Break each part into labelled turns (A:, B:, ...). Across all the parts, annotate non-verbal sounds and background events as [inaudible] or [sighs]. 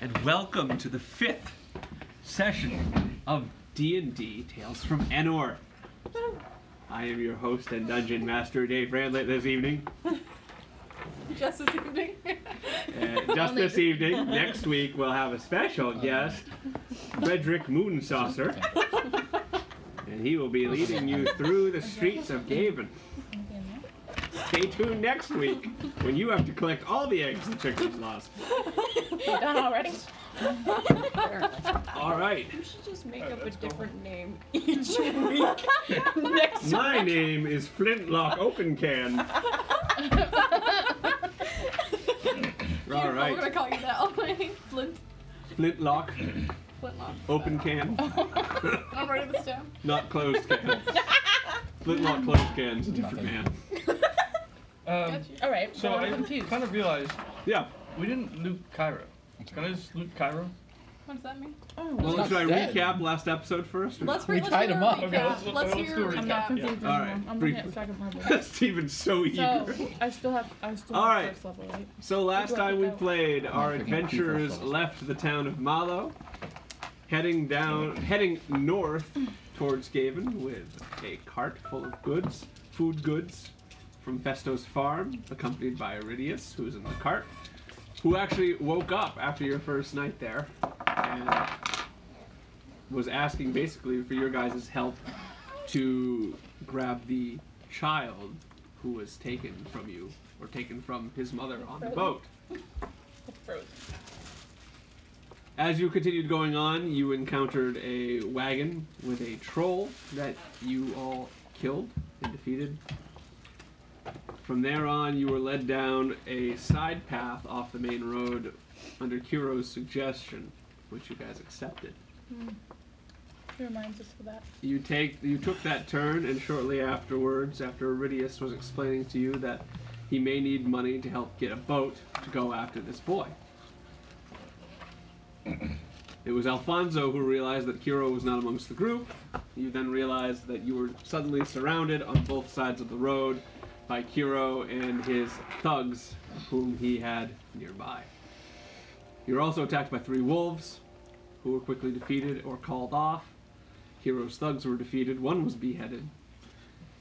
A: and welcome to the fifth session of D&D Tales from Enor. I am your host and dungeon master, Dave Randlett, this evening.
B: Just this evening.
A: And just this evening, next week, we'll have a special guest, Frederick Moonsaucer, and he will be leading you through the streets of Gaven. Stay tuned next week when you have to collect all the eggs the chicken's lost.
B: You done already?
A: All right,
B: We should just make up a different name each [laughs] week. Next
A: my name is Flintlock [laughs] Opencan. All
B: We're gonna
A: right,
B: call you that all night. Flint,
A: Flintlock
B: flintlock.
A: [laughs] Opencan,
B: I'm writing this down.
A: not closed can. Flintlock closed can's a different man.
C: Um,
B: Got you.
D: All right.
C: so
D: well, I'm
C: I
D: confused.
C: kind of realized
A: Yeah.
C: we didn't loot Cairo. Can I just loot Cairo?
B: What does that mean?
A: Well,
D: Oh, Not
A: should I
D: dead.
A: recap last episode first? [laughs] or-
B: Let's,
D: We
B: let's
D: tied
B: do a
D: him up.
B: recap.
C: Okay, let's- let's
B: hear
C: do a
D: I'm
C: recap.
D: not
B: recap.
D: confused
A: Yeah.
D: anymore.
A: Alright,
D: I'm
A: brief-
D: looking at second
A: [laughs]
D: level.
A: Steven's so
D: So
A: eager.
D: I still have I still
A: All
D: have
A: right.
D: first level, right?
A: So last
D: Which one
A: time we
D: did I-
A: played, our
E: I picking up two first
A: adventurers
E: levels.
A: left the town of Malo, heading down, heading north towards Gaven with a cart full of goods, food goods, from Festo's farm, accompanied by Iridius, who's in the cart, who actually woke up after your first night there and was asking basically for your guys' help to grab the child who was taken from you or taken from his mother on the boat. As you continued going on, you encountered a wagon with a troll that you all killed and defeated. From there on, you were led down a side path off the main road under Kiro's suggestion, which you guys accepted.
D: He reminds us of that.
A: you take you took that turn and shortly afterwards after Iridius was explaining to you that he may need money to help get a boat to go after this boy. It was Alfonso who realized that Kiro was not amongst the group. You then realized that you were suddenly surrounded on both sides of the road by Kiro and his thugs, whom he had nearby. You were also attacked by three wolves, who were quickly defeated or called off. Kiro's thugs were defeated, one was beheaded,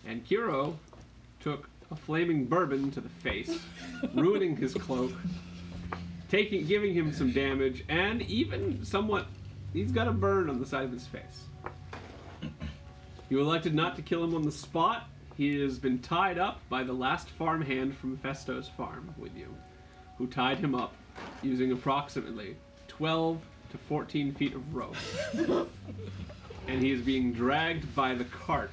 A: and Kiro took a flaming bourbon to the face, ruining his cloak, taking giving him some damage, and even somewhat he's got a burn on the side of his face. You elected not to kill him on the spot. He has been tied up by the last farmhand from Festo's farm with you, who tied him up using approximately 12 to 14 feet of rope and he is being dragged by the cart.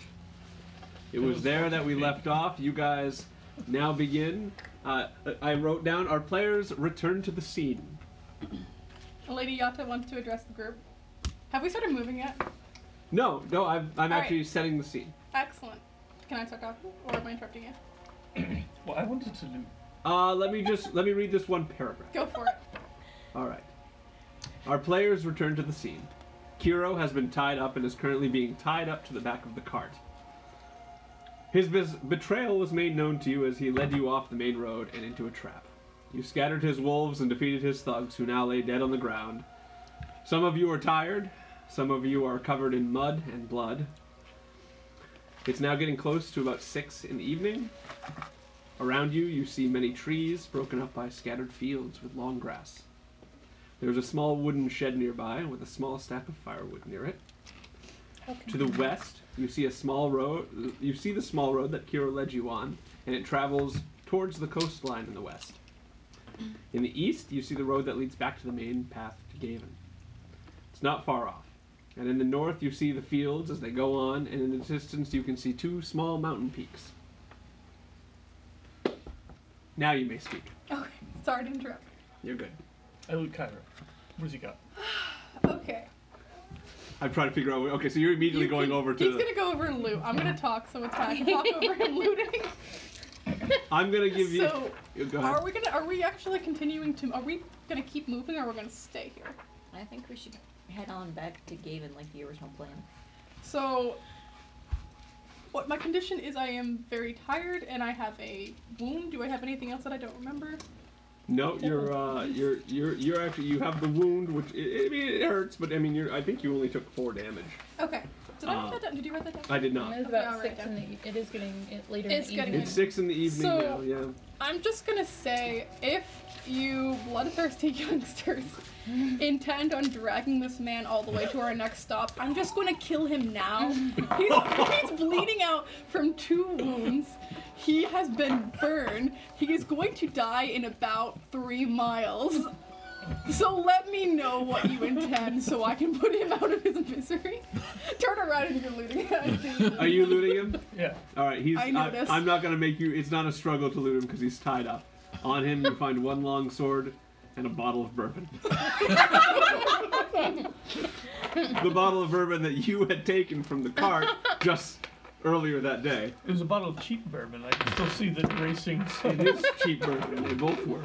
A: It was there that we left off. You guys now begin. Uh, I wrote down our players return to the scene.
B: Lady Yatta wants to address the group. Have we started moving yet?
A: No, no, I'm, I'm
B: All
A: actually setting the scene.
B: Excellent. Can I talk off, or am I interrupting you?
C: Well, I wanted to loot.
A: Uh, let me just let me read this one paragraph.
B: Go for it.
A: All right. Our players return to the scene. Kiro has been tied up and is currently being tied up to the back of the cart. His bes- betrayal was made known to you as he led you off the main road and into a trap. You scattered his wolves and defeated his thugs, who now lay dead on the ground. Some of you are tired, some of you are covered in mud and blood. It's now getting close to about six in the evening, Around you, you see many trees broken up by scattered fields with long grass. There is a small wooden shed nearby with a small stack of firewood near it.
D: How can
A: To the west, you see a small road. You see the small road that Kiro led you on, and it travels towards the coastline in the west. In the east, you see the road that leads back to the main path to Gaven. It's not far off. And in the north, you see the fields as they go on, and in the distance, you can see two small mountain peaks. Now you may speak.
B: [laughs] Okay. Sorry to interrupt.
A: You're good.
C: I loot Cairo. What does he got?
B: Okay.
A: I'm trying to figure out. Where, okay, so you're immediately
B: You
A: going
B: can-
A: over to.
B: He's gonna go over and loot. I'm gonna talk, so it's fine. I can [laughs] talk over him looting.
A: I'm gonna give you.
B: So,
A: you go ahead.
B: are we gonna? Are we actually continuing to? Are we gonna keep moving, or we're gonna stay here?
F: I think we should head on back to Gaven like the original plan.
B: So, what my condition is, I am very tired and I have a wound. Do I have anything else that I don't remember?
A: No, you're uh, you're you're you're actually you have the wound, which I I mean it hurts, but I mean you're I think you only took four damage.
B: Okay. Did I
A: Uh,
B: write that down? Did you write that down?
A: I did
D: It
A: not.
D: is
B: Okay,
D: about
B: I'll
D: six
B: write
D: in the. e- It is getting it later
B: It's
D: in the
B: getting
D: evening.
A: It's six in the evening
B: So-
A: now. Yeah.
B: I'm just gonna say, if you bloodthirsty [laughs] youngsters intend on dragging this man all the way to our next stop, I'm just gonna kill him now. He's, he's bleeding out from two wounds. He has been burned. He is going to die in about three miles. So let me know what you intend so I can put him out of his misery. [laughs] Turn around and you're looting him.
A: [laughs] Are you looting
B: [laughs]
A: him?
C: Yeah.
A: All right. He's.
B: I noticed.
A: am not gonna make you. It's not a struggle to loot him because he's tied up. On him, you find one long sword and a bottle of
B: [laughs]
A: bourbon. the bottle of bourbon that you had taken from the cart just earlier that day.
C: It was a bottle of cheap bourbon. I can still see the [laughs] bracing.
A: It is cheap bourbon. They both were.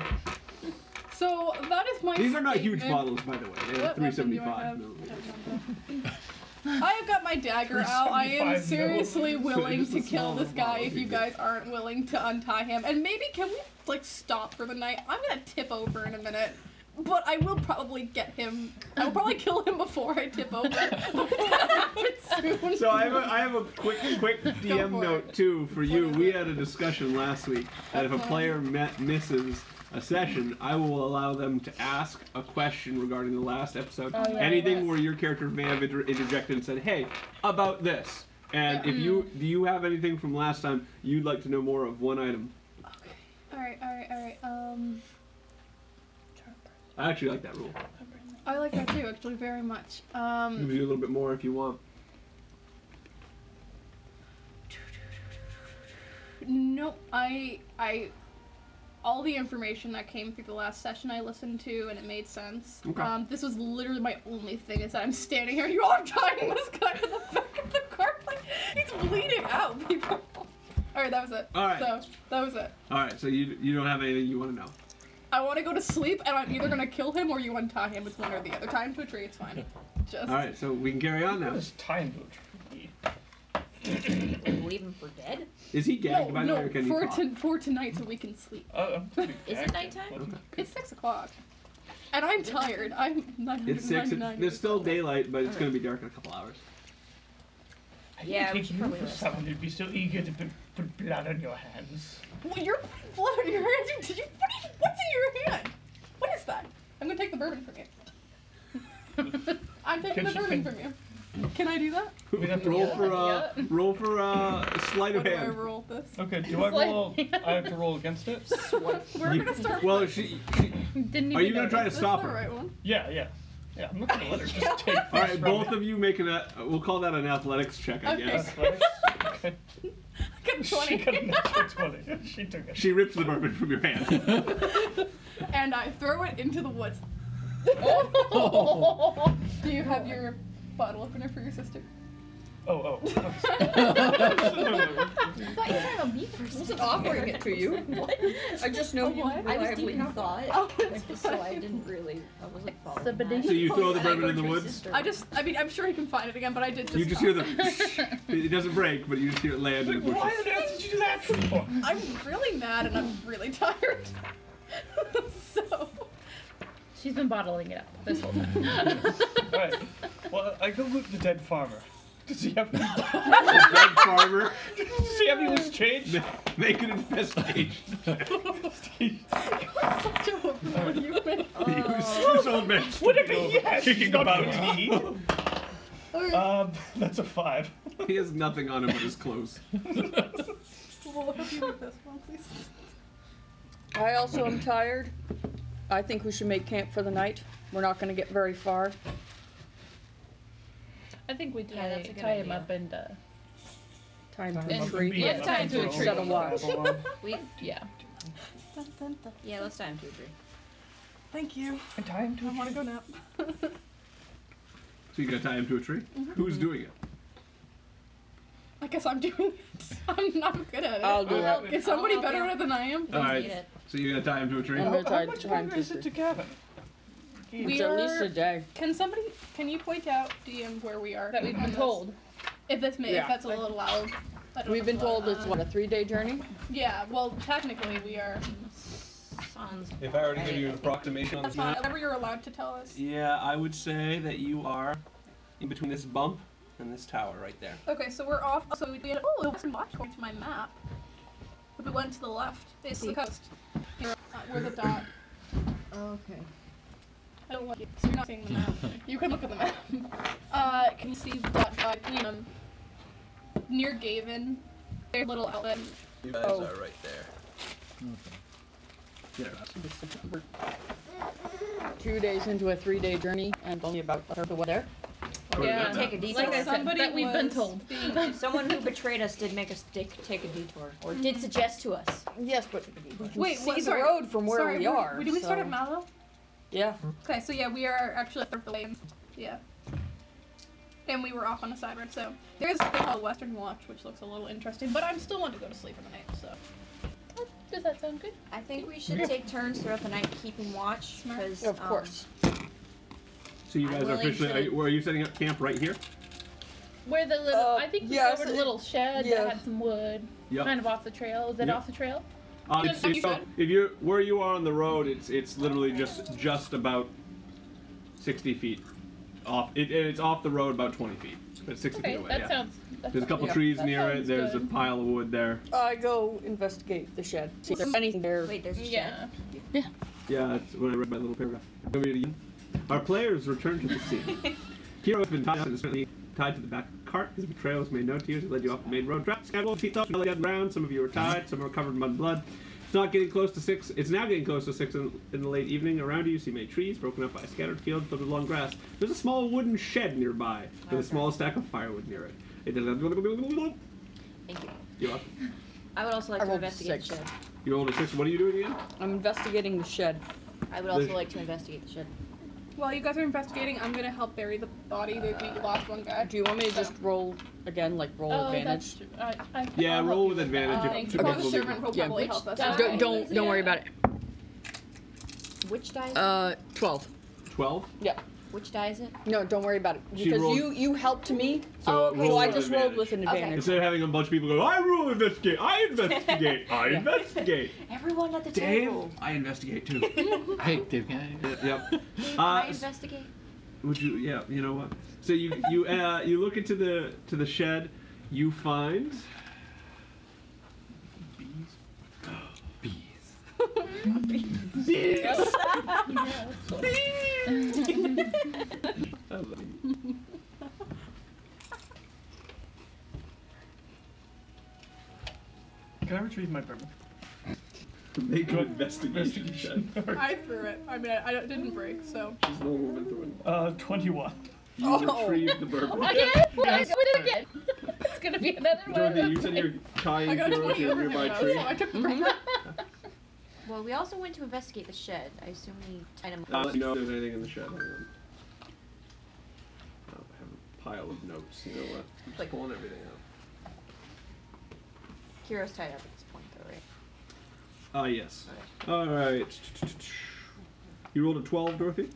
B: So that is my.
A: These are not huge
B: statement.
A: bottles, by the way. They're
B: Mm-hmm. What weapon
A: 375
B: do I
A: milliliters.
B: have? I have got my dagger out. I am
C: 375
B: seriously
C: milliliters.
B: willing
A: It's
B: to
A: a
B: kill
A: smaller
B: this guy
A: bottle,
B: if you
A: yeah.
B: guys aren't willing to untie him. And maybe can we like stop for the night? I'm gonna tip over in a minute. But I will probably get him. I will probably kill him before I tip [laughs] over. It's soon.
A: So I have, a, I have a quick
B: [laughs]
A: quick DM
B: for it.
A: note too for you.
B: What is
A: We
B: it?
A: had a discussion last week that if a
B: Uh-huh.
A: player met, misses a session, I will allow them to ask a question regarding the last episode.
D: Oh, yeah,
A: Anything
D: yeah.
A: where your character may have inter- interjected and said, "Hey, about this." And
B: Yeah.
A: if you do you have anything from last time you'd like to know more of one item?
B: All right, all right, all right. Um,
A: I actually like that rule.
B: I like that too, actually, very much.
A: You
B: Um,
A: can do a little bit more if you want.
B: Nope. I I all the information that came through the last session I listened to and it made sense.
A: Okay.
B: Um, this was literally my only thing is that I'm standing here and you all are dragging this guy to the back of the car. Like he's bleeding out, people. Alright, that was it.
A: All right.
B: So that was it.
A: All right, so you you don't have anything you want to know.
B: I wanna go to sleep and I'm either gonna kill him or you untie him, it's one or the other. Tie him to a tree,
A: [laughs]
B: it's fine. Just
A: All right, so we can carry on now.
C: This time to a tree.
F: Like, leave him for dead?
A: Is he gagged
B: No,
A: by the way,
B: Oh, no,
A: or can he
B: for,
A: talk?
B: to, for tonight so we can sleep.
C: Uh, I'm pretty
F: Is it
C: active.
F: nighttime?
B: It's six o'clock. And I'm tired. I'm
A: It's six. It's,
B: 999
A: there's
B: years
A: still
B: old.
A: daylight, but it's going to be dark in a couple hours.
C: I think
F: Yeah, we
C: if
F: should
C: you
F: probably
C: were
F: rest
C: someone who'd be so eager to put, put blood on your hands.
B: Well, you're putting blood on your hands. You- Did you? What are you what's in your hand? What is that? I'm gonna take the bourbon from you. [laughs] I'm taking
C: Can
B: the
C: she
B: bourbon
C: take-
B: from you. Can I do that?
C: We'd have to
A: roll
C: roll.
A: for uh, roll for uh, sleight
B: What
A: of
B: do I
A: hand.
B: roll this?
C: Okay, do I
D: like-
F: [laughs]
C: roll? I have to roll against it?
A: [laughs]
B: We're
A: You-
B: gonna start.
A: Well,
C: [laughs]
A: she. she
D: Didn't even
A: are you going to
D: notice. [laughs]
A: try to
B: That's
A: stop
B: the
A: her? [laughs]
B: right one.
C: Yeah, yeah. Yeah, I'm not gonna
F: [laughs]
C: let her
B: [laughs]
C: just take
A: All
C: this
A: right,
C: from
A: both
C: me.
A: of you make an. a- We'll call that an athletics check, I
B: Okay.
A: guess.
C: Athletics? Okay.
B: I
A: [laughs]
B: got
C: [laughs] She got a
B: twenty,
C: natural 20. [laughs] She took it.
A: She rips the bourbon from your hand.
B: [laughs] and I throw it into the woods.
A: Oh.
B: [laughs] Do you have your bottle opener for your sister?
C: Oh, oh.
F: I thought you were trying to leave for
E: wasn't offering it to
B: [laughs]
E: you. I just know
B: A
E: you
B: what?
F: I was
E: reliably
F: deep in
E: have
F: thought,
B: Oh,
F: [laughs]
B: it's
F: like, so I
B: fine.
F: didn't really. I wasn't following.
D: Somebody-
F: that.
A: so you throw the
F: And I
A: bourbon in
F: heard
A: the
F: your
A: woods.
F: sister.
B: I just. I mean, I'm sure he can find it again, but I did just.
A: You just
B: stop.
A: hear the. [laughs] It doesn't break, but you just hear it land in the
C: [laughs] Why
A: bushes.
C: on earth did you do that for?
B: I'm really mad and I'm really tired. [laughs] so.
D: She's been bottling it up this whole time.
C: Alright. Well, I go look the dead farmer. Does he have any,
A: The dead farmer.
C: does he have any loose change?
A: Make an investigation.
B: Such a woman, you man. Oh.
A: This old man.
C: Would it be yes?
A: Kicking
C: not
A: about.
C: me. Um, that's a five.
A: He has nothing on him but his clothes.
B: We'll help you with this one, please.
E: I also am tired. I think we should make camp for the night. We're not going to get very far.
D: I think we tie,
F: Yeah, that's a good
D: tie him
F: idea.
D: up and uh,
E: Time to
D: And
E: a tree.
D: Yeah, tie him to a
E: tree. Set a watch.
F: We,
D: yeah.
B: Dun, dun, dun.
F: yeah, let's time to agree.
B: Thank you.
C: And tie him to
B: I
C: a
B: want to
C: tree.
B: go nap.
A: So you got to tie him to a tree.
B: Mm-hmm.
A: Who's doing it?
B: I guess I'm doing it. [laughs] I'm not good at it.
E: I'll do
F: I'll
E: it.
B: Is somebody
F: I'll help
B: better
F: you.
B: at it than I am?
A: All
F: Don't
A: right.
F: need it.
A: So you're gonna tie him to a tree.
E: I'm
C: How,
E: gonna
C: how
E: tie-
C: much
E: tie him
C: longer
E: to
C: is
E: a
C: it to
E: tree.
C: Gavin?
B: We
E: It's at least
B: are-
E: a day.
B: Can somebody? Can you point out DM where we are?
D: That we've
B: on
D: been
B: this?
D: told.
B: If this may, if
E: Yeah.
B: that's a little loud. I don't know
E: We've
B: if
E: been
B: allowed
E: told
B: or
E: it's
B: not.
E: what a three-day journey.
B: Yeah. Well, technically we are
D: Sans.
C: If I already gave you an approximation on
B: That's
C: this
B: not
C: map,
B: whatever you're allowed to tell us.
A: Yeah, I would say that you are in between this bump and this tower right there.
B: Okay, so we're off. So we had oh, it wasn't much according to my map. But we went to the left. It's the coast. You're, uh, we're the dot.
F: Okay.
B: I don't like it. So you're not seeing the
E: [laughs]
B: map. You can look at the map. [laughs] Uh, can you see the dot dot um, near Gavin? Their little outlet.
A: You guys
E: Oh.
A: are Uh, right there. There.
E: Two days into a three-day journey, and only about a third of the way there.
D: Yeah.
F: Take a detour.
D: Like I said,
B: Somebody
D: that we've been
B: was
D: told.
E: [laughs]
F: Someone who betrayed us did make us take, take a detour, or did suggest to us.
E: Yes, but we can
B: Wait,
E: see
B: what-
E: the
B: sorry.
E: road from where
B: Sorry,
E: we are.
B: did we start
E: so-
B: at Mallow?
E: Yeah.
B: Okay, so yeah, we are actually a third of the way. in. Yeah. And we were off on a side road, so there is a thing called Western Watch, which looks a little interesting. But I'm still want to go to sleep for the night, so. Does that sound good?
F: I think we should take turns throughout the night keeping watch, um,
B: Smart.
F: because
E: Of course.
A: So you
F: I'm
A: guys are
F: willing
A: officially. Are
F: to-
A: you, are you setting up camp right here?
D: Where the little,
E: Uh,
D: I think we
E: yeah,
D: covered
E: so-
D: a little shed
E: yeah.
D: that had some wood,
A: Yep.
D: kind of off the trail. Is that
A: Yep.
D: off the trail?
A: Uh,
B: You
A: it's,
B: don't-
A: it's,
B: you don't-
A: if you where you are on the road, it's it's literally just just about sixty feet off. It, and it's off the road about twenty feet, but sixty
D: Okay,
A: feet away.
D: that
A: yeah.
D: sounds. That
A: There's a
D: sounds-
A: couple
E: yeah,
A: trees
D: that
A: near it.
D: sounds
A: There's a
D: good.
A: pile of wood there.
E: I go investigate the shed. See if there's anything there.
F: Wait, there's a
D: Yeah.
F: shed.
A: Yeah, that's when I read my little paragraph. Can we read it again? Our players return to the
B: [laughs]
A: scene. Hero has been tied up and is currently tied to the back of the cart. His betrayal was made known to you as it led you off the main road. Trapped, scattered, feet up, belly down ground. Some of you are tied, some are covered in mud and blood. It's not getting close to six. It's now getting close to six in, in the late evening. Around you, you see many trees broken up by scattered fields filled with long grass. There's a small wooden shed nearby with a small stack of firewood near it. It does.
F: Thank you.
A: You're welcome.
F: I would also like
E: I
F: to
E: rolled a
F: investigate the
E: six.
F: shed.
A: You rolled a six. What are you doing
B: Um,
A: again?
E: I'm investigating the shed.
F: I would also
A: There's-
F: like to investigate the shed.
B: While you guys are investigating, I'm gonna help bury the body. They we lost one guy.
E: Do you want me to just roll again, like roll
D: Oh, that's
E: advantage?
D: true. I, I,
A: Yeah,
D: I'll help
A: roll
D: you Oh,
A: with advantage.
D: that.
A: if
B: Thanks.
A: two
B: Well,
A: people
B: uh,
A: be-
B: the servant will
E: Yeah,
B: probably
E: which
B: help us.
D: die-
B: out.
E: Don't, don't, don't worry about it.
F: Which die? Is
E: Uh, twelve.
A: Twelve.
E: Yeah.
F: it? Which die is it?
E: No, don't worry about it
A: She
E: because
A: rolled-
E: you you helped me.
A: So
E: So
A: roll
E: Oh, I
A: with
E: just rolled
A: advantage.
E: with an
F: Okay.
E: advantage.
A: Instead of having a bunch of people go, I rule investigate, I investigate, I investigate.
F: Everyone at the table.
A: I investigate too.
G: Hey, Dave, can I-
A: yep.
F: Can I
A: Uh,
F: [laughs] investigate?
A: would you? Yeah. You know what? So you you uh, you look into the to the shed, you find
G: bees.
A: [laughs] I love you.
C: Can I retrieve my burden?
A: make an investigation check.
B: I threw it. I mean, I, I don't- didn't break, so.
A: She's no woman throwing.
C: Uh, 21.
A: You
E: Oh.
A: retrieve the bourbon.
D: Again? What? [laughs] I did it again. It's gonna
A: [laughs]
D: be another one.
A: Dorothy,
D: of
A: you
D: those
A: said you're
B: I
A: tying
B: got a [laughs]
A: Kiro to a
B: overview
A: nearby
B: now,
A: tree.
B: so I took the
F: Well, we also went to investigate the shed. I assume we tied him
A: I'll let you know if there's anything in the shed. Hang on. Oh, I have a pile of notes. You know what? I'm just
F: Like-
A: pulling everything out.
F: Kiro's tied up at this point, though, right?
A: Ah, yes. All right. You rolled a 12, Dorothy?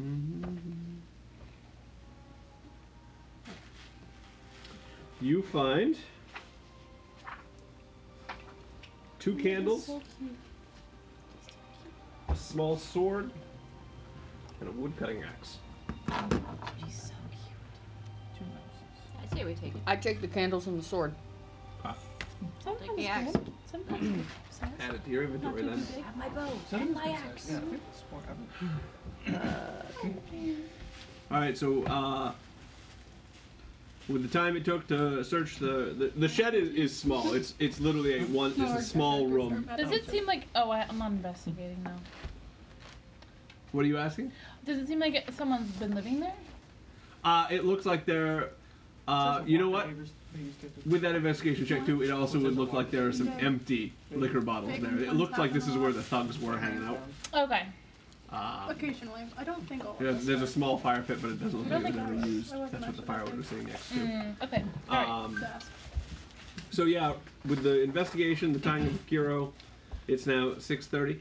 A: Mm-hmm. You find two candles, a small sword, and a wood cutting axe.
F: She's so cute. I say we take it.
E: I take the candles and the sword.
F: Take the axe.
B: Sometimes
A: Add it to your inventory then.
F: Have my bow. Have my axe.
A: All right, so uh, with the time it took to search the the, the shed is, is small. It's it's literally a one. It's a small room.
D: Does it seem like? Oh, I, I'm not investigating now.
A: What are you asking?
D: Does it seem like it- someone's been living there?
A: Uh, it looks like there. Uh, you know what? With that investigation check too, it also would look like there are some empty liquor bottles there. It looked like this is where the thugs were hanging out.
D: Okay.
A: Uh,
B: Occasionally. I don't think all of
A: there's,
B: us
A: there's
B: are.
A: a small fire pit, but it doesn't look like it was ever used.
B: I
A: That's
B: wasn't
A: what the
B: actually
A: firewood
B: looking.
A: was sitting next to.
D: Mm, okay. All right.
A: Um,
B: Yes.
A: [laughs] So yeah, with the investigation, the time of Kiro, it's now six thirty.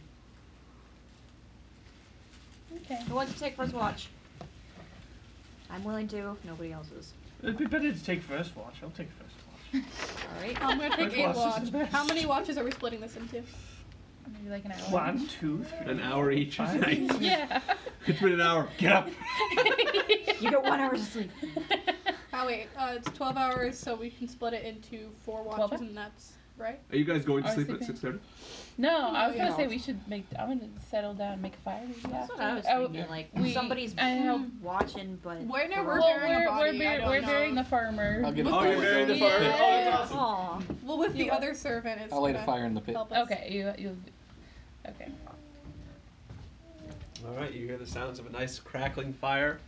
D: okay.
F: Who wants to take first watch? I'm willing to. Nobody else is.
C: It'd be better to take first watch. I'll take first [laughs] watch.
F: All right.
B: I'm gonna take
C: Which
B: eight
C: watch
B: watch.
C: is best?
B: How many watches are we splitting this into?
D: Maybe like an hour.
C: One, two, three.
A: An hour each
C: Fine.
A: night.
D: Yeah.
A: It's been an hour. Get up.
F: [laughs] You get one hour of sleep.
B: Oh wait, uh, it's 12 hours, so we can split it into four watches,
D: hours?
B: and that's right.
A: Are you guys going to
D: Are we
A: sleep at
D: sleeping?
A: six thirty?
D: no, I was
B: Yeah.
D: gonna say we should make. I'm gonna settle down and make a fire. Maybe
F: [laughs] That's what
D: after.
F: I was
D: Oh,
F: thinking. Like
D: we-
F: somebody's
D: I know.
F: watching, but
B: We're now
D: Well,
B: we're
D: [laughs] we're
B: burying a body.
D: we're,
B: I
D: bur-
B: don't
D: we're
B: know.
D: burying the farmer.
G: I'll get a
B: Look
A: Oh,
G: fire.
A: you're burying the
B: Yeah.
A: fire. Oh, that's awesome.
F: Aw.
B: Well, with the
D: Yeah.
B: other servant, it's
G: I'll light a
B: gonna
G: fire in the pit.
B: help us.
D: Okay, you you. Okay.
A: All right, you hear the sounds of a nice crackling fire.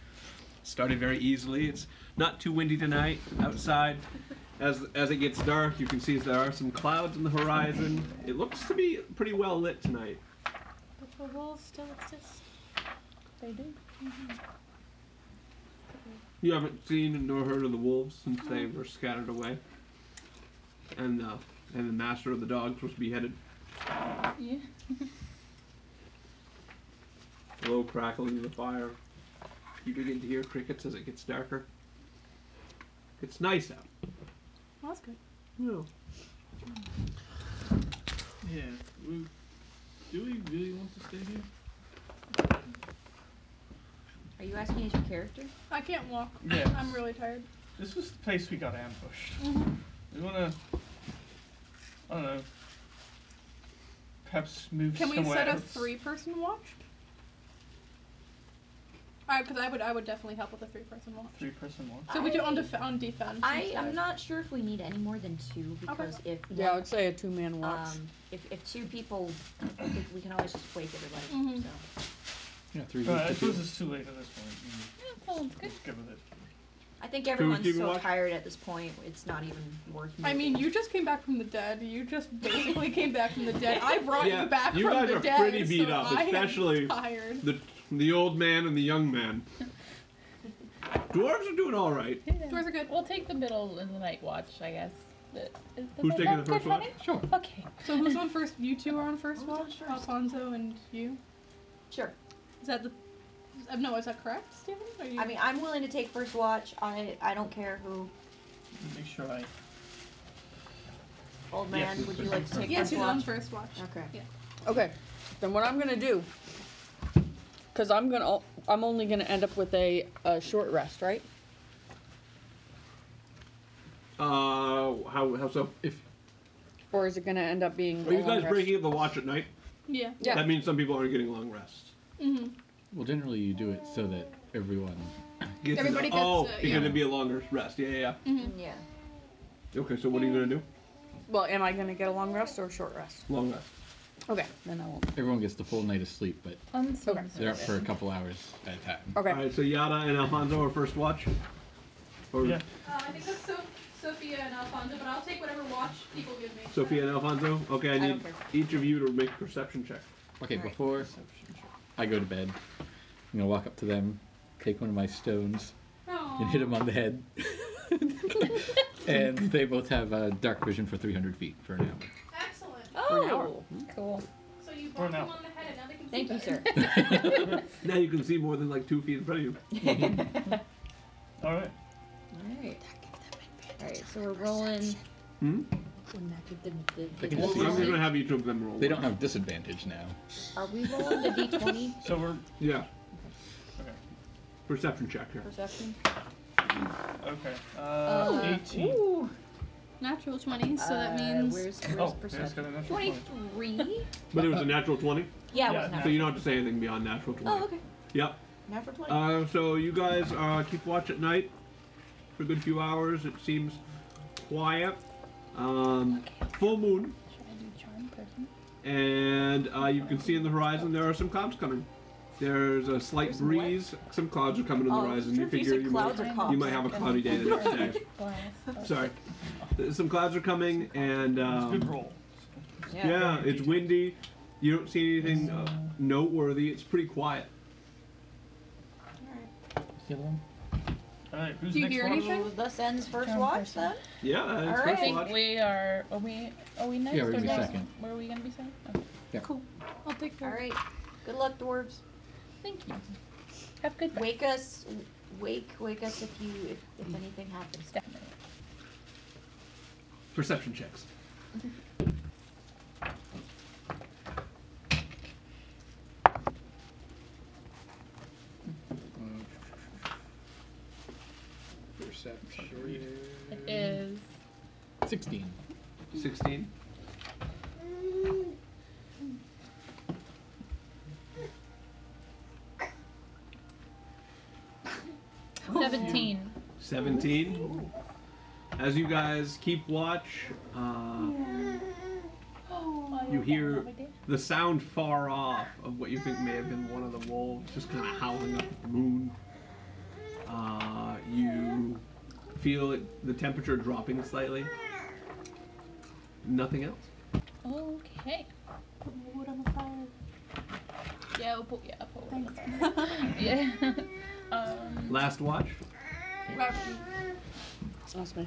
A: Started very easily. It's not too windy tonight outside. As as it gets dark, you can see there are some clouds on the horizon. It looks to be pretty well lit tonight.
B: But the wolves still exist.
D: They do.
A: You haven't seen nor heard of the wolves since they were scattered away, and uh, and the master of the dogs was beheaded.
D: Yeah.
A: Low crackling of the fire. You begin to hear crickets as it gets darker. It's nice out.
B: Well, that's good.
A: Yeah.
H: Yeah. We, do we really want to stay here?
F: Are you asking as your character?
B: I can't walk.
C: Yeah.
B: I'm really tired.
C: This was the place we got ambushed.
B: Mhm.
C: We wanna. I don't know. Perhaps move
B: Can we
C: somewhere
B: set a
C: else.
B: three-person watch? Alright, because I would I would definitely help with a three-person watch.
C: Three person one.
B: So we do on,
F: I-
B: def- on defense.
F: I
B: instead.
F: am not sure if we need any more than two because if
E: Yeah, I
F: one-
E: would say a two man watch.
F: um, if, if two people, if we can always just wake everybody.
B: Mhm.
F: So
G: Yeah, three
C: Uh,
G: weeks
C: I
G: to
C: suppose
G: do.
C: it's too late at this point. Mm,
D: sounds good.
C: let's go with it.
F: I think
A: we
F: everyone's
A: keep it
F: so
A: watch?
F: tired at this point. It's not even worth.
B: I mean,
F: moving.
B: you just came back from the dead. You just basically came back from the dead. I brought
A: Yeah,
B: you back
A: you
B: from
A: guys
B: the
A: are
B: dead.
A: pretty beat
B: so
A: up,
B: I am
A: especially-
B: tired.
A: The the old man and the young
C: [laughs]
A: man. Dwarves are doing all right.
B: Doors are good.
D: We'll take the middle and the night watch, I guess. The, is the
A: Who's
D: night
A: taking
D: watch
A: the first
D: good
A: watch?
D: Friday?
G: Sure.
D: Okay.
B: So who's on first? You two are on first
F: Who's on
B: watch.
F: first?
B: Alfonso and you.
F: sure.
B: Is that the? uh, No, is that correct, Stephen? Are you?
F: I mean, I'm willing to take first watch. I I don't care who.
C: Make sure I.
F: Old
C: Yes,
F: man, would you
C: it's
F: like
B: [laughs]
F: to take
B: yes,
F: first
B: you're on
F: watch?
B: first watch.
F: Okay.
E: Okay, then what I'm gonna do, because I'm gonna, I'm only gonna end up with a, a short rest, right?
A: Uh, how how so? If
E: Or is it gonna end up being?
A: are you
E: a long
A: guys
E: rest?
A: breaking up the watch at night?
B: Yeah.
E: Yeah.
A: That means some people aren't getting long rests.
B: hmm
G: Well, generally you do it so that everyone.
A: Yes,
B: Everybody
A: it's- oh,
B: gets, uh,
A: you're
B: yeah.
A: gonna be a longer rest. Yeah, yeah,
F: Yeah.
A: yeah. Okay, so what are you gonna do?
E: Well, am I gonna get a long rest or a short rest?
A: Long rest.
E: Okay, then I won't.
G: Everyone gets the full night of sleep, but
D: Um,
E: Okay.
D: seems
G: they're up
D: good.
G: Oh, for a couple hours at a time.
E: Okay.
A: All right, so Yada and Alfonso are first watch. Or
C: Yeah.
B: Uh, I think that's so- Sophia and Alfonso, but I'll take whatever watch people give me.
A: Sophia and Alfonso. Okay, I
F: don't
A: need
F: care.
A: each of you to make a perception check.
G: Okay,
F: Alright.
G: before I go to bed, I'm gonna walk up to them, take one of my stones, and hit him on the [laughs] head. and they both have uh, dark vision for 300 feet for an
B: Excellent.
F: Oh.
D: Cool.
B: So you
C: Burn out.
B: the head, and now they can see
F: Thank you,
B: better.
F: sir.
A: Now you can see more than like two feet in front of you.
C: All right.
F: Mm-hmm. [laughs] Alright. Alright, so we're rolling.
A: Hmm?
G: They can
A: Well,
G: just
A: I'm
G: see
A: just
G: me.
A: gonna have each of them roll.
G: They don't have disadvantage now.
F: Are we rolling the d20
C: So we're
A: Yeah.
C: Okay.
A: Perception check. Yeah.
F: perception?
C: okay. Uh,
F: Uh,
C: 18.
F: Ooh.
B: Natural 20, so that
F: Uh,
B: means.
F: Where's, where's
C: oh, there's
F: perception?
C: got another point.
F: 23?
A: But it was a natural 20,
F: yeah, it
C: Yeah,
F: was
A: so
F: natural.
A: you don't have to say anything beyond natural 20.
F: Oh, okay.
A: Yep.
F: Natural 20.
A: Uh, so you guys uh, keep watch at night for a good few hours. It seems quiet. Um, full moon,
D: Should I do charm person?
A: and uh, you can see in the horizon there are some clouds coming. There's a slight
F: There's what?
A: breeze. Some clouds are coming on the
F: Oh,
A: horizon. You
F: sure, if you
A: figure
F: said
A: you might,
F: clouds are clouds.
A: you might have a cloudy day the next day. Sorry. Some clouds are coming, and
C: It's a good
A: um,
C: roll.
A: yeah, it's windy. You don't see anything uh, noteworthy. It's pretty quiet.
C: All right. Who's
B: Do you
C: next
B: hear
C: one?
B: anything?
F: So this ends first
D: Charm
F: watch
D: person.
F: then?
A: Yeah, that is
F: All
D: I
F: right.
A: first
D: think
A: watch.
D: we are. Are we? Are we next?
G: Yeah, we're
D: or
G: gonna be
D: next?
G: second.
D: Were we gonna be second? Oh, Okay.
B: I'll take
F: Alright. Good luck, dwarves.
D: Thank you. Have good.
F: Wake us wake wake us if you if, if anything happens.
D: Definitely.
A: Perception checks.
G: Perception.
D: It is.
G: 16.
A: 16.
D: Seventeen.
A: 17. As you guys keep watch, uh, you hear the sound far off of what you think may have been one of the wolves just kind of howling up at the moon. Uh, you feel it, the temperature dropping slightly. Nothing else.
D: Okay.
F: Wood on the fire.
D: Yeah, we'll put yeah, I'll put one up there. [laughs] yeah. Um,
A: Last watch.
E: That's me.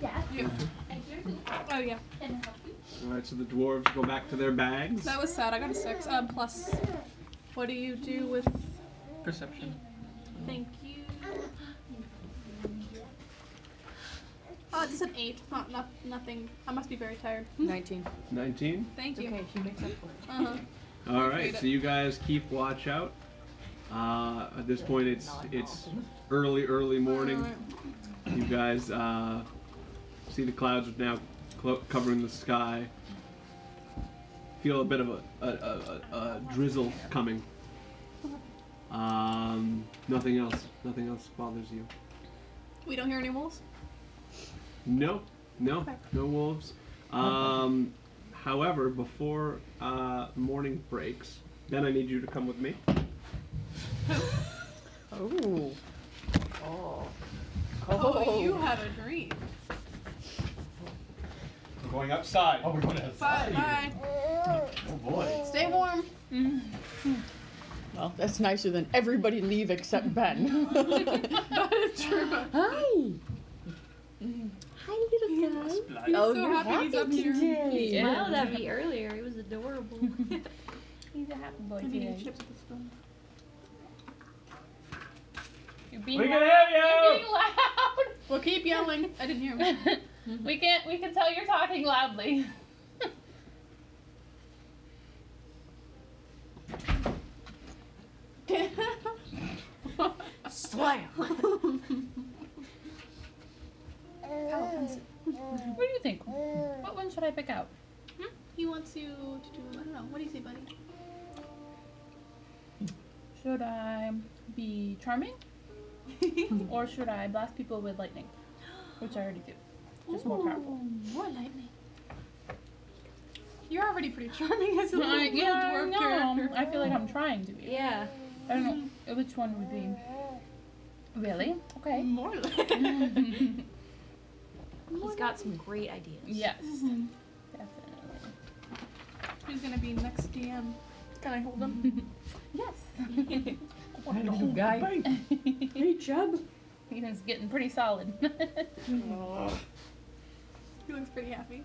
B: Oh yeah,
A: All right, so the dwarves go back to their bags.
B: that was sad. I got a six. Um, plus, what do you do with?
C: Perception.
B: Thank you. Oh, just an eight. Not, not nothing. I must be very tired.
E: 19.
A: 19.
B: Thank you.
F: Okay, she makes up for it.
B: Uh-huh.
A: All right,
B: Read
A: so
B: it.
A: you guys keep watch out. Uh, at this point, it's it's early, early morning. You guys uh, see the clouds are now clo- covering the sky. Feel a bit of a, a, a, a, a drizzle coming. Um, nothing else. Nothing else bothers you.
B: We don't hear any wolves.
A: No, no, no wolves. Um, however, before uh, morning breaks, then I need you to come with me.
E: Oh.
F: Oh.
B: Oh, you had a dream.
A: We're going upside.
C: Oh, we're going to
B: Bye bye.
A: Oh boy.
B: Stay warm. [laughs]
E: Well, that's nicer than everybody leave except Ben. [laughs]
B: that is true.
E: Hi. Hi, little guy.
B: He's so
E: Oh, you're
B: happy, he's up
E: happy
B: here.
E: today.
F: He
D: Yeah.
F: smiled at me earlier. It was [laughs] adorable.
D: he's a happy boy
B: I'm eating
D: today.
B: chips with a spoon.
D: You're being
C: We can
D: loud.
C: hear you!
D: You're
B: Well, keep yelling. I didn't
F: [laughs]
B: hear.
D: being loud. [laughs] we can we can tell you're talking loudly.
F: Slam.
D: What do you think? What one should I pick out?
B: he wants you to do. I don't know. What do you say, buddy?
D: Should I be charming? or should I blast people with lightning? Which I already do. Just more powerful.
B: More lightning. You're already pretty charming as a little,
D: I,
B: little
D: yeah,
B: dwarf
D: no,
B: character.
D: I feel like I'm trying to be.
F: [laughs] Yeah.
D: I don't know which one would be. Really? Okay.
B: More
E: [laughs]
B: lightning.
F: He's got some great ideas.
D: [laughs] yes. Definitely.
B: Who's gonna be next DM?
E: Can I hold him?
D: [laughs] Yes.
E: little guy. Hey, Chub.
D: Ethan's getting pretty solid. [laughs]
B: He looks pretty happy.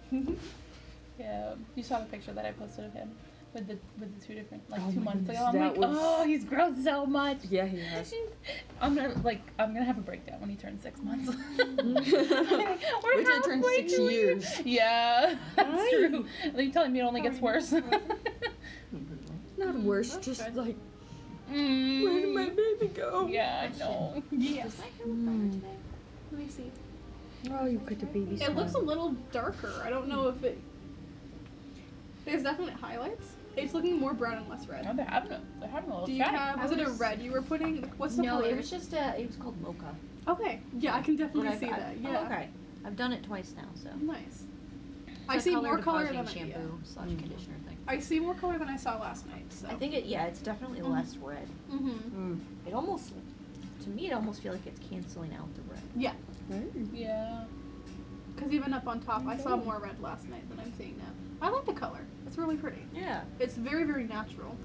D: yeah. You saw the picture that I posted of him with the with the two different like
E: Oh
D: two
E: my
D: months ago.
E: goodness,
D: I'm like,
E: that was-
D: oh, he's grown so much.
E: Yeah, he has.
D: [laughs] I'm gonna like I'm gonna have a breakdown when he turns six
E: [laughs]
D: months. [laughs] We're
E: Wait till he turns
D: halfway
E: six
D: to it.
E: years.
D: Yeah, [laughs] that's
E: Right?
D: true. Like, you telling me it only gets worse. [laughs]
E: Not
B: Mm,
E: worse, just like, where did
D: Mm,
E: my baby go?
D: yeah, I know.
F: Does my hair look better today?
B: Let me see.
E: Oh, you put the baby
B: It looks a little darker. I don't know if it. There's definitely highlights. It's looking more brown and less red.
D: No, they're having a they're having a little
B: Do you
D: chat.
B: have? Was it a red you were putting? Like, What's the
F: No,
B: color?
F: it was just a. It was called mocha.
B: Okay. Yeah, I can
F: When
B: definitely
F: I-
B: see
F: I-
B: that.
F: oh,
B: Yeah.
F: okay. I've done it twice now, so.
B: Nice.
F: It's
B: I
F: a
B: see more color
F: depositing
B: than I, yeah.
F: shampoo slash
A: Hmm.
F: conditioner thing.
B: I see more color than I saw last night. So.
F: I think it. Yeah, it's definitely less red.
B: Mm-hmm.
F: It almost. To me, it almost feels like it's canceling out the red.
D: Yeah.
B: Because even up on top, I saw more red last night than I'm seeing now. I like the color. It's really pretty.
F: Yeah.
B: It's very very natural.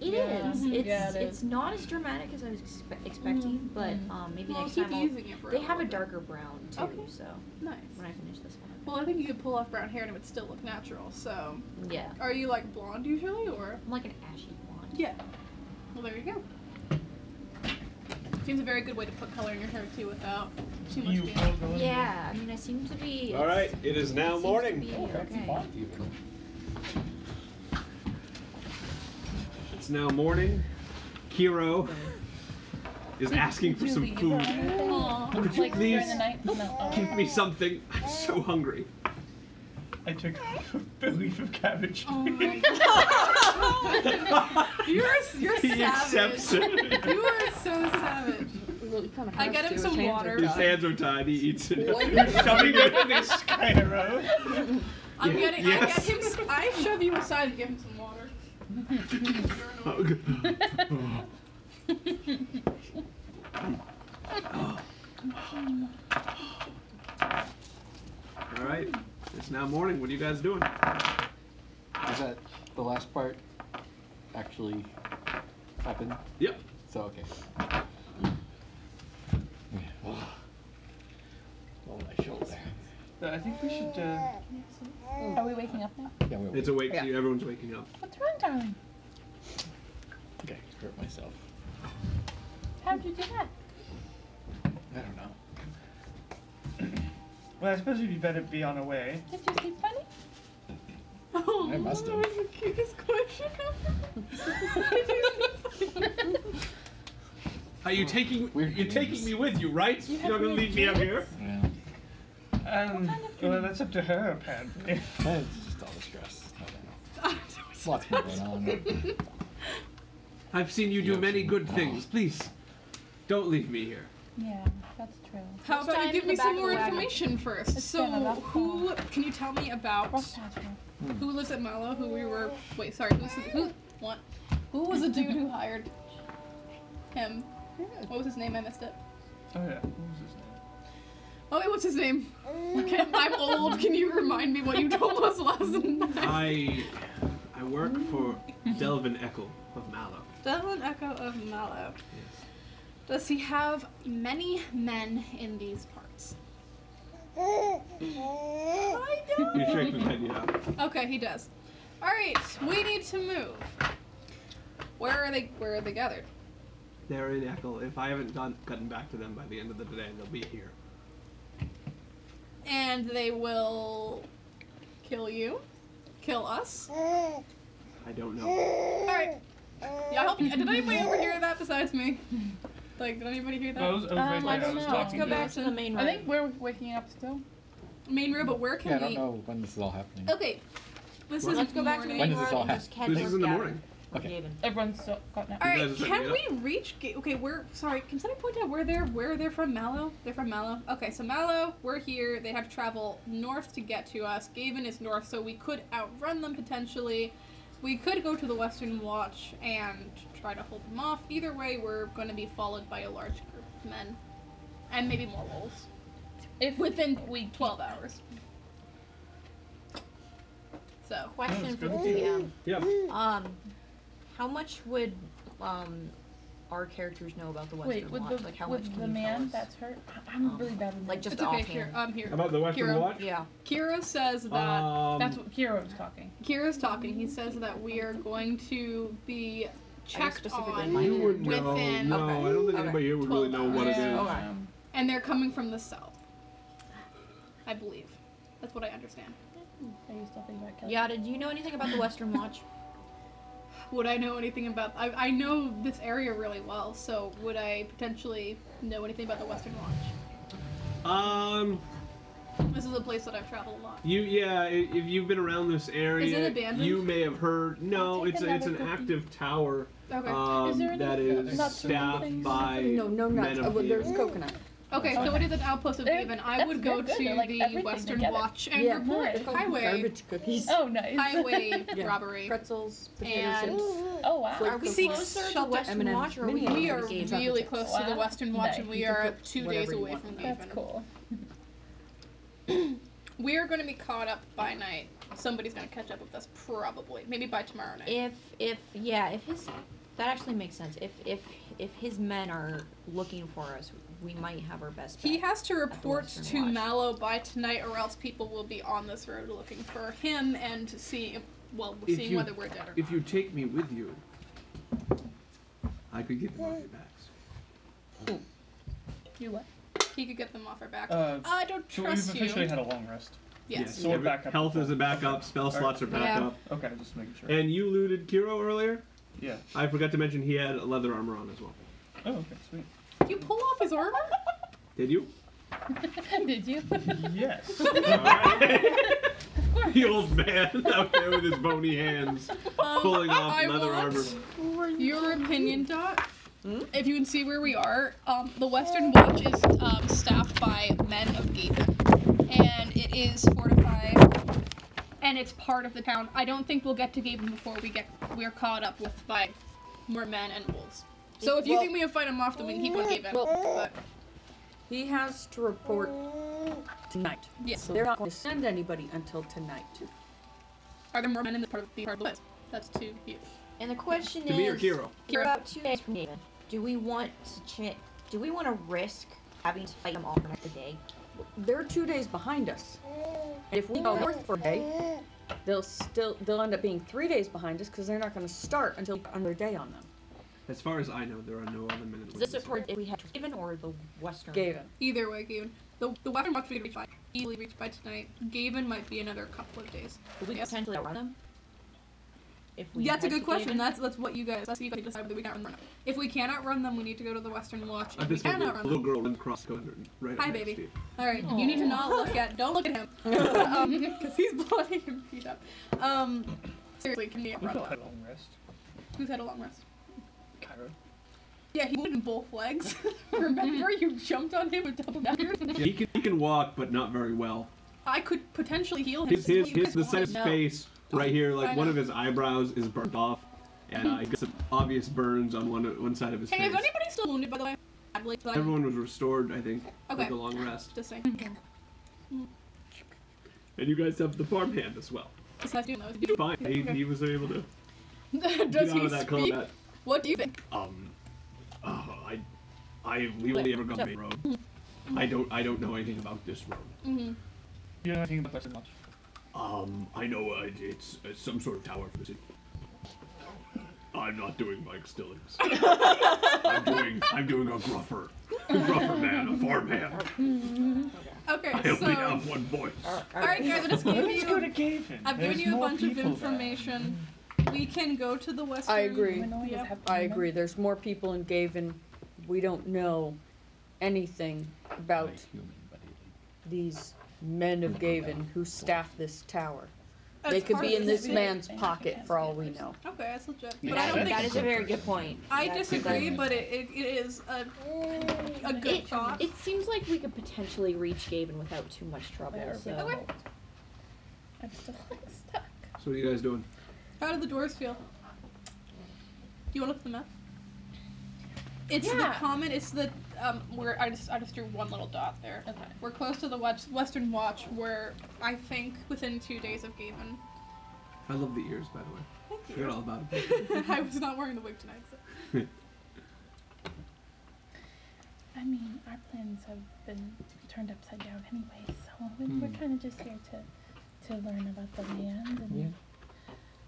F: It is.
D: Yeah. Mhm.
F: It's
D: Yeah, it
F: it's
D: is.
F: not as dramatic as I was expe- expecting, but um, maybe
B: Well,
F: next
B: keep
F: time I'll,
B: using it for.
F: they have a
B: little bit.
F: darker brown too.
B: Okay.
F: So when
B: Nice.
F: I finish this one,
B: Well, I think you could pull off brown hair and it would still look natural. So,
F: yeah,
B: are you like blonde usually, or?
F: I'm like an ashy blonde.
B: Yeah. Well, there you go. Seems a very good way to put color in your hair too without too much
C: You
B: damage.
C: pulled a little
F: Yeah, I mean, I seem to be.
A: All right, it is now
F: seems to
A: morning. Oh,
F: be
C: bit. That's
F: okay.
C: fine, even.
A: It's now morning. Kiro is asking for some
D: Julie, you
A: food.
D: brought anything?
B: Aw.
A: Would you
D: Like during
A: please
D: the night? No. Oh.
A: give me something? I'm so
D: [laughs]
A: hungry.
C: I took [laughs] a leaf of cabbage.
B: Oh my god. You're you're
A: He accepts
B: savage.
A: it.
B: You are so savage.
E: Well, you kinda
B: I
E: have
B: get him
E: to, his
B: some
E: hands are
B: water.
A: His
E: tied.
A: hands are tied. He eats it.
C: Shoving it in his [laughs] skyro.
B: I'm
A: Yeah.
B: getting
A: Yes.
B: I get him I shove you aside and give him some water.
A: All right, it's now morning. What are you guys doing?
I: Is that the last part actually happened?
A: Yep.
I: So [sighs] okay. Oh my shoulder.
C: I think we should. Uh,
D: Are we waking up now?
I: Yeah, we're
A: It's awake. so Everyone's waking up.
D: oh. What's wrong, darling?
I: okay. Hurt myself.
D: How'd you do that?
I: I don't know.
C: well, I suppose we'd be better be on our way.
D: Did you sleep funny?
B: Oh,
I: I must have.
B: that was the cutest question ever.
A: Are you taking?
I: We're
A: you're taking
I: dreams.
A: me with you, right? You are
D: have
A: not gonna
D: weird
A: leave me out
D: dreams?
A: here.
I: Yeah.
C: Um, well, that's up to her, apparently. [laughs]
I: It's just all the stress. I don't know.
B: I'm so
I: Lots more
B: [laughs]
I: going on.
A: I've seen you do
I: You're
A: many
I: okay.
A: good things. Please, don't leave me here.
D: Yeah, that's true.
B: How about you
F: time
B: give
F: in the
B: me
F: back
B: some
F: of
B: more
F: the wagon.
B: information first?
D: It's
B: So,
D: been about
B: who can you tell me about
D: Rough patch here.
B: who lives at Mallow? Who we were? Wait, sorry. Who's the, who? What? Who was the dude who hired him? What was his name? I missed it.
C: Oh yeah, what was his name?
B: Oh, wait, what's his name? Okay, I'm old. Can you remind me what you told us last [laughs] night?
A: I, I work for Delvin Eckel of Mallow.
B: Devlin Echo of Mallow.
A: Yes.
B: Does he have many men in these parts?
A: You shake the head, yeah.
B: Okay, he does. All right, we need to move. Where are they? Where are they gathered?
A: They're in Eckel. If I haven't done, gotten back to them by the end of the day, they'll be here.
B: and they will kill you, kill us. All
A: I don't know.
B: right. Yeah, I hope. Did anybody ever hear that besides [laughs] me? Like, did anybody hear
C: Well, I
B: that?
C: was over
D: Um,
C: it
D: I
C: when I
D: don't
C: was
D: know.
C: talking
D: Go
C: to
B: back
C: her.
B: to the main
D: I think we're waking up still.
B: Main room, but where can
I: yeah, I don't
B: we?
I: know when this is all happening.
B: Okay. This
A: Well,
B: is
F: Let's go back to the
B: morning.
I: When
F: main
I: does this
F: road
I: all
F: and
I: happen?
F: just head
A: This
F: towards
A: is in the
F: Gavin.
A: morning.
I: Okay.
F: Gaven.
D: Everyone's still got now.
B: All
A: You
B: right.
A: guys are
B: Can
A: setting it
B: we reach? Ga- okay, we're sorry. Can somebody point out where they're where they're from? Mallow. They're from Mallow. Okay, so Mallow, we're here. They have to travel north to get to us. Gaven is north, so we could outrun them potentially. We could go to the Western Watch and try to hold them off. Either way, we're going to be followed by a large group of men, and maybe more wolves
D: If
B: within
D: we
B: twelve hours. So
C: Yeah, it's
F: Question for
C: good.
A: Oh,
F: the DM.
A: Yeah.
F: Um, how much would um our characters know about the Western
D: Wait, with
F: Watch?
D: the,
F: like how
D: with
F: much can
D: the
F: you tell
D: man
F: us?
D: that's hurt? I- I'm
F: Um,
D: really bad with
F: like
D: names.
F: just
B: it's okay. Here,
F: offhand.
B: I'm here.
A: About the Western
B: Kira.
A: Watch.
F: Oh, Yeah.
B: Kira says that.
A: Um,
D: That's what Kira was talking.
B: Kira's talking. He says that we are going to be checked
F: specifically
B: on,
F: my-
A: you wouldn't
B: within-
A: Um, know. No,
F: okay.
A: I don't think
F: Okay.
A: anybody here would really know what it
B: Yeah.
A: is.
F: Okay.
I: um,
B: and they're coming from the south. I believe. That's what I understand.
D: Are you still thinking about killing?
F: Yada, do you know anything about the
B: [laughs]
F: Western Watch?
B: Would I know anything about? I, I know this area really well, so would I potentially know anything about the Western Watch?
A: Um,
B: This is a place that I've traveled a lot.
A: you yeah. i- If you've been around this area,
B: abandoned?
A: you may have heard. No,
D: I'll take
A: it's a, it's an
D: another cookie.
A: active tower
B: Okay.
A: um,
D: there any
A: that is
D: nuts or
A: staffed
D: anything?
A: by
E: No, no nuts.
A: men
E: Uh,
A: of
E: well,
A: the
E: there's coconut.
B: okay, so it is an outpost of
D: They're-
B: Haven. I
D: that's
B: would go
D: very good. They're
B: to
D: like
B: the
D: everything
B: Western
D: together.
B: Watch and
E: Yeah.
B: report
D: They're
B: highway
E: Garbage cookies.
D: Oh, nice.
B: highway
E: Yeah.
B: robbery.
E: Pretzels, potato
B: And-
D: [laughs]
E: chips.
D: oh wow.
E: Flake
F: Are we
E: cookies.
F: closer to
B: Shelter
F: Western
E: M&M.
F: Watch or are we,
E: Mini
B: We
F: closer
B: are
F: to Gaven?
B: really close to the
D: Wow.
B: Western Watch,
D: Nice.
B: and
E: You
B: we
E: can
B: are
E: cook
B: two days
E: whatever you
B: away
E: want.
B: from Gaven.
D: That's cool. [laughs]
B: We are going to be caught up by night. Somebody's going to catch up with us, probably. Maybe by tomorrow night.
F: If if yeah, if his that actually makes sense. If if if his men are looking for us, we might have our best.
B: He
F: bet.
B: has to report
F: Western
B: to
F: Watch.
B: Mallow by tonight, or else people will be on this road looking for him and to see if, well,
A: If
B: seeing
A: you-
B: whether we're dead or
A: If
B: not.
A: you take me with you, I could get the money back.
D: You what?
B: He could get them off our back.
C: Uh,
B: I don't
C: so
B: trust
C: we've
B: you.
C: officially had a long rest.
B: yes.
C: So we're
A: Every-
C: back up.
A: Health is a backup. Spell
C: Alright.
A: slots are back
B: Yeah.
A: up.
C: Okay, just making sure.
A: And you looted Kiro earlier.
C: yeah.
A: I forgot to mention he had leather armor on as well.
C: Oh, okay, sweet.
B: Did you pull off his armor?
A: Did you?
D: Did you?
C: [laughs] Yes.
A: [laughs] the old man out there with his bony hands pulling off
B: I
A: leather
B: want-
A: armor.
B: Your
E: Hmm?
B: opinion, Doc? If you can see where we are, um, the Western Watch is um, staffed by men of Gaben, and it is fortified, and it's part of the town. I don't think we'll get to Gaben before we get we're caught up with by more men and wolves. So if you
E: Well-
B: think we can fight them off, then we can keep on Gaben.
E: Well-
B: but
E: He has to report tonight.
B: Yeah.
E: So they're not going to send anybody until tonight.
B: are there more men in this part of the part of the list? That's too huge.
F: And the question
A: To
F: is,
A: me or Kiro?
F: you're about two days from Haven. Do we want to ch- Do we want to risk having to fight them all for another day?
E: They're two days behind us. And if we go north for a day, they'll still they'll end up being three days behind us because they're not going to start until another day on them.
A: As far as I know, there are no other men in
F: Is this a part if we have given or the Western?
E: Gavin.
B: Either way, Gaben. The, the Western Watch we could reach by, easily reached by tonight. Gaben might be another couple of days.
F: Could we
B: Yes.
F: potentially outrun them? If
B: That's a
F: had
B: good
F: to
B: question.
F: Haven?
B: That's that's what you guys. That's what you guys decide whether we can outrun them. If we cannot run them, we need to go to the Western Watch.
A: I
B: If we
A: just
B: cannot
A: saw a
B: run
A: little
B: them,
A: girl run across the counter and right up
B: Hi,
A: next
B: baby.
A: to you.
B: all right. You need to not look at. Don't look at him, [laughs] because he's bloody and beat up. Um, seriously, can we
C: We've
B: outrun
C: all
B: them?
C: had a long rest.
B: Who's had a long rest?
C: Cairo.
B: Yeah, he wounded both legs. [laughs] Remember, you jumped on him with double dagger.
A: Yeah, he can he can walk, but not very well.
B: I could potentially heal him.
A: His
B: This is
A: his,
B: what you
A: his
B: guys
A: the set
B: wanted.
A: of
B: No.
A: face right here,
B: I
A: like one
B: know.
A: of his eyebrows is burnt off, and uh, he got some obvious burns on one one side of his
B: Hey, is
A: face.
B: anybody still wounded by the way? Badly, but
A: Everyone was restored, I think,
B: Okay.
A: with the long rest.
B: just saying.
A: And you guys have the farmhand as well.
B: He's not doing those.
A: Fine, he, he was able to
B: Does
A: get out
B: he
A: of that
B: speak?
A: combat.
B: What do you think?
A: Um, oh, I, I, we only ever got main road. I don't, I don't know anything about this road.
C: You know anything about Western Watch?
A: Um, I know uh, it- it's, it's some sort of tower for the city. I'm not doing Mike Stillings. I'm doing, I'm doing a gruffer, gruffer man, a farmhand.
B: Okay,
A: I only
B: so.
A: have one voice.
B: Alright, guys, I just gave
C: Let's go to
B: you.
C: Gaven.
B: I've given
C: There's
B: you a
C: more
B: bunch of
C: people there.
B: information. We can go to the western.
E: I agree.
D: I know what
B: Yeah.
D: was happening.
E: I agree. There's more people in Gavin. We don't know anything about
I: Like human, but he-
E: these men of Gavin who staff this tower.
B: That's
E: they could
B: part
E: be
B: of
E: in
B: the
E: this
B: city.
E: man's pocket for all we know.
B: Okay, that's legit.
I: Yeah,
B: But I don't
C: that's-
B: think.
F: That is a very good point.
B: I
F: That's a good-
B: disagree, but it, it, it is a, a good
F: It,
B: thought.
F: it seems like we could potentially reach Gaven without too much trouble.
D: Where are we
F: so.
D: going? I'm still [laughs] stuck.
A: So what are you guys doing?
B: How do the doors feel? Do you want to look at the map? It's the
D: Yeah.
B: common. It's the um. Where I just I just drew one little dot there.
D: Okay.
B: We're close to the west, western watch. We're I think within two days of Gavin.
A: I love the ears, by the way.
B: Thank
A: Forgot all about it.
B: [laughs] I was not wearing the wig tonight. So.
D: I mean, our plans have been turned upside down anyway, so we, we're
A: Hmm.
D: kind of just here to to learn about the land and.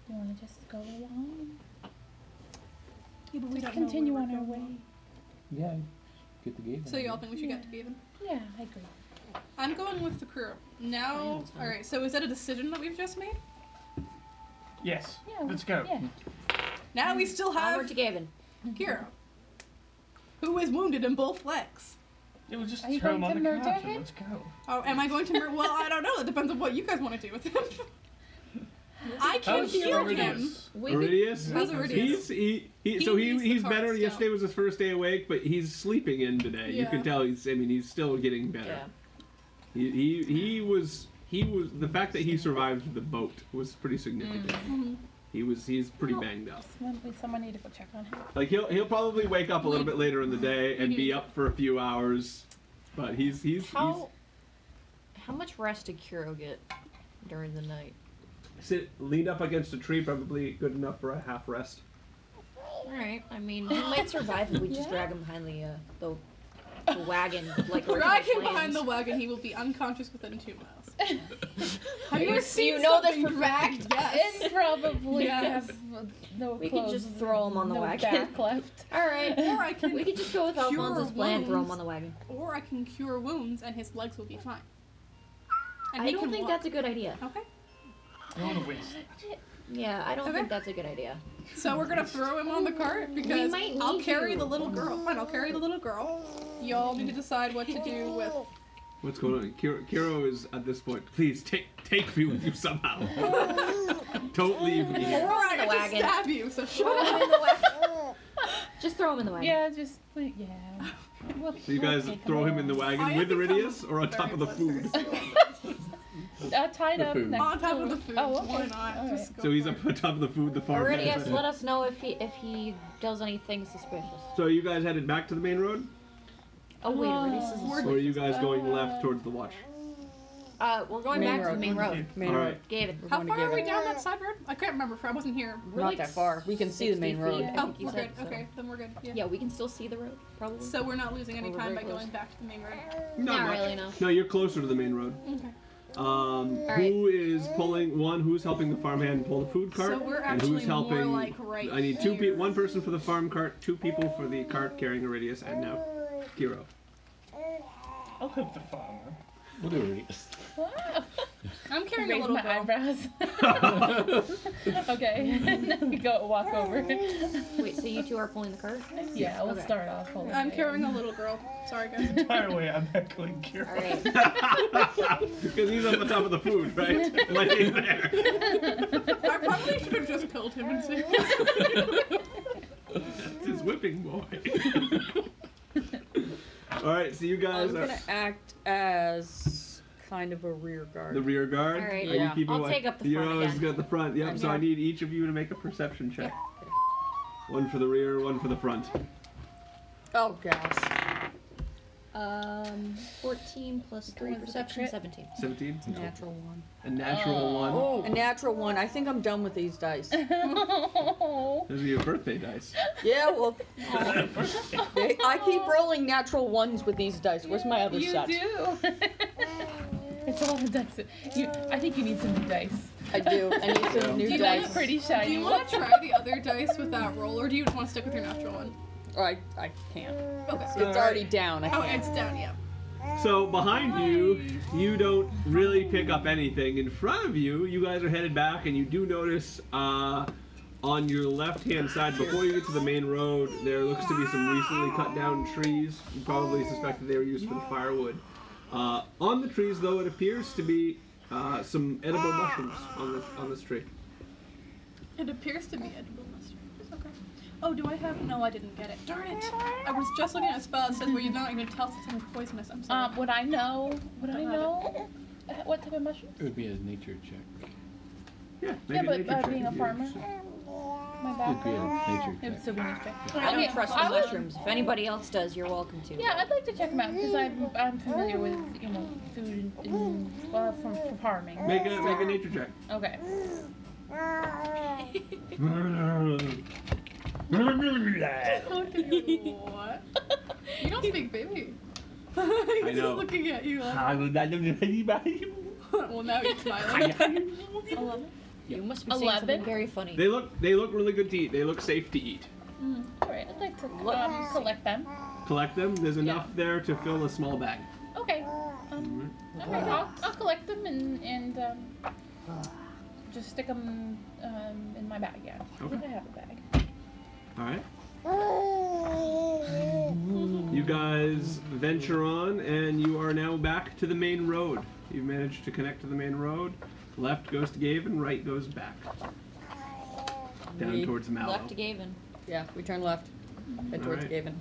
D: You want to just go along?
B: Yeah, but we
D: Just continue on our way.
I: Yeah, get the Gavin.
B: So y'all think we should get to Gavin?
D: Yeah, I agree.
B: I'm going with the crew now. All right. So is that a decision that we've just made?
C: Yes.
D: Yeah,
C: Let's go.
D: Yeah.
B: Now
F: Mm,
B: we still have
F: Onward to Gaven.
B: Kira, who is wounded in both legs.
C: It was just
D: Are you
C: throw him
D: going
C: on
D: to
C: the
D: murder
C: couch and
D: him?
C: let's go.
B: Oh, am I going to? Mur- well, I don't know. It depends on what you guys want to do with him.
F: [laughs]
B: I can
C: How's
B: heal him.
C: Iridius?
F: We could-
A: Iridius?
B: How's Iridius?
A: He's he, he so
B: He
A: he
B: needs the
A: he's
B: cards
A: better.
B: still.
A: Yesterday was his first day awake, but he's sleeping in today. You
B: Yeah.
A: can tell he's I mean he's still getting better.
F: yeah.
A: He, he he was he was the fact that he survived the boat was pretty significant.
B: Mm-hmm.
A: He was he's pretty banged up.
D: Someone, we- someone need to go check [laughs] on him.
A: Like he'll he'll probably wake up a little bit later in the day and be up for a few hours, but he's he's, he's
F: How how much rest did Kuro get during the night?
A: sit leaned up against a tree, probably good enough for a half rest.
F: All right. I mean, he might survive if we just drag him behind the uh, the the wagon, like original
B: Drag him
F: plans.
B: behind the wagon. He will be unconscious within two
F: [laughs]
B: miles. Have
F: You-
B: ever
F: so
B: seen
F: you know this
B: something
F: for
B: dragged? [laughs] Yes.
D: And [laughs] probably
B: Yes.
D: have no
F: We could
D: clothes.
F: just throw 'em on the
D: no
F: wagon.
D: back
F: [laughs]
D: left.
F: All right.
B: Or I can-
F: we could just go with Alfonso's
B: Cure
F: plan, throw him
B: wounds.
F: on the wagon.
B: Or I can cure wounds, and his legs will be fine. And
F: I
B: he
F: don't
B: can
F: think
B: walk.
F: that's a good idea.
B: okay.
C: I don't want to waste.
F: Yeah, I don't
B: Okay.
F: think that's a good idea.
B: So we're gonna throw him on the cart because
F: might
B: I'll
F: need
B: carry
F: you.
B: the little girl. Fine, I'll carry the little girl. Y'all need to decide what to do with.
A: What's going on? Kiro, Kiro is at this point. Please take take me with you somehow. Don't leave me.
B: Or
A: here."
B: I
F: the
B: can just
F: wagon.
B: stab you. So shut
F: Throw him in the wagon. Just throw him in the wagon.
D: Yeah, just like, yeah. [laughs] We'll-
A: So you
D: we'll
A: guys
D: take
A: throw him in the
D: along.
A: wagon
B: I
A: with
B: have become
A: Iridius or on top of the
B: very
A: food.
D: Uh, tied
I: The
D: up
I: food.
D: next
B: on top
D: to
B: of
D: it.
B: the food.
D: Oh, okay.
B: Why not?
D: All
B: Just go
A: So he's
B: for
A: up on top of the food. The farm.
F: Iridius,
A: man.
F: let us know if he if he does anything suspicious.
A: So you guys headed back to the main road,
F: Oh wait, Iridius is
A: or are
F: asleep.
A: you guys going
D: Uh,
A: left towards the watch?
F: Uh, we're going
E: Main
F: back to
E: road.
F: the main road.
E: Main
A: All
E: road.
A: right.
F: Gavin.
B: it. How
E: wanna
B: far
E: give
B: are we
E: it-
B: down that side road? I can't remember. I wasn't here.
F: We're
E: Not
F: like
E: that far. We can see the main
F: 60
E: road.
F: feet, I
B: Oh,
F: think you
B: we're
F: said,
B: good.
F: so-
B: Okay, then we're good. Yeah.
F: Yeah, we can still see the road,
B: [laughs]
F: probably.
B: So we're not losing any
F: We're
B: time
F: very
B: by
F: close.
B: going back to the main road.
F: not
A: much.
F: really, no.
A: No, you're closer to the main road.
B: Okay.
A: Um,
F: right.
A: Who is pulling? One, who's helping the farmhand pull the food cart?
B: So we're
A: and
B: actually
A: who's helping?
B: more like right
A: I need two
B: here.
A: people. One person for the farm cart, two people for the cart carrying Iridius, and now Kiro.
C: I'll help the farmer.
I: We'll do Iridius.
D: Wow.
B: I'm carrying
D: Raise
B: a little
D: my
B: girl.
D: eyebrows.
B: [laughs]
D: okay, [laughs] now we go walk over.
F: Wait, so you two are pulling the cart?
D: Yeah, we'll
F: Okay.
D: start off. holding
B: I'm
D: it.
B: carrying a little girl. Sorry, guys.
C: [laughs] Entirely, I'm echoing Kira.
F: All right.
A: Because he's on the top of the food,
F: [laughs]
A: right? Laying there.
B: I probably should have just killed him and said,
A: That's his whipping boy. [laughs] All right, so you guys
E: I'm
A: are
E: gonna act as kind of a rear guard.
A: the rear guard.
F: All right,
A: Are you
E: yeah.
A: keeping
F: I'll
A: what?
F: take up the
A: You're
F: front
A: always
F: again.
A: good at the front. Yep. So I
E: Yeah.
A: need each of you to make a perception check. One for the rear, one for the front.
E: oh gosh.
F: Um, 14 plus 3
D: Everyone's
F: perception,
D: separate.
F: 17.
A: Seventeen.
E: Natural one. Oh.
A: A natural one.
D: Oh.
E: A natural one. I think I'm done with
D: [laughs]
E: these dice.
A: Those are your birthday dice.
E: yeah, well, they, I keep rolling natural ones with these dice. Where's my other
D: you
E: set?
D: do. [laughs] it's a lot of dice. You, I think you need some new dice.
E: I do. I need some new
B: You got
E: dice.
B: it
D: Pretty
B: Do
D: shiny.
B: you want to try the other dice with that roll, or do you just want to stick with your natural one?
E: Or Oh, I, I can't.
B: Okay.
E: It's already down. I
B: Oh,
E: can't.
B: it's down, yeah.
A: So behind you, you don't really pick up anything. In front of you, you guys are headed back, and you do notice uh, on your left-hand side, before you get to the main road, there looks to be some recently cut down trees. You probably suspect that they were used for firewood. Uh, on the trees, though, it appears to be uh, some edible mushrooms on this on this tree.
B: It appears to be edible mushrooms. Okay. Oh, do I have? No, I didn't get it. Darn it! I was just looking at a spell that says where you're not even tell if something's poisonous. I'm sorry.
D: Um, would I know? Would I
B: Don't have
D: know? Uh, What type of mushroom?
I: It would be his nature check.
A: Yeah, make
D: Yeah,
A: a
D: but,
A: nature
D: uh,
A: check
D: being
A: if
D: a
A: you're
D: farmer?
A: interested.
D: My
I: It'd be
D: background.
I: a nature
D: It's
I: check.
D: a weird check.
F: I don't
D: Okay,
F: trust
D: I
F: the
D: would-
F: mushrooms. If anybody else does, you're welcome to.
D: Yeah, I'd like to check them out because I'm, I'm familiar with you know food and, and well from, from farming.
A: Make a make a nature check.
D: Okay.
B: what? [laughs] You don't speak baby. [laughs] He's just
A: know.
B: looking at you like. well, now you're
A: [laughs]
B: smiling.
D: Eleven.
F: You must be saying
D: 11?
F: something very funny.
A: They look they look really good to eat. They look safe to eat.
D: Mm, all right. I'd like to
F: Look.
D: um, collect them.
A: Collect them. There's enough there to fill a small bag.
D: Okay. Um,
A: Mm-hmm.
D: all right. I'll, I'll collect them and and um, just stick them um, in my bag. Yeah. I think
A: Okay.
D: I have a bag. [laughs]
A: All right. You guys venture on, and you are now back to the main road. You've managed to connect to the main road. Left goes to Gavin, right goes back. Down
E: We
A: towards Mallow.
F: Left to Gavin.
E: Yeah, we turn left. Head towards
A: Alright.
E: Gavin.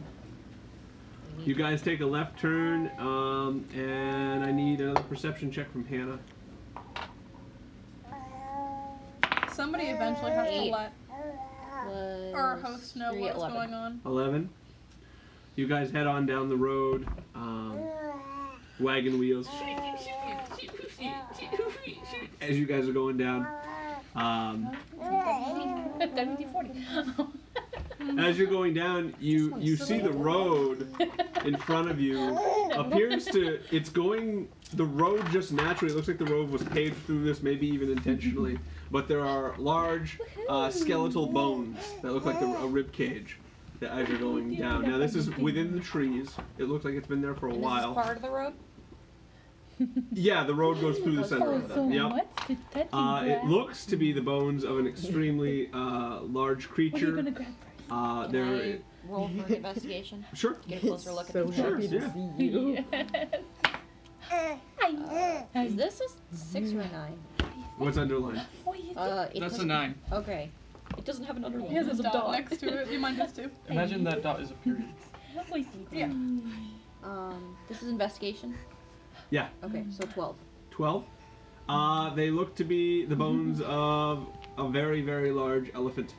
A: you guys take a left turn, um, and I need another perception check from Hannah.
B: Somebody eventually has to
F: Eight.
B: let [laughs] our host know what's going on.
A: 11. You guys head on down the road. Um, wagon wheels. As you guys are going down. Um,
D: WD forty.
A: As you're going down, you you see the road in front of
F: [laughs]
A: you
F: Oh,
A: appears to it's going the road just naturally. It looks like the road was paved through this, maybe even intentionally. But there are large uh, skeletal bones that look like the, a rib cage that- as you're going down. Now this is within the trees. It looks like it's been there for a
F: And this is
A: while.
F: part of the road.
A: [laughs] Yeah, the road goes through the center
D: [laughs] Oh,
A: of
D: so
A: them. Yep.
D: what's the touching
A: Uh, it
D: grab?
A: looks to be the bones of an extremely uh, large
D: What are you
A: creature.
D: gonna grab first?
A: Uh,
F: Can
A: there.
F: I roll for an investigation?
A: Sure.
F: Get a closer look at
E: so
F: the shark.
E: happy
A: yeah.
E: to
A: [laughs]
D: [laughs] Oh,
E: see you.
D: Yes.
F: Is this a six or a
B: [laughs]
F: nine?
A: What's underlined?
D: What you
F: Uh, it
C: That's a
F: doesn't-
C: nine.
F: Okay. It doesn't have an underline.
B: He has
F: It has
B: a dot next to it. Do you mind this too?
C: Imagine that dot is a period.
D: always
B: Yeah.
F: Um, this is investigation.
A: Yeah.
F: Okay, so twelve.
A: Twelve. Uh, they look to be the bones of a very, very large elephant,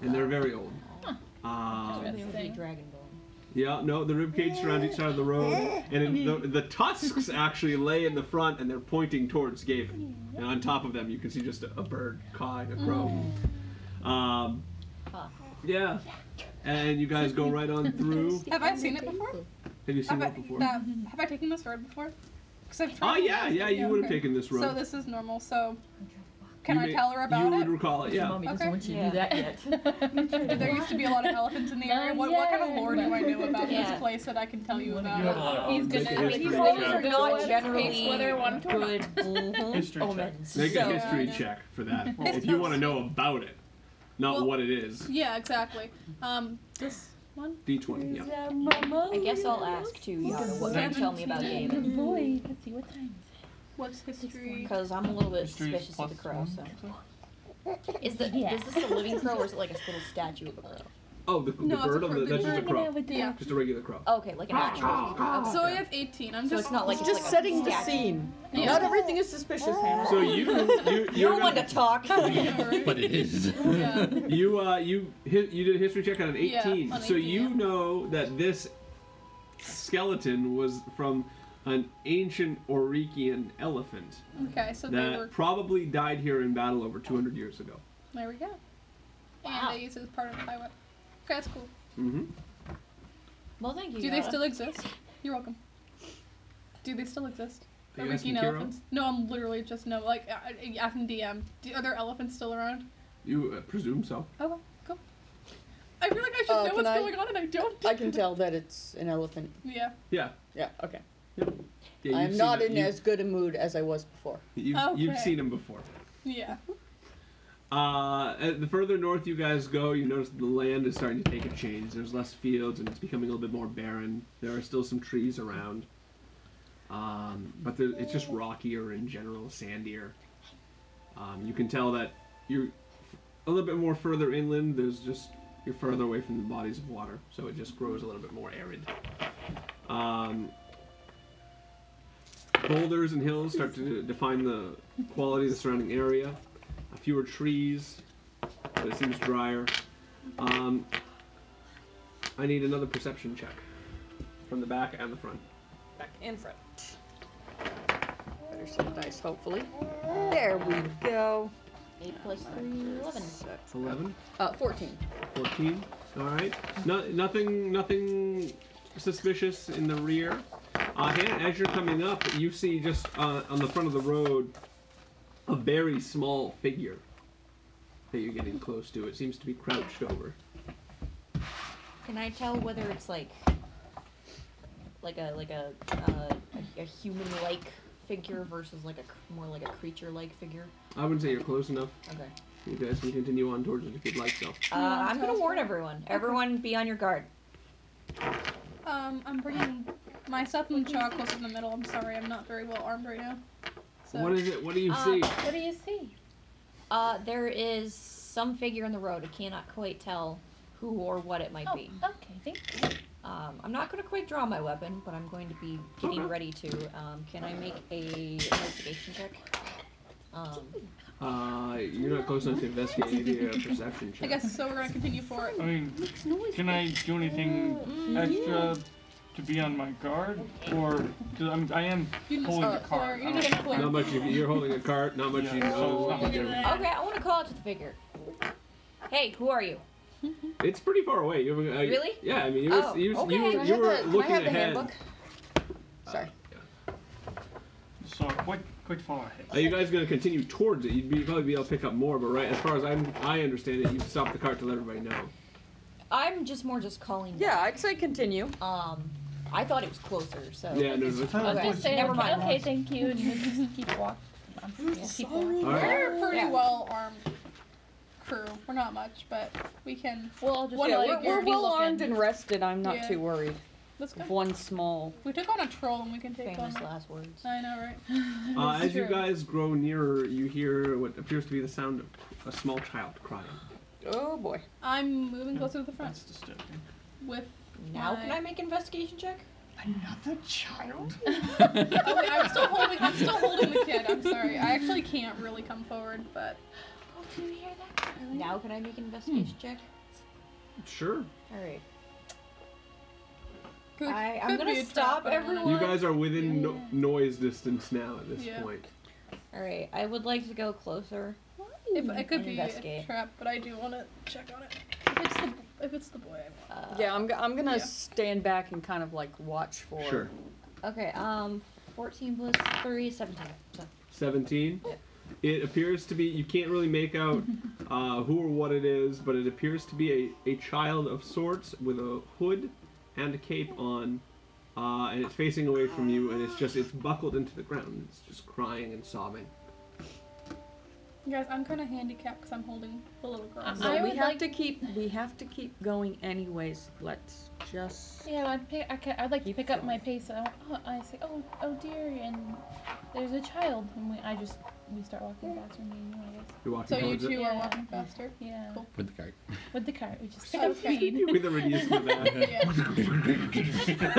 A: and they're very old. Uh,
F: They would be
D: Interesting.
F: dragonborn.
A: yeah, no, the ribcage surrounds each side of the road, and it, the, the tusks actually lay in the front, and they're pointing towards Gavin. And on top of them, you can see just a, a bird cawing, a crow. Um,
F: Huh.
A: yeah, and you guys go right on through.
B: [laughs] Have I seen it before?
A: Have you seen
B: Have I,
A: that before?
B: that- have I taken this road before? Because I've
A: Oh
B: tried.
A: yeah, yeah, you would have
B: okay.
A: taken this road.
B: So this is normal. So can
A: You
B: I
A: may-
B: tell her about
A: You
B: it?
A: would recall it, yeah.
E: Mommy
B: Okay.
E: doesn't want you to
F: Yeah.
E: do that
D: [laughs]
E: yet.
B: Did there used to be a
E: [laughs]
B: lot of elephants in the area? What, what kind of lore do I know about
F: Yeah.
B: this place that I can tell you
C: You have a
B: about?
C: lot of
D: He's
C: um,
A: Make a
D: gonna.
A: history
D: He's
A: check.
D: gonna
B: Not
D: go at his
B: generally
D: pace whether one to
E: Good. mhm,
C: History check.
E: omens.
A: Make a
E: So-
A: history
B: Yeah.
A: check for
B: [laughs]
A: that.
B: It's
A: if you
B: not
A: want to know about it, not
B: Well-
A: what it is.
B: Yeah, exactly. Um, this one.
A: D20, yeah.
F: I guess I'll ask too, Yana, what can you tell me about David?
D: Good boy. Let's see what time is
B: What's history?
F: Because I'm a little bit
C: History is
F: suspicious of the
C: plus
F: crow,
C: one,
F: so.
C: is it?
F: Is the
D: Yeah.
F: is this a living crow or is it like a little statue of a crow?
A: Oh, the,
B: No,
A: the
B: it's a Oh.
A: bird on the,
B: crow.
A: that's just a
D: it. Hanging
A: crow.
D: out with the
B: Yeah.
A: Just a regular crow.
F: Okay, like an actual. Okay.
B: Oh, So I have 18. I'm
F: So
B: just
F: it's not like it's
E: Just
F: like
E: setting
F: a
E: the
F: statue.
E: scene.
B: Yeah.
E: Not everything is suspicious, Hannah.
A: So
B: [laughs]
A: you you
F: You
A: you're
F: don't want to
A: gonna,
F: talk.
B: Yeah,
E: [laughs]
B: right?
G: But it is.
B: [laughs] Yeah.
A: [laughs] you uh you hi- you did a history check on an 18.
B: Yeah, on
A: so
B: 18,
A: you
B: yeah.
A: know that this skeleton was from an ancient Orikian elephant
B: Okay, so they
A: that
B: were.
A: probably died here in battle over 200 years ago.
B: There we go. And I use it as part of the highway. Okay, that's cool.
A: Mhm.
F: well, thank you.
B: Do they
F: Yana.
B: still exist? You're welcome. Do they still exist?
A: Are you
B: Orikian
A: asking Kiro?
B: elephants? No, I'm literally just no. Like, I- I- asking DM. Do, are there elephants still around?
A: You uh, presume so.
B: Okay, cool. I feel like I should
E: Uh,
B: know
E: can
B: what's
E: I-
B: going on, and I don't. [laughs]
E: I can tell that it's an elephant.
B: Yeah.
A: Yeah.
E: Yeah, okay.
A: yeah you've
E: I'm
A: seen
E: not
A: it.
E: in
A: You-
E: as good a mood as I was before.
A: You've, you've
B: Okay.
A: seen him before.
B: Yeah.
A: Uh, and the further north you guys go, you notice the land is starting to take a change. There's less fields, and it's becoming a little bit more barren. There are still some trees around, um, but the, it's just rockier in general, sandier. Um, you can tell that you're a little bit more further inland. There's just you're further away from the bodies of water, so it just grows a little bit more arid. Um, boulders and hills start to define the quality of the surrounding area fewer trees, but it seems drier. Um, I need another perception check from the back and the front.
E: Back in front. Better some dice, hopefully. There we go.
F: Eight plus three, eleven.
E: Six.
A: 11,
E: Uh, 14.
A: 14. All right. No, nothing, nothing suspicious in the rear. Uh, Hannah, as you're coming up, you see just uh, on the front of the road a very small figure that you're getting close to. It seems to be crouched over.
F: Can I tell whether it's like, like a like a uh, a, a human-like figure versus like a cr- more like a creature-like figure?
A: I wouldn't say you're close enough.
F: Okay.
A: You guys can continue on towards it if you'd like, though.
F: Uh, I'm gonna warn everyone. Everyone, be on your guard.
B: Um, I'm bringing my supplement chaw close in the middle. I'm sorry, I'm not very well armed right now. So.
A: What is it? What do you
F: Uh,
A: see?
D: What do you see?
F: Uh, there is some figure in the road. I cannot quite tell who or what it might
D: Oh,
F: be.
D: okay. Thank you.
F: Um, I'm not gonna quite draw my weapon, but I'm going to be getting
A: Okay.
F: ready to. Um, can I make a investigation check? Um,
A: Uh, you're not close enough to investigate. You need a perception check.
B: I guess so. We're gonna continue for it.
C: I mean, can I do anything extra to be on my guard, or 'cause I'm, I am
B: You can just
C: holding
B: uh,
C: the car?
B: Claire, you can click.
A: Not much. You, you're holding a cart. Not much. You
C: Yeah, so
A: know.
C: it's not much
A: You're-
F: okay, I want to call out to the figure. Hey, who are you?
A: It's pretty far away. You haven't- uh,
F: Really?
A: Yeah, I mean, you were,
F: Oh,
A: you, you-
F: okay.
A: you,
F: Can I
A: were
F: have the,
A: looking
F: can I have the
A: ahead.
F: handbook? Sorry.
E: Uh,
C: So quite quite far ahead.
A: Are you guys going to continue towards it? You'd be, probably be able to pick up more, but right as far as I'm, I understand it, you stopped the cart to let everybody know.
F: I'm just more just calling.
E: Yeah, I'd say continue.
F: that. Um, I thought it was closer, so.
A: Yeah, no, no,
F: Okay.
D: Just say,
F: Never
D: okay,
F: mind.
D: okay, thank you, and we'll just keep walking. We'll keep walking.
A: All right.
B: We're a pretty
F: Yeah.
B: well armed crew. We're not much, but we can.
D: We'll all just
B: One
D: yeah,
E: Yeah,
B: leg
E: we're,
B: here.
E: we're
B: Be
E: well armed and rested. I'm not
B: Yeah.
E: too worried.
B: Let's go.
E: With one small.
B: We took on a troll and we can take
F: Famous
B: on. a-
F: last words.
B: I know, right?
A: Uh,
B: That's
A: as you
B: true.
A: guys grow nearer, you hear what appears to be the sound of a small child crying.
E: Oh boy.
B: I'm moving closer to the front
C: That's disturbing.
B: with.
F: Now
B: my-
F: can I make investigation check?
C: Another child?
B: Oh wait, I'm still holding. I'm still holding the kid. I'm sorry. I actually can't really come forward, but
F: Oh, did you hear that? Now can I make an investigation check?
A: Sure.
F: All right.
B: could,
F: I- I'm
B: could
F: gonna
B: be a
F: stop
B: trap, I don't know.
F: everyone.
A: You guys are within no- noise distance now at this
B: Yeah.
A: point.
F: All right. I would like to go closer.
B: If it could
F: and
B: be a
F: investigate.
B: trap, but I do want to check on it. If it's the if it's the boy, I want.
F: Uh,
E: Yeah, I'm, g- I'm gonna
B: Yeah.
E: stand back and kind of like watch for.
A: Sure.
F: Okay. Um, 14 plus 3, 17. So,
A: 17. It appears to be, you can't really make out uh, who or what it is, but it appears to be a, a child of sorts with a hood and a cape on, uh, and it's facing away from you, and it's just, it's buckled into the ground. It's just crying and sobbing.
B: Guys, I'm kind of handicapped because I'm holding the little girl.
E: So
D: I
E: we
D: would
E: have
D: like-
E: to keep we have to keep going anyways. Let's just
D: Yeah, I pick, I ca- I'd like to
E: Keep
D: pick up my
E: going.
D: pace. And I, oh, I say, oh, oh dear, and there's a child, and we, I just, we start walking faster than you, I guess.
A: You're walking
B: so you
A: towards
B: two
A: it.
B: are
D: Yeah.
B: walking faster.
D: Yeah,
B: Cool.
G: With the cart.
D: with the cart, we just
B: Oh, okay.
A: With a reduced to that.
B: Yeah.
I: Uh,
D: say,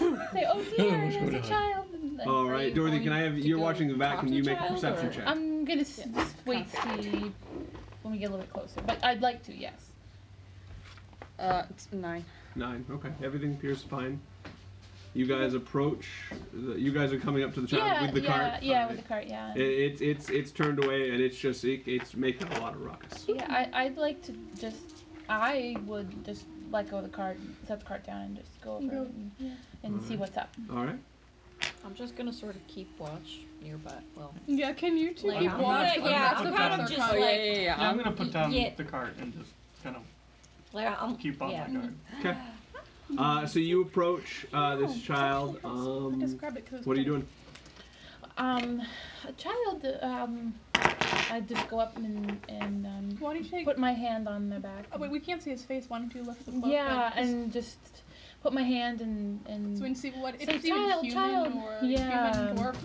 D: oh dear,
I: what's
D: there's
I: going
D: a
I: on?
D: child. And
A: [laughs]
D: like,
A: All
D: are
A: right,
D: you
A: Dorothy,
D: going
A: can I have,
D: to
A: you're
D: go
A: watching the back
F: talk
A: and
F: to
A: you
F: the
A: make a
F: child,
A: perception
F: or-
A: check.
D: I'm gonna s- just wait see when we get a little bit closer, but I'd like to, yes.
E: uh it's nine.
A: Nine. Okay. Everything appears fine. You guys approach. The, you guys are coming up to the child
D: yeah,
A: with the
D: yeah,
A: cart.
D: yeah,
A: All
D: with the
A: right.
D: cart, yeah.
A: It, it's it's it's turned away and it's just it, it's making a lot of ruckus.
D: Yeah, I, I'd like to just. I would just let go of the cart, set the cart down, and just go over
B: Go,
D: and, and
A: Mm-hmm.
D: see what's up.
A: All right.
F: I'm just gonna sort of keep watch nearby. Well,
B: Yeah, can you two
F: Like,
B: keep
F: I'm
B: watch?
F: gonna- yeah, I'm
B: the
F: kind of
B: best
F: just
B: archive.
E: Oh yeah
F: like-
E: yeah yeah.
C: Yeah, I'm
E: I'm-
C: gonna put down
F: yeah.
C: the cart and just kind of
F: like I'm
C: keep on
F: yeah.
C: my guard.
A: Okay. Uh, so you approach uh, this child.
B: I just
A: Um,
B: grabbed it 'cause it was
A: what are you doing?
B: pretty.
D: Um, a child, um, I'd just go up and, and um,
B: Why don't you take?
D: put my hand on their back.
B: Oh wait, we can't see his face. Why don't you lift the cloak?
D: yeah,
B: just-
D: and just put my hand and. and
B: so we can see what if
D: Say,
B: it's even
D: "Child,
B: human
D: child."
B: or
D: Yeah.
B: human dwarf,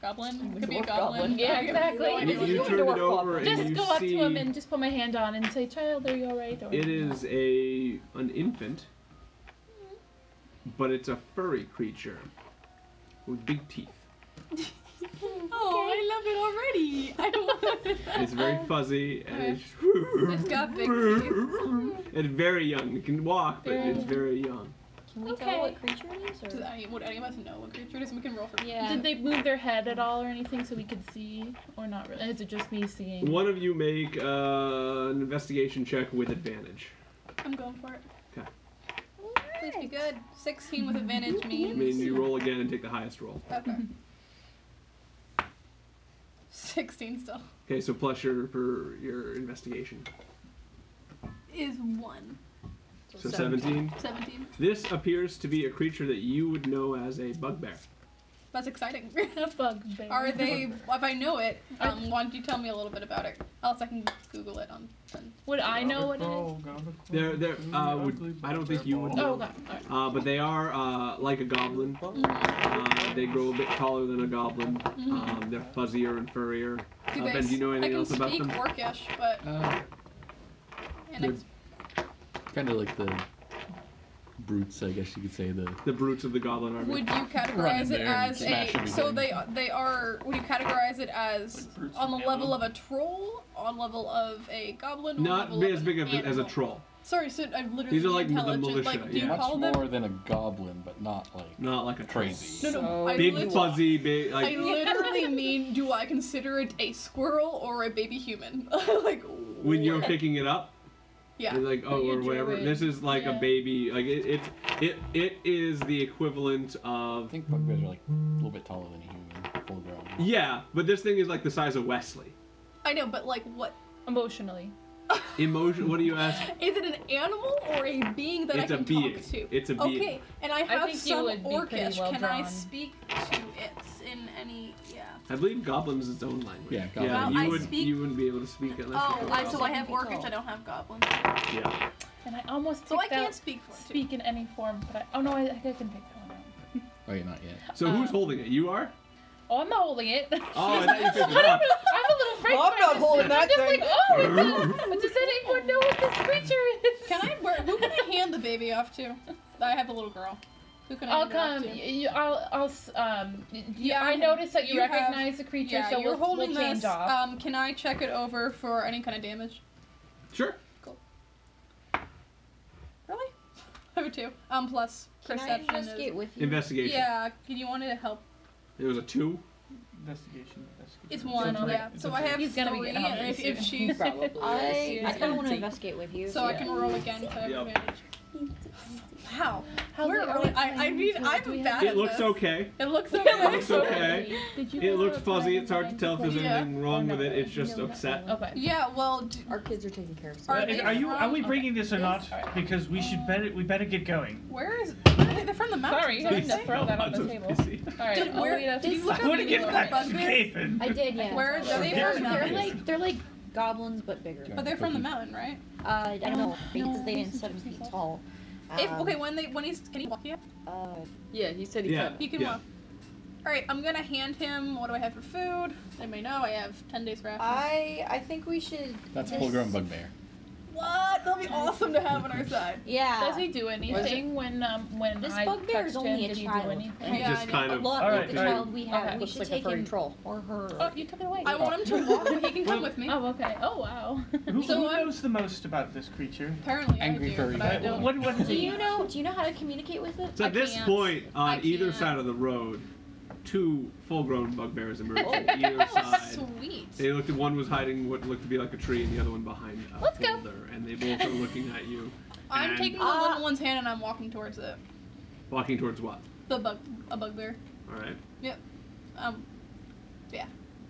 B: goblin. It could be a
F: Dwarf goblin.
B: goblin. [laughs]
D: Yeah,
B: I have no
D: exactly.
B: idea
A: You,
B: what
A: you
B: it is.
A: turn it over and
D: just
A: you
D: go up
A: see
D: to him and just put my hand on and say, Child, are you alright? Or
A: it is a an infant, but it's a furry creature with big teeth.
B: [laughs] Oh, I love it already. I don't want it.
A: It's very fuzzy and
B: Okay.
A: it's, [laughs]
B: It's got big
A: teeth. and very young. It can walk, but it's
D: Yeah.
A: very young.
F: Can we
D: Okay.
F: tell what creature it is?
B: Does
F: Or?
B: any, would any of us know what creature it is? We can roll for
F: Yeah.
D: Did they move their head at all or anything so we could see? Or not really? Is it just me seeing?
A: One of you make uh, an investigation check with advantage.
B: I'm going for it.
A: 'Kay.
B: Please be good. 16 with advantage
A: I
B: means.
A: mean, you roll again and take the highest roll.
B: [laughs] Okay. 16 still.
A: Okay, so plus your for your investigation.
B: Is 1.
A: So 17.
B: 17.
A: This appears to be a creature that you would know as a bugbear.
B: That's exciting. [laughs]
D: A bugbear.
B: Are they. If I know it, um, why don't you tell me a little bit about it? Else I can Google it on. on
D: Would I know what it is?
C: Gotta crawl,
A: They're
C: gotta crawl
A: they're
C: through
A: uh,
C: the
A: would,
C: ugly
A: I don't think you would
C: ball.
A: know.
D: Oh, God. Alright.
A: Uh, but they are uh, like a goblin. Uh, they grow a bit taller than a goblin. Um, they're fuzzier and furrier.
B: do
A: Uh,
B: they
A: ben, do you know
B: s-
A: anything
B: I can
A: else about
B: speak
A: them?
B: Orcish, but.
G: Uh,
B: And
G: Yeah.
B: it's,
G: kind of like the brutes, I guess you could say. The
A: The brutes of the goblin army.
B: would you
I: Run in
B: categorize it
I: there and
B: as
I: smash
B: a. So
I: everything.
B: they they are. Would you categorize it as
C: Like brutes
B: on the
C: and
B: level of
C: animals.
B: a troll, on level of a goblin, or
A: Not
B: level
A: be
B: of
A: as
B: an
A: big of a, as a
B: animal?
A: troll.
B: Sorry, so I literally
A: These are like the
B: intelligent.
A: militia,
B: like, do you
A: yeah.
B: call
I: Much
B: them?
I: more than a goblin, but not like
A: Not like a troll.
I: crazy.
B: No, no. I
A: Big
B: lit-
A: fuzzy, big [laughs]
B: I
A: like.
B: literally mean, do I consider it a squirrel or a baby human? [laughs] like
A: When you're picking it up,
B: Yeah.
A: And like oh
B: you
A: or
B: drew
A: whatever.
B: it.
A: This is like
B: Yeah.
A: a baby. Like it, it it it is the equivalent
I: I
A: of
I: think bugbears are like a little bit taller than a human, full grown.
A: yeah, but this thing is like the size of Wesley.
B: I know, but like, what
D: Emotionally.
A: Emotion. What do you ask?
B: is it? An animal or a being that
A: It's
B: I
A: a
B: can
A: being.
B: talk to?
A: It's a being.
B: Okay, and I have
D: think you
B: some
D: would be pretty
B: orcish.
D: well
B: can I
D: drawn.
B: speak to it in any? Yeah.
A: I believe goblins is its own language.
G: Yeah,
A: Yeah,
G: goblin.
A: you
B: I
A: would
B: speak-
A: you wouldn't be able to speak unless
B: Oh,
A: you
B: I,
A: were
B: so I
A: goblin.
B: have
F: Goblin.
B: orcish. I don't have goblins.
A: yeah.
D: And I almost
B: So I
D: picked
B: can't
D: out
B: speak for it. too.
D: speak in any form, but I oh no, I, I can pick that one out.
G: Oh, yeah, not yet.
A: So
B: Uh,
A: who's holding it? You are.
D: Oh, I'm not holding it. [laughs]
A: Oh,
B: [laughs]
A: I thought you picked it
D: I'm
A: up.
D: a little frightened.
E: I'm not
D: I'm just-
E: holding that
D: I'm just
E: thing.
D: like, oh, it's a, does anyone know what this creature is?
B: Can I? Where, who can I hand the baby off to? I have a little girl. Who can I
D: [laughs] I'll
B: hand her off
D: come.
B: to?
D: You, you- I'll, I'll, s- um, y-
B: Yeah,
D: I
B: I'm-
D: noticed that you,
B: you have-
D: recognize the creature,
B: Yeah,
D: so
B: you're
D: we'll,
B: holding
D: we'll change
B: this.
D: off.
B: Um, can I check it over for any kind of damage?
A: Sure.
B: Really? [laughs] Over two. Um, plus
F: Can I
B: perception is.
F: investigate with you?
A: Investigation.
B: Yeah. Can you want to help?
A: It was a two.
C: Investigation. investigation.
B: It's one.
C: It's okay,
B: Yeah.
C: it's
B: So I
C: okay.
B: have
D: He's gonna be
B: three,
D: getting
B: and if, if
A: [laughs]
B: [laughs]
D: obvious. [laughs]
B: she's
F: I, I kind of want to
E: Yeah.
F: investigate with you.
B: so I can roll again to
A: Yep.
B: advantage. Wow.
D: How
B: We're
D: late
B: early.
D: we
B: I, I
D: playing
B: mean,
D: for? Do we
B: I'm
D: have-
B: bad
A: It
B: at
A: looks
B: this.
A: okay.
B: [laughs] It looks okay.
A: It looks okay.
D: Did you
A: It
D: guys
A: looked
D: have
A: fuzzy.
D: time
A: It's hard to
D: mind
A: tell if there's
B: Yeah.
A: anything wrong with it. It's just
D: No, not
A: upset.
D: really. Okay.
B: Yeah. Well. d-
E: Our kids are taking care of some.
B: Are
C: Uh,
B: they
C: are you? Are we
B: from-
C: breaking this or not?
D: Alright.
C: Because we should better. We better get going.
B: Where is? where are they? They're from the mountains.
D: Sorry,
B: aren't
D: I'm
A: [laughs]
D: gonna
B: they?
D: throw that on
A: Lots
D: the
A: of
D: table.
A: busy.
D: All right,
B: Did-
D: I'll
B: where-
D: read up
B: did
D: this
B: you look
D: back.
B: up
C: Wanna get
B: Bugbear?
C: back to
B: Bugbear?
C: Caven.
F: I did, yeah.
B: Where are they
F: They're,
B: from?
F: they're
B: Mountains?
F: like they're like goblins but bigger.
B: But they're from the mountain, right?
F: Uh, I don't know because
D: no,
F: they didn't
D: it's
F: seven
D: interesting
F: feet
D: stuff.
F: tall.
B: If,
F: Um,
B: okay, when they when he's can he walk yet?
F: Uh,
E: Yeah, he said he
A: Yeah.
E: could.
B: He can
A: yeah.
B: walk. All right, I'm gonna hand him. What do I have for food? They may know I have ten days rations.
F: I I think we should.
I: That's
F: just-
I: full grown bugbear.
B: What? That'll be awesome to have on our side.
F: Yeah.
D: Does he do anything when um when
F: This
D: I
F: bugbear is
D: touched him?
F: only a
D: Did he do
F: child.
D: anything?
A: He
B: Yeah, I
A: just
B: know.
A: kind
F: But
A: of.
F: look,
C: Alright,
F: the
C: alright.
F: child we have,
D: Okay.
F: we
E: Looks
F: should
E: like a
F: take
E: furry
F: him
E: troll.
F: or her.
D: Oh, you took it away.
B: I want him to walk. He can come with me.
D: Oh, okay. Oh, wow.
C: Who,
B: So
C: who
B: I'm-
C: knows the most about this creature?
B: Apparently,
I: Angry
B: I do,
I: furry
B: but I
I: guy.
B: don't.
C: What? What?
F: do you know? Do you know how to communicate with it?
A: So
D: I
A: at this
D: can't.
A: point, on
B: I
A: either
B: can't.
A: side of the road, two full-grown bugbears emerged on either side.
B: Sweet.
A: They looked. One was hiding what looked to be like a tree, and the other one behind a
D: Let's go.
A: boulder. And they both are looking at you,
B: I'm
A: And-
B: taking the
F: Ah.
B: little one's hand and I'm walking towards it.
A: walking towards what?
B: The bug, a bugbear.
A: All right.
B: Um,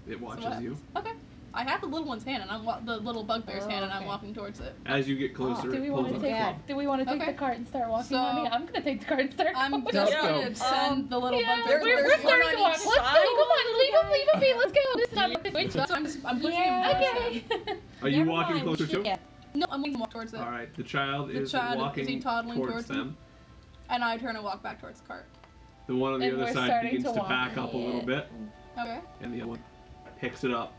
A: It
B: so what
A: watches you
B: happens? Okay. I have the little one's hand and I'm wa- the little bugbear's
F: Oh,
B: hand and I'm
F: okay.
B: walking towards it.
A: as you get closer.
D: Do
A: it
D: we
A: pulls
D: want
A: up
D: to
A: a
D: take?
A: club.
D: Do we want to take
B: Okay.
D: the cart and start walking?
B: So-
D: honey? I'm gonna take the cart and start.
B: I'm
D: walking.
B: just
I: go.
B: gonna send the little
D: yeah,
B: bugbear.
D: we're, we're
B: towards it.
D: starting to walk. Let's go. Come on, leave him, leave him be. Let's go. This is not the switch.
B: That's why I'm just I'm pushing him. towards it.
D: Okay.
A: Are you
F: Never
A: walking
F: mind, we
A: closer
F: should
A: too?
F: get-
B: No, I'm walking towards it.
A: All right. The child
B: The
A: is
B: child, is
A: walking
B: he toddling
A: towards
B: towards me?
A: them.
B: And I turn and walk back towards the cart.
A: The one on the
D: And
A: other
D: we're
A: side
D: starting
A: begins
D: to
A: to,
D: walk.
A: back up a little bit,
B: Okay.
A: and the other one picks it up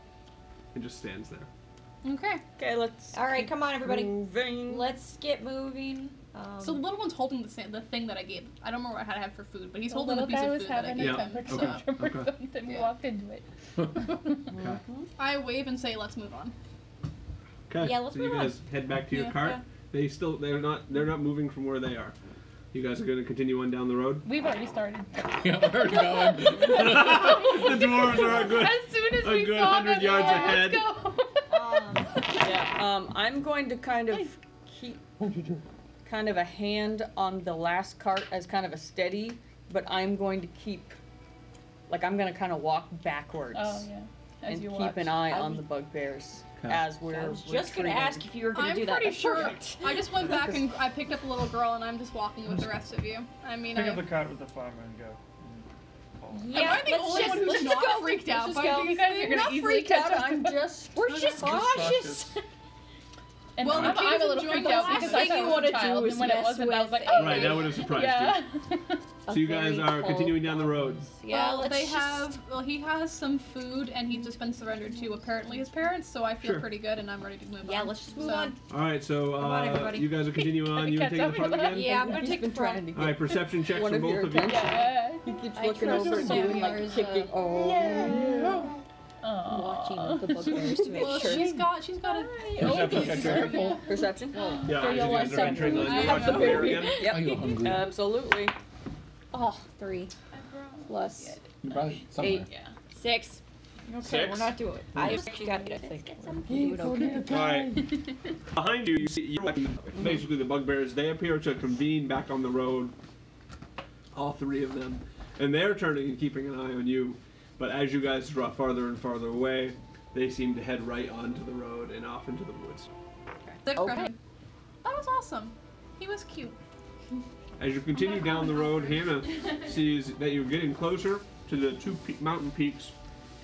A: and just stands there.
B: Okay.
E: Okay, let's.
F: All right, come on, everybody.
E: Moving.
F: Let's get moving. Um, [laughs]
B: So the little one's holding the same, the thing that I gave. I don't remember what I had to have for food, but he's holding the
D: little
B: piece of
D: guy was
B: food that I
D: having
B: gave
D: a
A: Yeah.
B: him.
D: temper
B: So
A: Okay.
D: tantrum or
A: Okay.
D: something. We
B: Yeah.
D: walked into it.
A: Okay.
B: I wave and say, "Let's move on."
A: Okay.
F: Yeah, let's
A: so you
F: move on.
A: guys head back to your
B: Yeah,
A: cart.
B: yeah.
A: They still they're not they're not moving from where they are. You guys are gonna continue on down the road.
D: We've already started.
G: Yeah, we're going.
A: the dwarves are a good.
D: As soon as
A: a
D: we
A: good
D: saw
A: 100
D: them,
A: yards
D: yeah,
A: ahead.
D: Let's go.
F: um,
E: Yeah, um, I'm going to kind of keep kind of a hand on the last cart as kind of a steady, but I'm going to keep, like, I'm going to kind of walk backwards
D: Oh yeah. As
E: and
D: you
E: keep
D: watch.
E: an eye
F: I
E: on
F: was-
E: the bugbears
G: Okay.
E: as we're.
F: I was just gonna
E: retreating.
F: ask if you were gonna
B: I'm
F: do that.
B: pretty
F: That's
B: sure.
F: perfect.
B: I just went back and I picked up a little girl, and I'm just walking with the rest of you. I mean,
C: Pick
B: I,
C: up the cart with the farmer and go.
B: am I the
F: let's
B: only
F: just-
B: one who's
F: let's
B: not
F: just go.
B: freaked
F: Let's
B: out
F: just
B: by
F: go.
B: these
D: You guys are
B: things?
D: gonna
E: Not
D: easily
E: freaked
D: catch
E: out.
D: up.
E: I'm just.
F: We're just [laughs] cautious.
D: And
B: Well,
D: I'm,
B: the
D: I'm a
B: kids
D: little
B: enjoy
D: freaked
B: the
D: out
B: last
D: because I
B: thing you
D: thought it was
E: wanna
D: a
E: do
D: child,
E: is
D: and when it
E: mess
D: wasn't, I was
E: with
D: like,
E: a-
A: [laughs]
D: oh,
A: Right, that would have surprised you.
D: yeah.
F: A
A: So you guys
F: very
A: are
F: tall
A: continuing down the road.
F: goblin. Yeah,
B: well,
F: let's
B: they
F: just-
B: have. Well, he has some food, and he's just been surrendered to apparently his parents. So I feel
A: Sure.
B: pretty good, and I'm ready to move on.
F: Yeah, let's just move
B: So-
F: uh, on.
A: All right, so
F: Come on,
A: uh,
F: everybody.
A: you guys are continuing on. You
D: Catch
A: taking the
D: up
A: front
D: with us.
A: again.
F: Yeah, I'm gonna
E: He's
F: take
E: been
F: the front.
E: trying to get
A: All right, perception checks
E: one
A: from
E: of
A: both
E: your
A: of you.
E: attention.
D: yeah.
E: He keeps
F: I
E: looking
F: trust
E: over at you and
F: Xavier
E: like
F: is,
E: kicking.
F: uh,
E: Oh,
D: Aw.
F: Watching the [laughs] bugbears to make
B: Well,
F: sure.
B: she's got. She's got a.
E: perception.
A: Yeah,
E: So
A: as you
E: you'll
A: guys
E: want
A: are entering the
E: something.
A: you watch the
B: Absolutely.
A: bear again.
I: Are you hungry?
J: Um,
E: Absolutely.
F: Oh, three plus
I: you brought it somewhere.
F: eight, six. Okay,
A: Six?
F: we're not doing it. I got it, I think. We're doing okay.
A: Alright. Behind you, you see you're watching basically the bugbears. They appear to convene back on the road, all three of them, and they're turning and keeping an eye on you. But as you guys draw farther and farther away, they seem to head right onto the road and off into the woods.
B: [laughs] That
F: Okay.
B: was awesome. He was cute.
A: As you continue down the road, Hannah sees that you're getting closer to the two pe- mountain peaks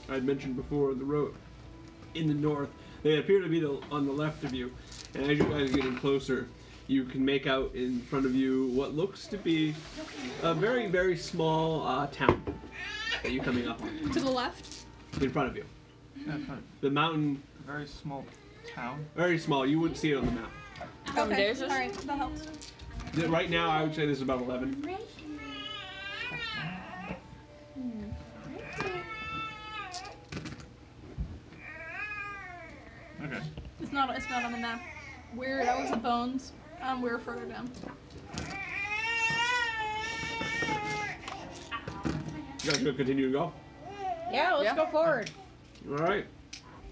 A: I had mentioned before. The road in the north, they appear to be the, on the left of you, and as you guys are getting closer, you can make out in front of you what looks to be a very, very small uh, town that you're coming up on
B: To the left.
A: in front of you.
C: That's a
A: The mountain,
C: very small town.
A: very small. You wouldn't see it on the map.
E: From
B: okay.
E: theirs is-
B: All right, that helps.
A: Th- Right now, I would say this is about 11.
B: Uh,
C: Okay.
B: It's not. It's not on the map. We're that was the bones. Um, we're further down.
A: You guys gonna continue to go?
F: Yeah, let's
E: Yeah.
F: go forward.
A: All right.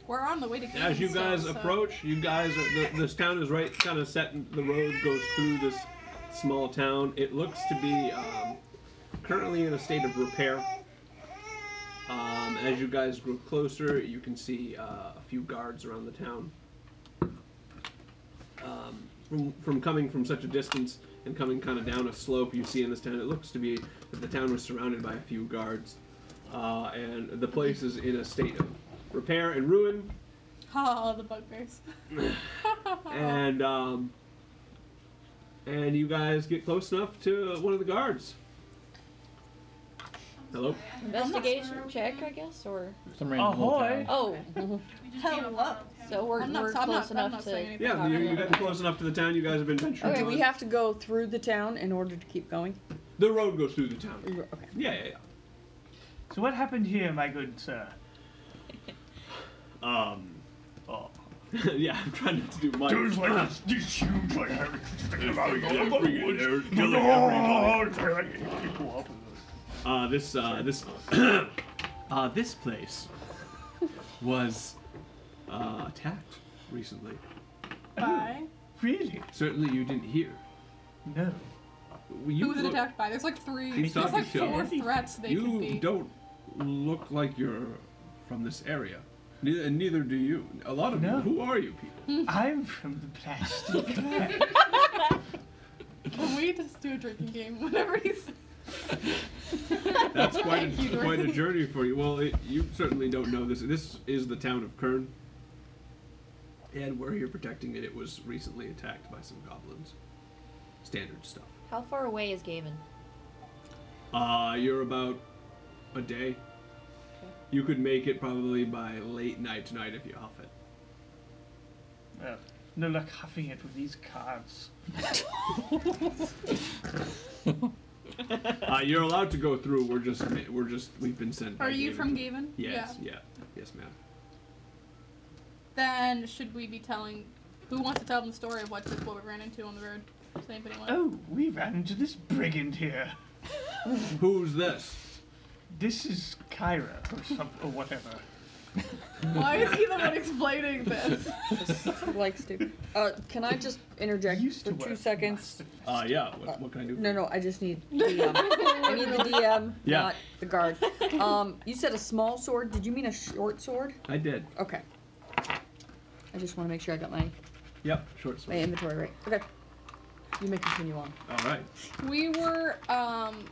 B: We're on the way to. uh,
A: As you
B: Gatenstone,
A: guys
B: so-
A: approach, you guys, are, th this town is right kind of set. in- The road goes through this small town. It looks to be um, currently in a state of repair. Um, as you guys grow closer, you can see uh, a few guards around the town. Um, from, from coming from such a distance and coming kind of down a slope, you see in this town, it looks to be that the town was surrounded by a few guards. Uh, and the place is in a state of repair and ruin.
B: Ha! the bugbears.
A: And um, and you guys get close enough to uh, one of the guards. Hello.
F: Investigation check, I guess, or
G: Some random little
C: Ahoy.
G: town.
F: oh,
B: [laughs] Hello.
F: so we're,
B: I'm not-
F: we're
B: I'm not-
F: close
B: I'm
F: enough
B: not
F: to.
B: saying anything.
A: Yeah, you, you got close enough to the town. You guys have been venturing.
E: Okay,
A: on.
E: we have to go through the town in order to keep going.
A: the road goes through the town.
E: Okay. [laughs]
A: Yeah, yeah, [laughs]
C: So what happened here, my good sir?
A: yeah. Um,
C: Oh.
A: yeah, I'm trying not to do much. [laughs]
C: like this, this huge like
A: Uh, this uh, this uh, this place was uh, attacked recently.
B: Bye.
C: Really?
A: Certainly, you didn't hear.
C: No.
A: You
B: Who was it
A: look-
B: attacked by? There's like three.
A: He's
B: There's like
A: talking to
B: four
A: you.
B: threats they could
A: You
B: be.
A: don't look like you're from this area. Neither, and neither do you. A lot of
C: No.
A: you. Who are you people?
C: I'm from the
B: [laughs]
C: plastic.
B: Can we just do a drinking game [laughs] whenever he's. [laughs]
A: That's quite
B: Thank you,
A: a, quite a
B: Dorothy.
A: journey for you. Well, it, you certainly don't know this. This is the town of Kern. And we're here protecting it. It was recently attacked by some goblins. Standard stuff.
F: How far away is Gavin?
A: Uh, you're about a day. You could make it probably by late night tonight if you huff it.
C: Well, no luck huffing it with these cards.
A: Uh, you're allowed to go through. We're just we're just we've been sent. by
B: Are you
A: Gaven
B: from
A: to-
B: Gaven?
A: Yes,
B: Yeah.
A: yeah. Yes, ma'am.
B: Then should we be telling? Who wants to tell them the story of what what we ran into on the road? Does anybody want?
C: Oh, we ran into this brigand here.
A: Who's this?
C: This is Kyra or something or whatever.
B: Why is he the one explaining this?
E: like stupid. Uh, can I just interject
C: Used
E: for
C: to
E: two
C: work.
E: seconds?
A: Uh, yeah. What, what can I do? for
E: No,
A: you?
E: no, I just need the um, I need the DM,
A: [laughs] Yeah.
E: not the guard. Um, you said a small sword. Did you mean a short sword?
A: I did.
E: Okay. I just want to make sure I got my,
A: Yep. Short
E: my
A: sword.
E: inventory right. Okay. You may continue on.
A: All right.
B: [laughs] we were um.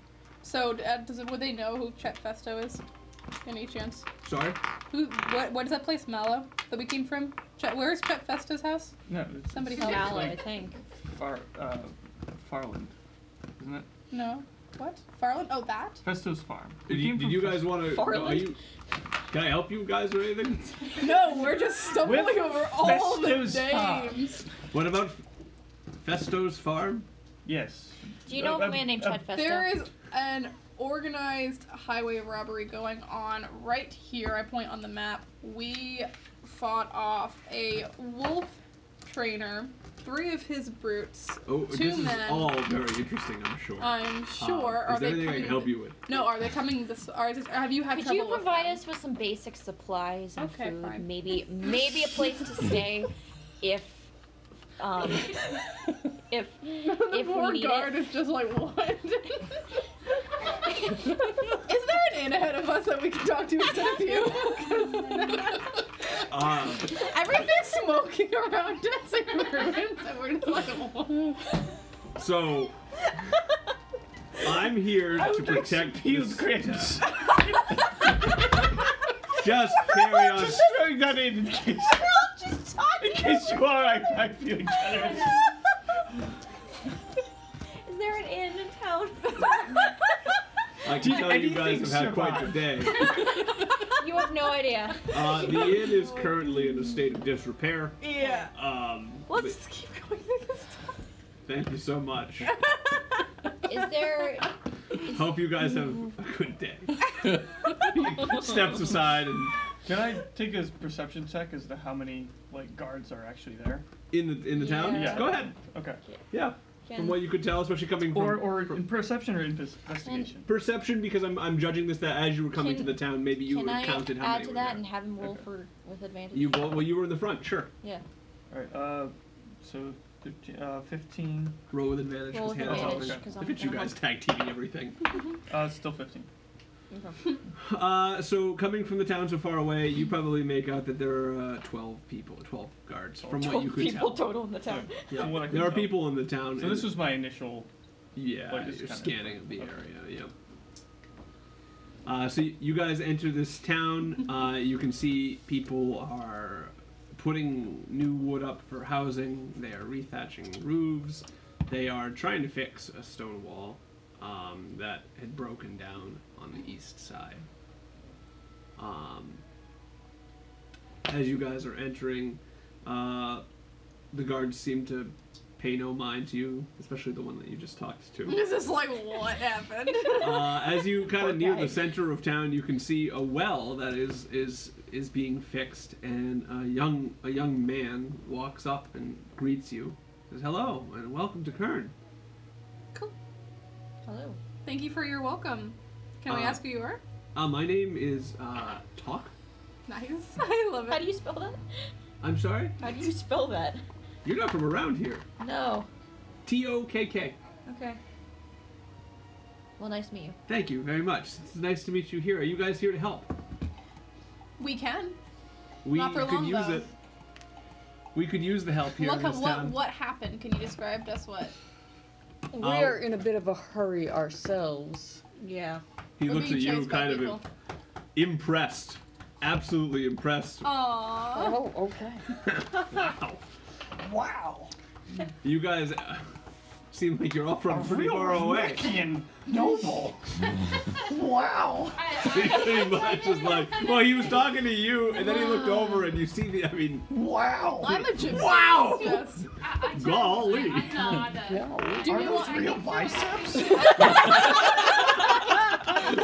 B: So uh, does it, would they know who Chet Festo is? Any chance?
A: Sorry.
B: Who? What? What is that place, Mallow, that we came from? Chet, where is Chet Festo's house?
C: No, it's
B: Somebody
C: it's
B: help.
F: Mallow, I
C: Like
F: think.
C: far, uh, Farland, isn't it?
B: No. What? Farland? Oh, that?
C: Festo's farm.
A: Did you, did you guys want to? Are
E: Farland?
A: you? Can I help you guys or anything?
B: No, we're just stumbling
C: With
B: over all the
C: Festo's farm.
B: names.
A: What about Festo's farm?
C: Yes.
F: Do you know
C: Uh,
F: a man named
C: uh,
F: Chad Festo?
B: There is an organized highway robbery going on right here. I point on the map. We fought off a wolf trainer three of his brutes.
A: Oh,
B: Two
A: this is
B: men.
A: all very interesting, I'm sure.
B: I'm sure.
A: Um,
B: are
A: is there
B: they
A: anything I
B: coming?
A: can help you with?
B: No, are they coming this? Are this, have you had
F: Could
B: trouble
F: you
B: with
F: provide
B: them?
F: us with some basic supplies and
B: Okay,
F: food?
B: fine.
F: Maybe maybe a
B: [laughs]
F: place to stay if um if
B: the
F: if
B: poor
F: we need
B: guard [laughs]
F: it.
B: is just like what? is there an inn ahead of us that we can talk to instead of you?
A: Um,
B: [laughs] Everything's smoking around us in ruins, and [laughs] we're just like what? [laughs]
A: so, I'm here to protect you,
C: [laughs]
A: Chris. [laughs] Just carry
B: [laughs]
A: on.
C: Just throwing that in in case. In case you are, I, I feel generous.
B: [laughs]
F: Is there an inn in town?
A: I can tell you guys have
C: Anything
A: had quite the
C: survives.
A: day.
B: [laughs]
F: you have no idea.
A: Uh, the inn is currently in a state of disrepair.
B: Yeah.
A: Um,
F: Let's
A: but
F: just keep going through this stuff.
A: thank you so much.
F: Is there
A: Hope you guys have a good
F: [laughs]
A: day. Steps aside and
C: Can I take a perception check as to how many like guards are actually there?
A: in the in the town.
F: Yeah.
A: Go ahead.
C: Okay.
A: Yeah. From what you could tell, especially coming from,
C: Or or
A: from
C: in perception or in investigation.
A: perception, because I'm, I'm judging this that as you were coming
F: Can-
A: to the town, maybe you
F: can I
A: counted how
F: add
A: many
F: to
A: were
F: that
A: there.
F: and have him roll
C: Okay.
F: for with advantage?
A: You well, well, you were in the front, sure.
F: yeah.
C: All right. Uh, so 15, uh, 15.
A: Roll with advantage
F: Roll
A: because
F: with
A: Hannah's
F: advantage,
A: helping.
F: 'cause
A: Look
F: I'm
A: at you
F: gonna
A: guys tag teaming everything.
C: Uh, still 15.
A: Uh, so coming from the town so far away, you probably make out that there are uh, twelve people, twelve guards, from what you could
E: people
A: tell.
E: total in the town.
A: Yeah.
C: From what I could
A: there are
C: tell.
A: people in the town.
C: So
A: and-
C: this was my initial.
A: Yeah,
C: Like, just
A: you're
C: kinda-
A: scanning the
C: okay.
A: area. Yeah. Uh, so y- you guys enter this town. Uh, you can see people are putting new wood up for housing. They are rethatching roofs. They are trying to fix a stone wall um, that had broken down on the east side. Um, as you guys are entering, uh, the guards seem to pay no mind to you, especially the one that you just talked to
B: This is like what happened?
A: uh, as you kind of near
E: guy.
A: the center of town, you can see a well that is is is being fixed, and a young a young man walks up and greets you. Says hello and welcome to Kern.
F: Hello.
B: Thank you for your welcome. Can we
A: Uh,
B: ask who you are?
A: Uh, my name is uh, Talk.
B: Nice. [laughs] I love it.
F: How do you spell that?
A: I'm sorry,
F: How do you spell that?
A: you're not from around here.
F: No.
A: T O K K.
F: Okay. Well, nice to meet you.
A: Thank you very much. It's nice to meet you here. Are you guys here to help?
B: we can.
A: We
B: Not for
A: could
B: long,
A: use
B: though.
A: it. We could use the help here
B: What,
A: in
B: co-
A: this
B: what
A: town.
B: what happened? Can you describe to us what?
E: We are in a bit of a hurry ourselves. Yeah.
A: he
B: We're
A: looks
B: being
A: at you,
B: chased by
A: kind of
B: people.
A: impressed, absolutely impressed
B: Aww.
E: Oh, okay.
A: wow. You guys uh, seem like you're all from pretty far away.
C: Wickian noble.
A: [laughs]
C: wow.
A: pretty much just like, well, he was talking to you, and then he looked over, and you see the, I mean,
C: Wow.
B: I'm a gypsy.
A: Wow!
B: Yes.
A: golly.
J: Uh,
B: Do we want?
C: Real biceps?
A: [laughs]
B: [laughs]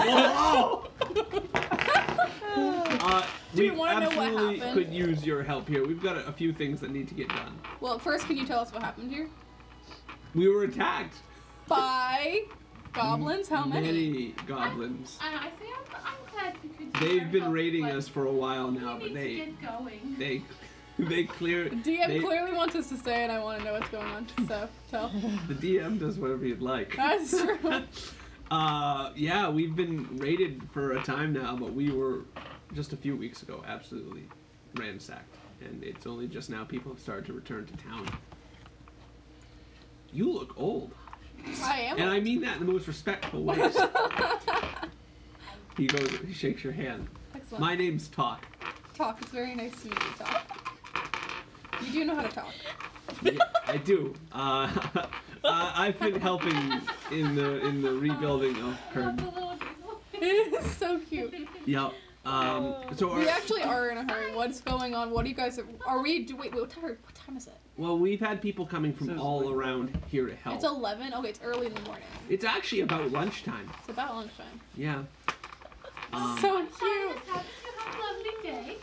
A: Wow. Uh,
B: Do
A: we
B: you wanna know what
A: absolutely
B: happened?
A: could use your help here. We've got a, a few things that need to get done.
B: Well, first, can you tell us what happened here?
A: We were attacked.
B: By goblins? How many?
A: Many goblins.
J: And I think I'm, I'm glad we could. do
A: They've
J: our
A: been
J: help,
A: raiding
J: but
A: us for a while
J: we
A: now, but
J: need to
A: they
J: get going.
A: they [laughs] they clear.
B: DM
A: they-
B: clearly wants us to stay, and I want to know what's going on. So tell.
A: The DM does whatever you'd like.
B: That's
A: [laughs]
B: true.
A: uh, yeah, we've been raided for a time now, but we were just a few weeks ago absolutely ransacked, and it's only just now people have started to return to town. You look old,
B: I am.
A: and I mean that in the most respectful way. he goes, he shakes your hand.
B: Excellent.
A: My name's Talk.
B: Talk. It's very nice to meet you. Talk. You do know how to talk. [laughs]
A: Yeah, I do. Uh, [laughs] uh, I've been helping in the in the rebuilding of Kern.
B: It's so cute.
A: Yep. Um, so our,
B: We actually are in a hurry. What's going on? What do you guys are we? Do, wait, what time? What time is it?
A: Well, we've had people coming from
C: Says
A: all
C: like-
A: around here to help.
B: It's eleven. Okay, it's early in the morning.
A: It's actually about lunchtime.
B: It's about lunchtime.
A: Yeah. Um,
B: so
J: Sorry,
B: cute.
J: Miss Abbott, you have a lovely day.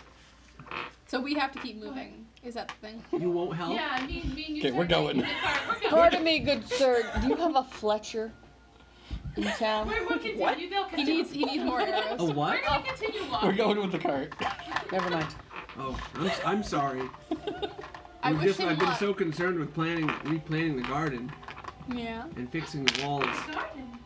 B: So we have to keep moving. Is that the thing?
A: You won't help?
J: Yeah, me, me and you.
I: Okay, we're
J: started
I: going.
J: taking it apart. We're going.
E: Pardon me, good sir. Do you have a Fletcher in town?
J: We're, we're continue. They'll
B: He
J: continue.
B: needs he needs more arrows.
A: A what?
J: We're gonna continue walking.
I: We're going with the cart.
E: Never mind.
A: Oh, I'm, s- I'm sorry.
B: I
A: We've
B: wish him
A: I've been
B: luck.
A: so concerned with planning, replanting the garden
B: Yeah.
A: and fixing the walls.
J: Garden.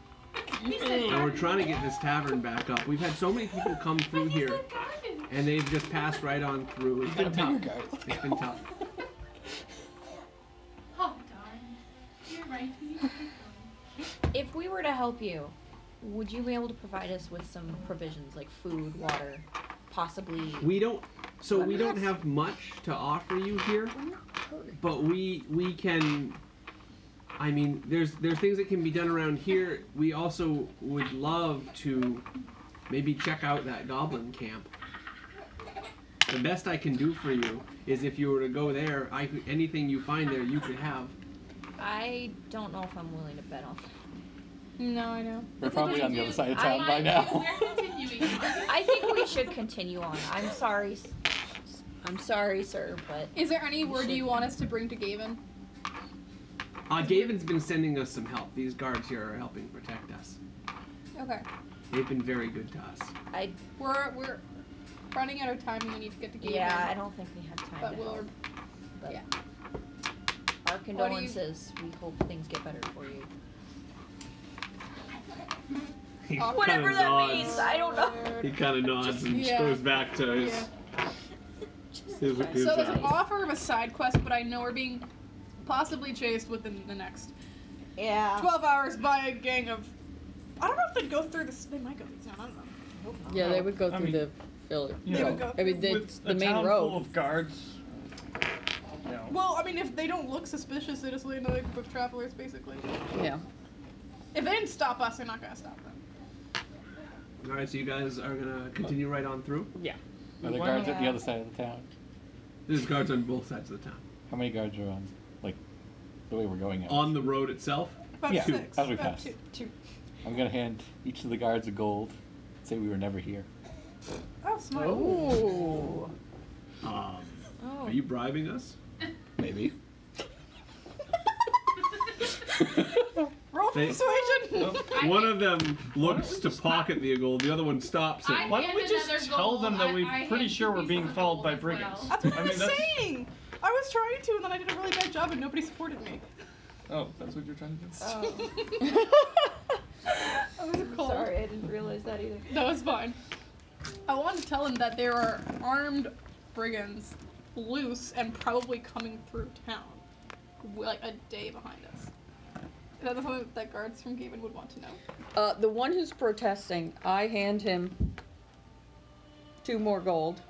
J: He said
A: And we're trying to get this tavern back up. We've had so many people come through here,
J: garden.
A: and they've just passed right on through. It's
I: Got a
A: been
I: bigger
A: tough.
I: cart.
A: It's been tough.
J: Oh darn. You're right. We need to
B: [laughs]
J: keep going.
F: If we were to help you, would you be able to provide us with some provisions like food, water, possibly?
A: [laughs] We don't. So we don't have much to offer you here, but we we can. I mean, there's there's things that can be done around here. We also would love to maybe check out that goblin camp. The best I can do for you is if you were to go there, I could, anything you find there, you could have.
F: I don't know if I'm willing to bet on. that.
B: No, I know.
I: We're probably on the other side of town
J: Mind
I: by
J: you,
I: now.
J: We're continuing. walking.
F: I think we should continue on. I'm sorry. s- I'm sorry, sir, but
B: Is there any
F: We
B: word
F: should-
B: you want us to bring to Gavin?
A: Uh, Gavin's been sending us some help. These guards here are helping protect us.
B: Okay.
A: They've been very good to us.
F: I
B: We're we're running out of time and we need to get to Gavin.
F: yeah, I don't think we have time.
B: But
F: to
B: we'll
F: help, but
B: yeah.
F: Our condolences. We hope things get better for you.
A: He
B: Awkward.
A: kinda
F: Whatever that
A: nods.
F: means, I don't know.
A: He kind of nods and
B: yeah.
A: goes back to his.
B: Yeah.
A: his, his
B: So there's an
A: uh,
B: offer of a side quest, but I know we're being possibly chased within the next
F: Yeah.
B: 12 hours by a gang of. I don't know if they'd go through this. They might go through town. I don't know.
E: Yeah, they would go
C: I
E: through
C: mean-
E: the village.
C: Yeah.
B: They would go.
E: I mean, they,
C: With
E: the
C: a
E: main
C: town
E: road.
C: full of guards. No.
B: Well, I mean, if they don't look suspicious, they just lead another group of travelers, basically.
E: Yeah.
B: If they didn't stop us, they're not gonna stop them.
A: All right, so you guys are gonna continue right on through.
I: Are [laughs] the
C: Why
I: guards
C: not?
I: at the other side of the town?
A: There's guards on both sides of the town.
I: How many guards are on, like, the way we're going? Out?
A: On the road itself,
B: About
I: Yeah,
B: six.
I: as we
B: about
I: pass.
B: two.
I: I'm gonna hand each of the guards a gold. Say we were never here.
B: Oh, smart.
E: Ooh.
A: um, are you bribing us?
I: Maybe.
B: Roll
A: They-
B: persuasion.
J: I
A: One
J: think-
A: of them looks
C: don't
A: to pocket the gold. The other one stops
J: I
A: it.
C: Why don't we
J: hand
C: just
J: another
C: tell
J: gold.
C: them that
J: I-
C: we're
J: I
C: pretty
J: hand
C: sure
J: two
C: we're
J: pieces
C: being
J: of
C: followed by
J: gold as well.
C: brigands?
B: That's what I,
C: I mean,
B: was
C: that's-
B: saying. I was trying to, and then I did a really bad job, and nobody supported me. Oh.
C: Oh, that's what you're trying to do.
B: I was a call.
F: I didn't realize that either.
B: That was fine. I want to tell him that there are armed brigands loose and probably coming through town, like a day behind us. Is that something that guards from Gaiman would want to know?
E: Uh, the one who's protesting, I hand him two more gold,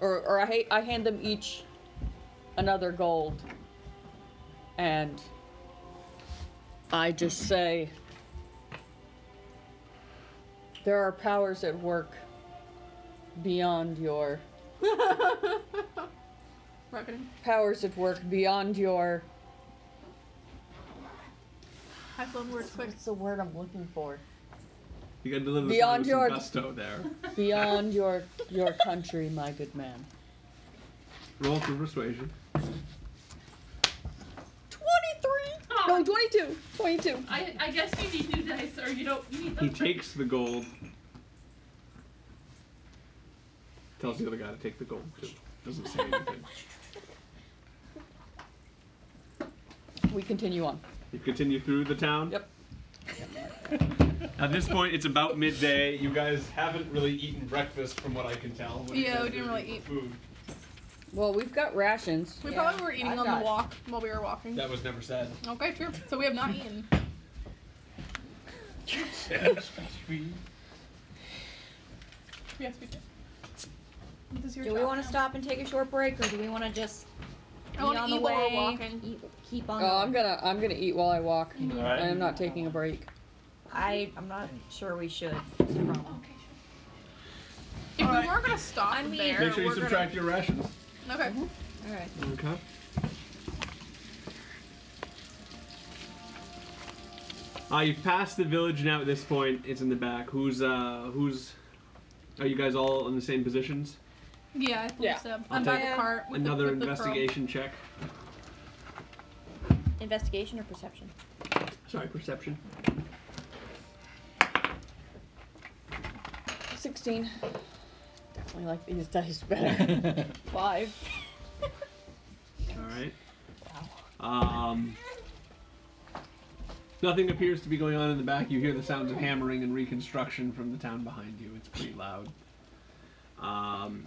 E: or or I ha- I hand them each another gold, and I just say there are powers at work beyond your
B: Reckoning.
E: powers at work beyond your
B: High flown words quick.
E: what's the word I'm looking for
A: You gotta deliver this
E: Beyond
A: with some
E: your-
A: gusto there.
E: beyond your your country, my good man.
A: Roll for persuasion.
E: 23! No, 22! 22.
J: I, I guess you need new dice, or you don't. You need
A: He
J: [laughs] those
A: takes the gold. Tells the other guy to take the gold too. Doesn't say anything.
E: We continue on.
A: You continue through the town?
E: Yep.
A: At this point, it's about midday. You guys haven't really eaten breakfast, from what I can tell. What do you
B: Yeah,
A: guys
B: we didn't
A: do
B: really
A: for Food.
E: Well, we've got rations.
B: We
F: Yeah,
B: probably were eating
E: I've
B: on
E: got
B: the
E: it.
B: walk while we were walking.
A: That was never said.
B: Okay, true. So we have not eaten.
C: We-
B: Yes, we did. This is your
F: Do we
B: job
F: want to
B: now.
F: stop and take a short break, or do we want to just be
B: I want
F: on
B: to
F: the
B: eat
F: way?
B: while we're walking.
F: eat- keep on.
E: Oh,
F: the
E: I'm gonna I'm gonna eat while I walk.
C: All
E: I
C: right.
I: [laughs]
E: am not taking a break.
F: I I'm not sure we should.
B: If we were gonna stop
F: I mean-
B: there,
A: Make sure you
B: we're gonna-
A: subtract your rations.
B: Okay.
F: All right.
A: Okay. Uh, you've passed the village now at this point. It's in the back. Who's, uh, who's. Are you guys all in the same positions?
B: Yeah, I believe
E: Yeah.
B: so.
A: I'll
B: I'm by
A: take
B: the cart with
A: Another
B: the, with the probe.
A: investigation check.
F: Investigation or perception?
A: Sorry, perception.
E: 16. Definitely like these dice better. [laughs] Five.
A: All right. Um, nothing appears to be going on in the back. You hear the sounds of hammering and reconstruction from the town behind you. It's pretty loud. Um,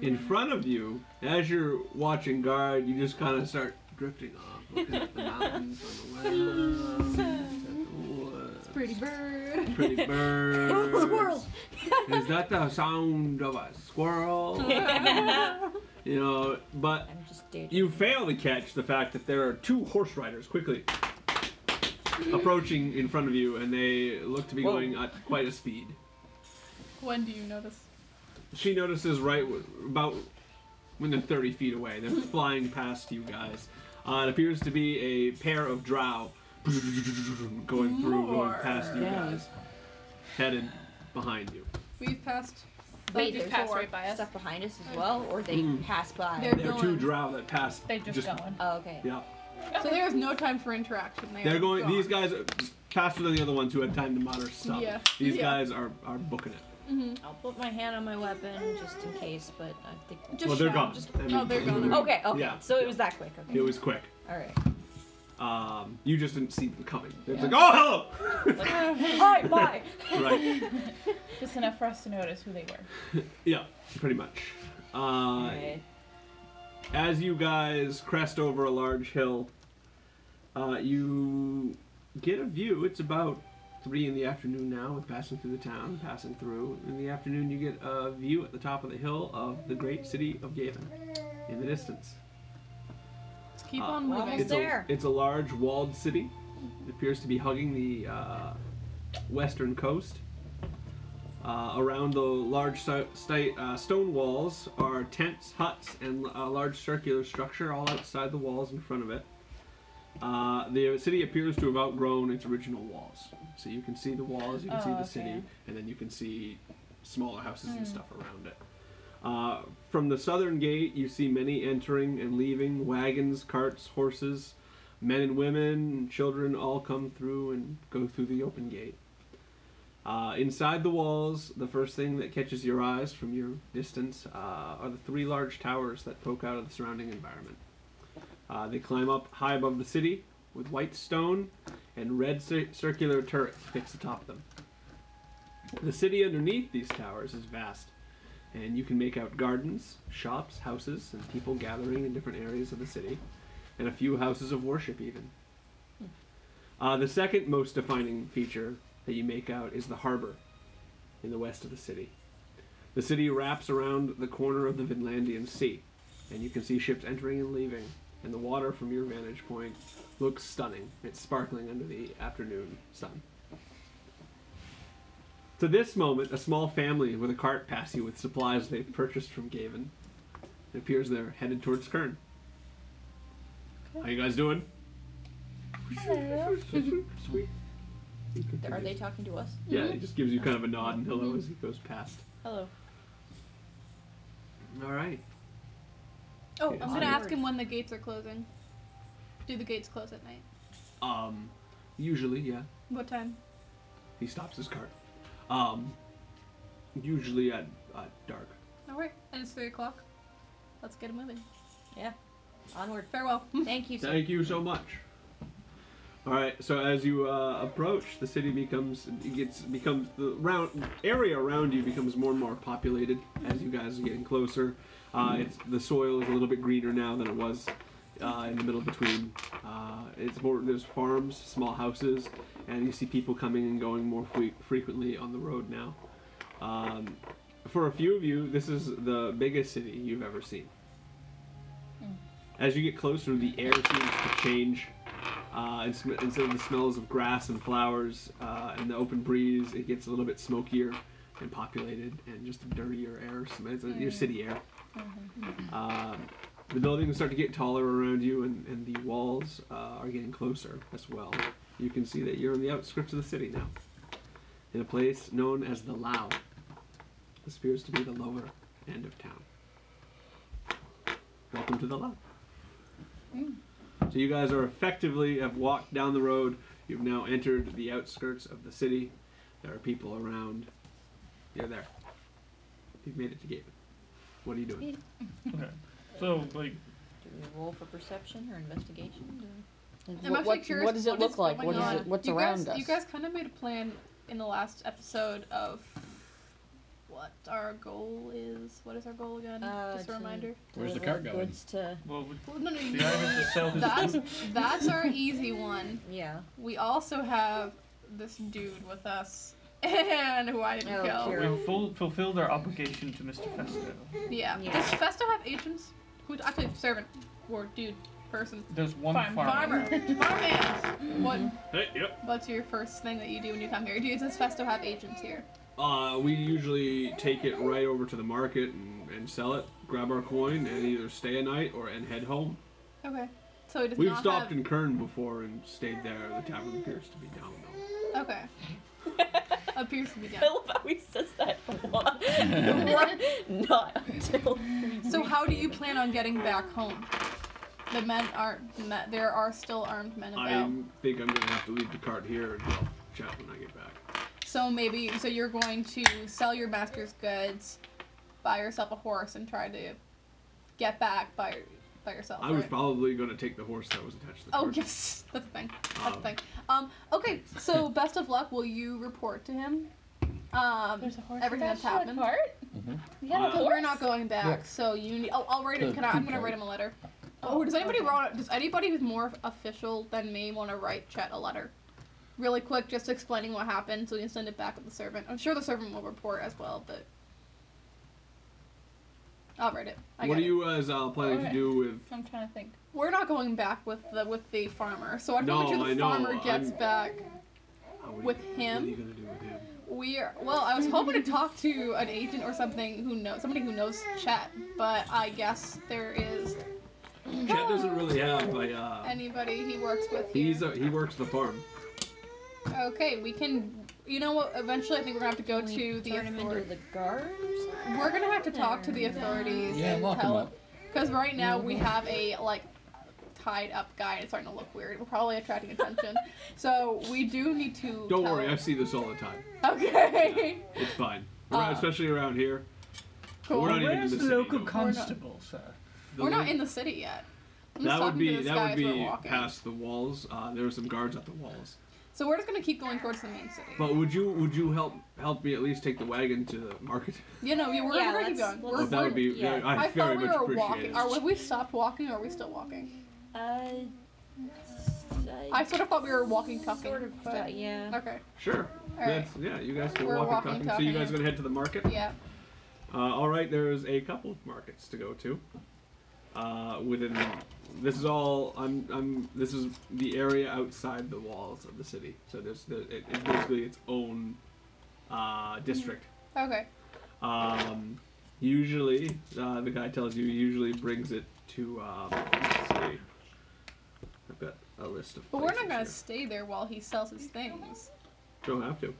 A: in front of you, as you're watching guard, you just kind of start drifting off, looking at the mountains on the way.
B: Pretty bird.
A: Pretty bird.
F: Squirrel.
A: Is that the sound of a squirrel? you know, but
F: I'm just dating.
A: you fail to catch the fact that there are two horse riders quickly approaching in front of you, and they look to be
C: Whoa.
A: going at quite a speed.
B: When do you notice?
A: She notices right w- about when they're 30 feet away. They're flying past you guys. Uh, it appears to be a pair of drow going through, going past you
E: Lord.
A: guys, headed behind you.
B: We've passed.
F: Wait,
B: they
F: there's
B: passed
F: four
B: right by us.
F: stuff behind us as well, or they
A: Mm.
F: pass by.
B: They're-
A: There are two
B: Going.
A: drow that passed.
D: They're just, going.
F: Oh, okay.
A: Yeah.
B: So there's no time for interaction. They
A: They're
B: are
A: going.
B: gone.
A: These guys are faster than the other ones who had time to mutter stuff.
B: Yeah.
A: These
B: Yeah.
A: guys are, are booking it.
F: I'll put my hand on my weapon just in case, but I think.
B: Just
A: well, they're
B: shout.
A: gone.
B: Just,
A: I mean,
B: oh, they're gone. already.
F: Okay, okay.
A: Yeah.
F: So it was that quick. Okay.
A: It was quick.
F: All right.
A: Um, you just didn't see them coming. It's like, oh, hello.
F: Hi, bye.
A: right.
D: Just enough for us to notice who they were.
A: Yeah. Pretty much. Uh,
F: Alright.
A: As you guys crest over a large hill, uh, you get a view. It's about three in the afternoon now. With passing through the town, passing through in the afternoon, you get a view at the top of the hill of the great city of Gavin in the distance.
B: Let's keep
A: Uh,
B: on
F: we're
B: moving.
F: almost
A: It's
F: Almost there.
A: a, it's a large walled city. It appears to be hugging the uh, western coast. Uh, around the large sti- sti- uh, stone walls are tents, huts, and a large circular structure all outside the walls in front of it. Uh, the city appears to have outgrown its original walls. So you can see the walls, you can see
D: Oh,
A: the
D: okay.
A: city, and then you can see smaller houses and stuff around it. Uh, from the southern gate, you see many entering and leaving wagons, carts, horses, men and women, children all come through and go through the open gate. Uh, inside the walls, the first thing that catches your eyes from your distance uh, are the three large towers that poke out of the surrounding environment. Uh, they climb up high above the city with white stone and red cir- circular turret fixed atop them. The city underneath these towers is vast, and you can make out gardens, shops, houses, and people gathering in different areas of the city, and a few houses of worship, even. Uh, the second most defining feature that you make out is the harbor in the west of the city. The city wraps around the corner of the Vinlandian Sea, and you can see ships entering and leaving, and the water from your vantage point looks stunning. It's sparkling under the afternoon sun. To this moment, a small family with a cart pass you with supplies they've purchased from Gavin. It appears they're headed towards Kern. How you guys doing?
D: Hello.
A: [laughs] Sweet.
F: Are they talking to us?
A: Yeah,
B: Mm-hmm.
A: he just gives you kind of a nod and hello as he goes past.
F: Hello.
A: All right.
B: Oh, I'm
A: It's
B: gonna
A: on
B: ask him when the gates are closing. Do the gates close at night?
A: Um, usually, yeah.
B: What time?
A: He stops his cart. Um, usually at, at dark.
B: All right, and it's three o'clock. Let's get it moving.
F: Onward.
B: Farewell.
F: Thank you. sir.
A: Thank you so much. All right. So as you uh, approach, the city becomes it gets becomes the round area around you becomes more and more populated as you guys are getting closer. Uh, it's the soil is a little bit greener now than it was uh, in the middle between. Uh, it's more there's farms, small houses, and you see people coming and going more fre- frequently on the road now. Um, for a few of you, this is the biggest city you've ever seen. As you get closer, the air seems to change. Uh, and sm- instead of the smells of grass and flowers uh, and the open breeze, it gets a little bit smokier and populated and just dirtier air. sm- It's uh, your city air. Um, the buildings start to get taller around you, and, and the walls uh, are getting closer as well. You can see that you're on the outskirts of the city now, in a place known as the Lao. This appears to be the lower end of town. to the left. So you guys are effectively have walked down the road. You've now entered the outskirts of the city. There are people around. You're there. You've made it to Gate. What are you doing?
C: Okay. So like
F: Do we roll for perception or investigation?
B: I'm
E: what,
B: actually
E: what-
B: curious
E: what does it
B: what
E: look
B: is
E: like?
B: going
E: What is
B: on.
E: it? What's
B: you
E: around
B: guys,
E: us?
B: You guys kind of made a plan in the last episode of what our goal is. What is our goal again?
F: Uh,
B: Just a
F: to-
B: reminder.
I: Where's the
F: Deliver
I: cart going?
F: Goods to
C: well with
B: Well, no, no,
C: the
B: you,
C: island itself is
B: that's that's our easy one.
F: yeah.
B: We also have this dude with us, [laughs] and who I didn't
F: Oh,
B: kill.
F: Kira.
C: we full, fulfilled our obligation to Mr. Festo.
B: Yeah.
F: Yeah.
B: Does Festo have agents? Who's actually servant or dude person?
C: There's one
B: Farm-
C: farmer.
B: farmer. Farmhand. What?
H: Hey, yep.
B: What's your first thing that you do when you come here? Do you does Festo have agents here?
A: Uh, we usually take it right over to the market and, and sell it, grab our coin, and either stay a night or and head home.
B: Okay. So he does
A: We've
B: not
A: stopped
B: have.
A: in Kern before and stayed there. The tavern appears to be down though.
F: [laughs]
B: Okay. Appears to be
F: [laughs] I
B: down.
F: love how he says that a [laughs] lot. Not until.
B: So how do you plan on getting back home? The men aren't. The men, there are still armed men about.
A: I think I'm gonna have to leave the cart here and I'll chat when I get back.
B: So maybe. So you're going to sell your master's goods, buy yourself a horse, and try to get back by by yourself.
A: I was
B: right?
A: probably gonna take the horse that was attached to the
B: Oh
A: cart.
B: yes, [laughs] that's the thing. That's the
A: Um,
B: thing. Um, okay, so best of luck. Will you report to him? Um,
D: There's a horse.
B: everything that's
D: attached to the
B: happened.
D: cart? We had
A: Uh,
D: a
B: But we're
D: horse?
B: not going back,
I: Yeah.
B: so you need. Oh, I'll write it.
I: The
B: Can I, I'm
I: food
B: gonna
I: cart.
B: write him a letter. Oh, does anybody want? Does anybody who's more official than me want to write Chet a letter, really quick, just explaining what happened, so we can send it back with the servant. I'm sure the servant will report as well, but I'll write it. I
A: what
B: got
A: are
B: it.
A: you guys uh, planning to
D: Alright.
A: do with?
D: I'm trying to think.
B: We're not going back with the with the farmer, so I'm
A: No,
B: making sure the
A: I know,
B: farmer gets
A: I'm-
B: back.
A: Oh, what are
B: With
A: you-
B: him?
A: What are you gonna do with him?
B: We are, well, I was hoping to talk to an agent or something who knows somebody who knows chat, but I guess there is
A: Chet doesn't really have a. Uh,
B: anybody he works with here.
A: he's a, he works the farm.
B: okay, we can. You know what? Eventually, I think we're gonna have to go to the
F: Turn him into
B: authorities.
F: the guard or something?
B: We're gonna have to talk to the authorities
I: Yeah,
B: and
I: lock him
B: tell
I: up.
B: because right now we have a like tied up guy and it's starting to look weird. We're probably attracting
F: [laughs]
B: attention, so we do need to.
A: Don't
B: tell-
A: worry, I see this all the time.
B: [laughs] Okay.
A: It's fine, Around-
B: Uh,
A: especially around here.
B: Cool.
A: We're not even in
C: Where's
A: the
C: the
A: city,
C: local
A: though.
C: constable, sir?
A: The
B: We're not
A: lady-
B: in the city yet. I'm just
A: That would
B: talking to
A: be
B: this
A: that
B: guy
A: would
B: as we're
A: be
B: walking.
A: past the walls. Uh, there were some guards at the walls.
B: So we're just gonna keep going towards the main city.
A: But would you would you help help me at least take the wagon to the market?
B: you know, we- we're, we're
F: Yeah,
B: gonna keep
F: let's-
B: going.
F: let's-
B: We're,
A: Oh, that would be
F: yeah.
A: very- I,
B: I
A: very
B: thought we
A: much
B: were
A: appreciate
B: walking.
A: it.
B: Are have we stopped walking or are we still walking?
F: Uh,
B: I sort of thought we were walking talking.
F: sort of
B: but-
F: thought- yeah.
B: Okay.
A: Sure.
B: All right.
A: That's, yeah, you guys can
B: We're
A: walk
B: walking,
A: and talking.
B: talking,
A: So you guys
B: yeah.
A: gonna head to the market?
B: Yeah.
A: Uh, all right, there's a couple of markets to go to. Uh, within the, this is all I'm I'm this is the area outside the walls of the city. So there's the, it, it's basically its own uh, district.
B: Okay.
A: Um, usually, uh, the guy tells you. he Usually brings it to. Um, let's see. I've got a list of.
B: But we're not
A: places
B: gonna
A: here.
B: stay there while he sells his things.
A: Don't have to.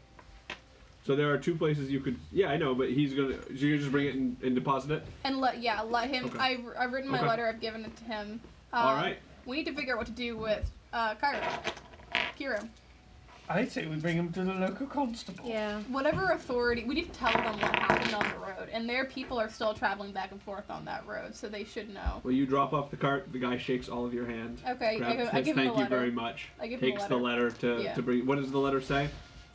A: So there are two places you could. Yeah, I know, but he's gonna. So you just bring it and, and deposit it.
B: And let yeah, let him.
A: Okay.
B: I've I've written my
A: Okay.
B: letter. I've given it to him. Um,
A: All right.
B: We need to figure out what to do with uh, Kyra. Kira.
C: I say we bring him to the local constable.
F: yeah.
B: whatever authority we need to tell them what happened on the road and their people are still traveling back and forth on that road so they should know
A: Well, you drop off the cart. The guy shakes all of your hand.
B: okay I,
A: grabs-
B: go, I
A: says,
B: give him
A: Thank
B: the
A: you very
B: letter
A: much.
B: I give him the
A: Takes the letter, to,
B: Yeah.
A: to bring. What does the letter say?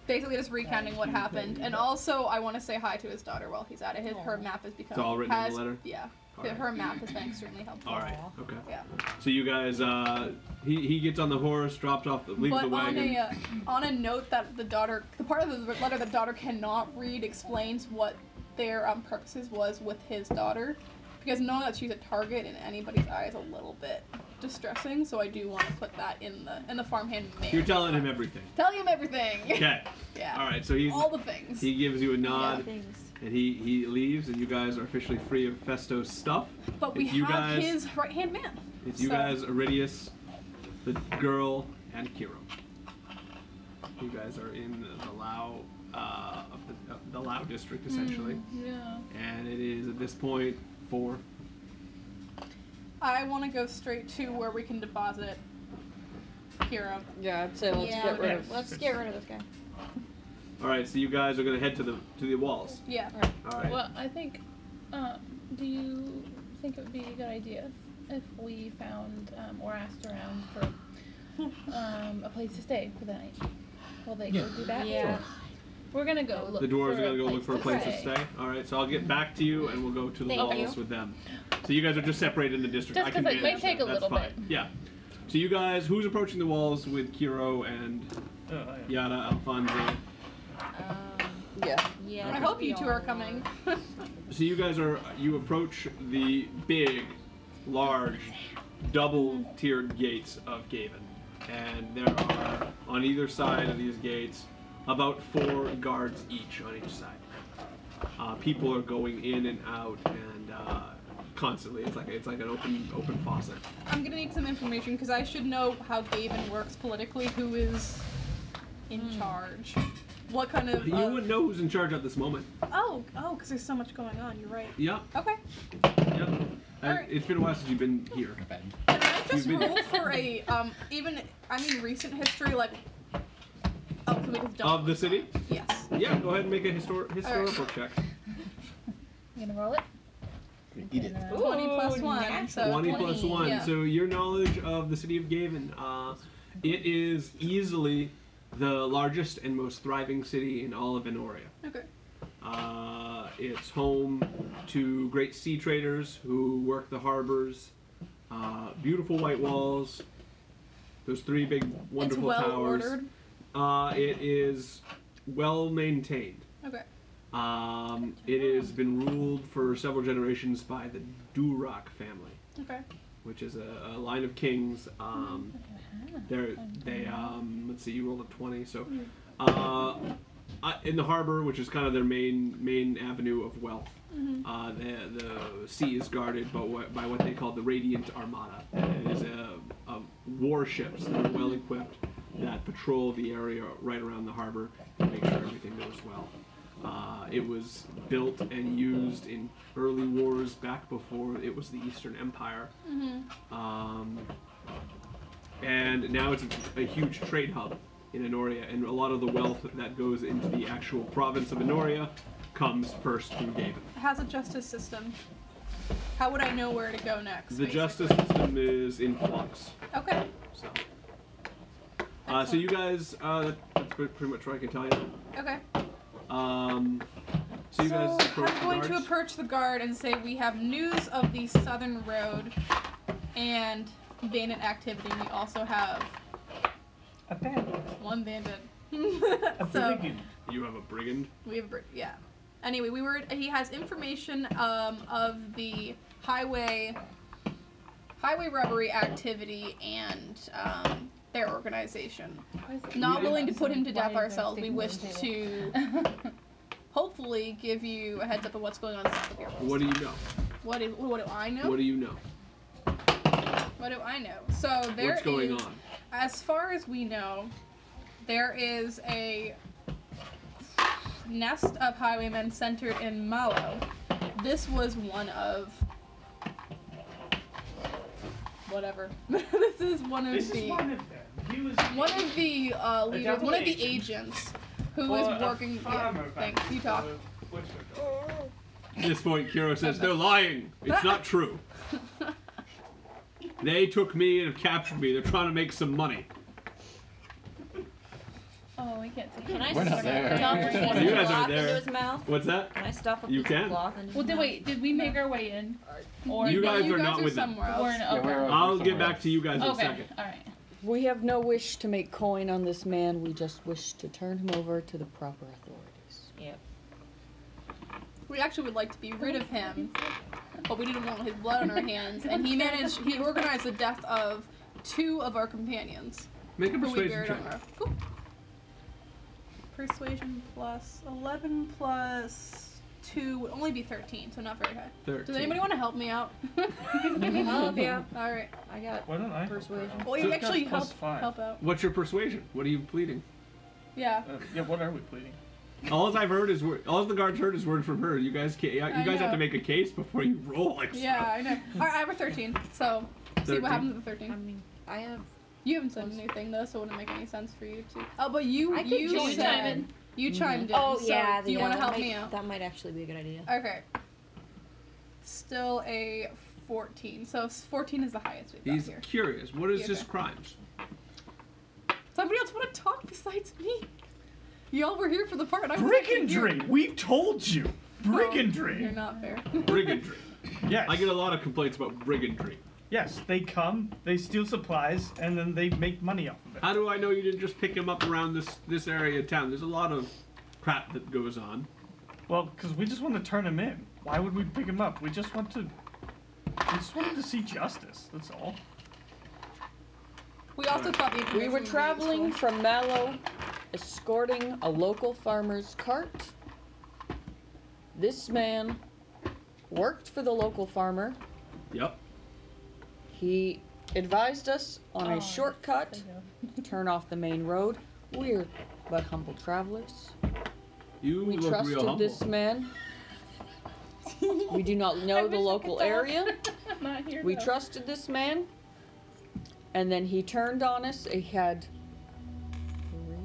B: basically just recounting what happened and also i want to say hi to his daughter while he's at it his, her map has become
A: all written in the
B: has-
A: letter?
B: yeah
A: All
B: Th-
A: right.
B: her map has been extremely helpful
A: All right. Okay.
B: yeah
A: So you guys, uh, he he gets on the horse, drops off, the, leaves
B: but
A: the
B: on
A: wagon.
B: a uh, on a note that the daughter the part of the letter that the daughter cannot read explains what their um, purposes was with his daughter because knowing that she's a target in anybody's eye is a little bit distressing so i do want to put that in the in the farmhand man
A: You're telling him everything.
B: telling him everything
A: Okay.
B: [laughs] yeah
A: All right. So he's
B: all the things
A: he gives you a
I: Uh,
A: nod.
F: Things.
A: And he, he leaves, and you guys are officially free of Festo's stuff.
B: but we
A: if you
B: have
A: guys-
B: his right hand man
A: It's you
B: So-
A: guys, Iridius, the girl, and Kiro. You guys are in the Lao, uh, of the, of the Lao
B: Mm,
A: district, essentially.
D: Yeah.
A: And it is at this point four.
B: I want to go straight to where we can deposit Kira.
E: Yeah, I'd say let's
F: yeah,
E: get rid
F: okay,
E: of.
F: Let's get rid of this guy.
A: All right, so you guys are gonna head to the to the walls.
B: Yeah.
A: All right.
D: Well, I think. Um, do you think it would be a good idea if we found um, or asked around for um, a place to stay for the night? Will they go
G: Yeah.
D: do that?
F: Yeah.
D: We're gonna go look.
A: The dwarves
D: for
A: are gonna
D: a
A: go look for a place to stay. All right, so I'll get back to you, and we'll go to the
F: Thank
A: walls
F: you.
A: with them. So you guys are just separated into districts.
D: Just
A: I can
D: 'cause it may
A: manage
D: take
A: that.
D: a
A: That's
D: little
A: fine. Yeah. So you guys, who's approaching the walls with Kiro and
C: Oh, I am.
A: Yada Alfonso?
F: Um,
E: Yeah.
F: yeah.
B: I hope you two are coming. [laughs]
A: So you guys are you approach the big, large, double-tiered gates of Gaven, and there are on either side of these gates about four guards each on each side. Uh, people are going in and out and uh, constantly. It's like it's like an open open faucet.
B: I'm gonna need some information because I should know how Gaven works politically. Who is in charge? What kind of?
A: You
B: uh,
A: wouldn't know who's in charge at this moment.
B: Oh, oh, because there's so much going on. You're right.
A: Yep,
B: Okay.
A: yep. I-
B: Alright.
A: It's been a while since you've been here.
B: Can I just
A: You've been-
B: roll for a um? Even I mean recent history like. Oh, can we just
A: Of
B: dump?
A: the city?
B: yes.
A: Yeah, go ahead and make a histor- historical check.
D: You gonna roll it?
I: Eat it.
D: And, uh,
B: Twenty plus
F: Ooh,
B: one. So
F: natural
A: 20 plus 1.
B: Yeah.
A: So your knowledge of the city of Gavin, uh, it is easily the largest and most thriving city in all of Venoria.
B: Okay.
A: Uh, it's home to great sea traders who work the harbors, uh, beautiful white walls, those three big wonderful
B: it's well
A: towers.
B: ordered.
A: Uh, it is well maintained.
B: Okay.
A: Um, it has been ruled for several generations by the Duroc family
B: Okay.
A: which is a, a line of kings. Um, they're, they um, let's see, you rolled a twenty, so uh, I- in the harbor, which is kind of their main main avenue of wealth. Uh, the, the sea is guarded by what, by what they call the Radiant Armada. It is a, a warships that are well equipped that patrol the area right around the harbor to make sure everything goes well. Uh, it was built and used in early wars back before it was the Eastern Empire. Um, and now it's a, a huge trade hub in Enoria, and a lot of the wealth that goes into the actual province of Enoria comes first through Gavin.
B: It has a justice system. How would I know where to go next?
A: The
B: basically?
A: justice system is in flux,
B: Okay.
A: so. Uh, so you guys, uh, that's pre- pretty much what I can tell you.
B: Okay.
A: Um, so you guys approach
B: I'm going
A: the
B: to
A: guards.
B: approach the guard and say we have news of the Southern Road and bandit activity. We also have
C: A bandit.
B: one bandit. [laughs]
C: A
B: so
C: brigand.
A: you have a brigand.
B: we have br- yeah. Anyway, we were he has information um, of the highway highway robbery activity and um, their organization. Not willing to put him to death ourselves, we wish to [laughs] hopefully give you a heads up of what's going on with your
A: What do you know?
B: What do, what do I know?
A: What do you know?
B: What do I know? So there
A: What's going
B: is-
A: on?
B: as far as we know, there is a nest of highwaymen centered in Malo. This was one of [laughs] whatever. this is one of
C: This
B: the
C: is one of them. He was.
B: one of the uh, leaders,
C: double
B: one of the
C: agent.
B: agents who is
C: or a
B: working.
C: farmer
B: yeah, thanks.
C: bandit,
B: You talk.
C: or a wizard.
A: At this point, Kiro says, They're lying. It's not
B: [laughs]
A: true. They took me and have captured me. They're trying to make some money.
D: Oh, we can't take
F: Can I
I: We're not
F: stuff
I: there. [laughs]
F: a
I: You
F: piece
A: guys
F: of
A: aren't
F: cloth
A: there.
F: into his mouth?
A: What's that?
F: Can I stuff a
A: You
F: piece
A: can.
F: of cloth into his
D: Well,
F: mouth?
D: did wait? Did we make our way in? Or
A: You
D: did-
A: guys
B: you
A: are
B: guys
A: not
B: are
A: with them.
B: somewhere else.
D: We're in,
I: Yeah,
D: okay.
I: Oh, we're over
A: I'll get
I: somewhere
A: back
I: else.
A: to you guys in a
D: okay.
A: second.
D: All right.
E: [laughs] We have no wish to make coin on this man. We just wish to turn him over to the proper authorities.
F: Yep.
B: We actually would like to be rid of him, but we didn't want his blood on our hands, and he managed, he organized the death of two of our companions
A: Make a
B: who we
A: persuasion
B: buried on
A: check.
B: our. Cool. Persuasion plus 11 plus 2 would only be 13, so not very high. Does
A: 13.
B: anybody want to help
A: [laughs]
B: me out?
F: Oh, yeah.
B: Alright.
F: I got
C: Why don't I?
F: Persuasion.
B: Well,
A: So
B: you
A: it's
B: actually
C: got plus
B: help,
C: five.
B: help out.
A: What's your persuasion? What are you pleading?
B: Yeah.
C: Uh, yeah, what are we pleading?
A: All I've heard is wor- all the guards heard is word from her. You guys can't. You
B: I
A: guys have
B: know.
A: to make a case before you roll. Like,
B: Yeah, I know. All right, I have a 13, so see
A: 13?
B: what happens with the 13.
F: I mean, I have.
B: You haven't said anything though, so it wouldn't make any sense for you to. Mm-hmm. Oh, but you
F: I could
B: you
F: join
B: said
F: in.
B: you chimed in.
F: Oh
B: so
F: yeah.
B: do you
F: yeah,
B: want to
F: that
B: help
F: might-
B: me out?
F: That might actually be a good idea.
B: Okay. Still a fourteen. So s- fourteen is the highest we've got
A: He's
B: here.
A: curious. What is
B: Yeah,
A: his
B: okay.
A: crimes?
B: Somebody else want to talk besides me? Y'all were here for the part. I wasn't here.
K: Brigandry! We told you!
B: You're
K: Brigandry!
B: not fair.
A: Brigandry.
K: Yes.
A: I get a lot of complaints about brigandry.
K: Yes, they come, they steal supplies, and then they make money off of it.
A: How do I know you didn't just pick him up around this this area of town? There's a lot of crap that goes on.
K: Well, because we just want to turn him in. Why would we pick him up? We just want to. We just wanted to see justice. That's all.
B: We also thought the
E: We
B: information
E: were
B: useful.
E: traveling from Mallow, escorting a local farmer's cart. This man worked for the local farmer.
A: Yep.
E: He advised us on
D: Oh,
E: a shortcut, [laughs] turn off the main road. We're but humble travelers.
A: You
E: We
A: look real humble.
E: trusted this man. We
D: [laughs]
E: do not know the
D: wish I
E: local
D: could talk.
E: area.
D: [laughs] I'm not here.
E: We
D: though.
E: trusted this man, and then he turned on us. He had three,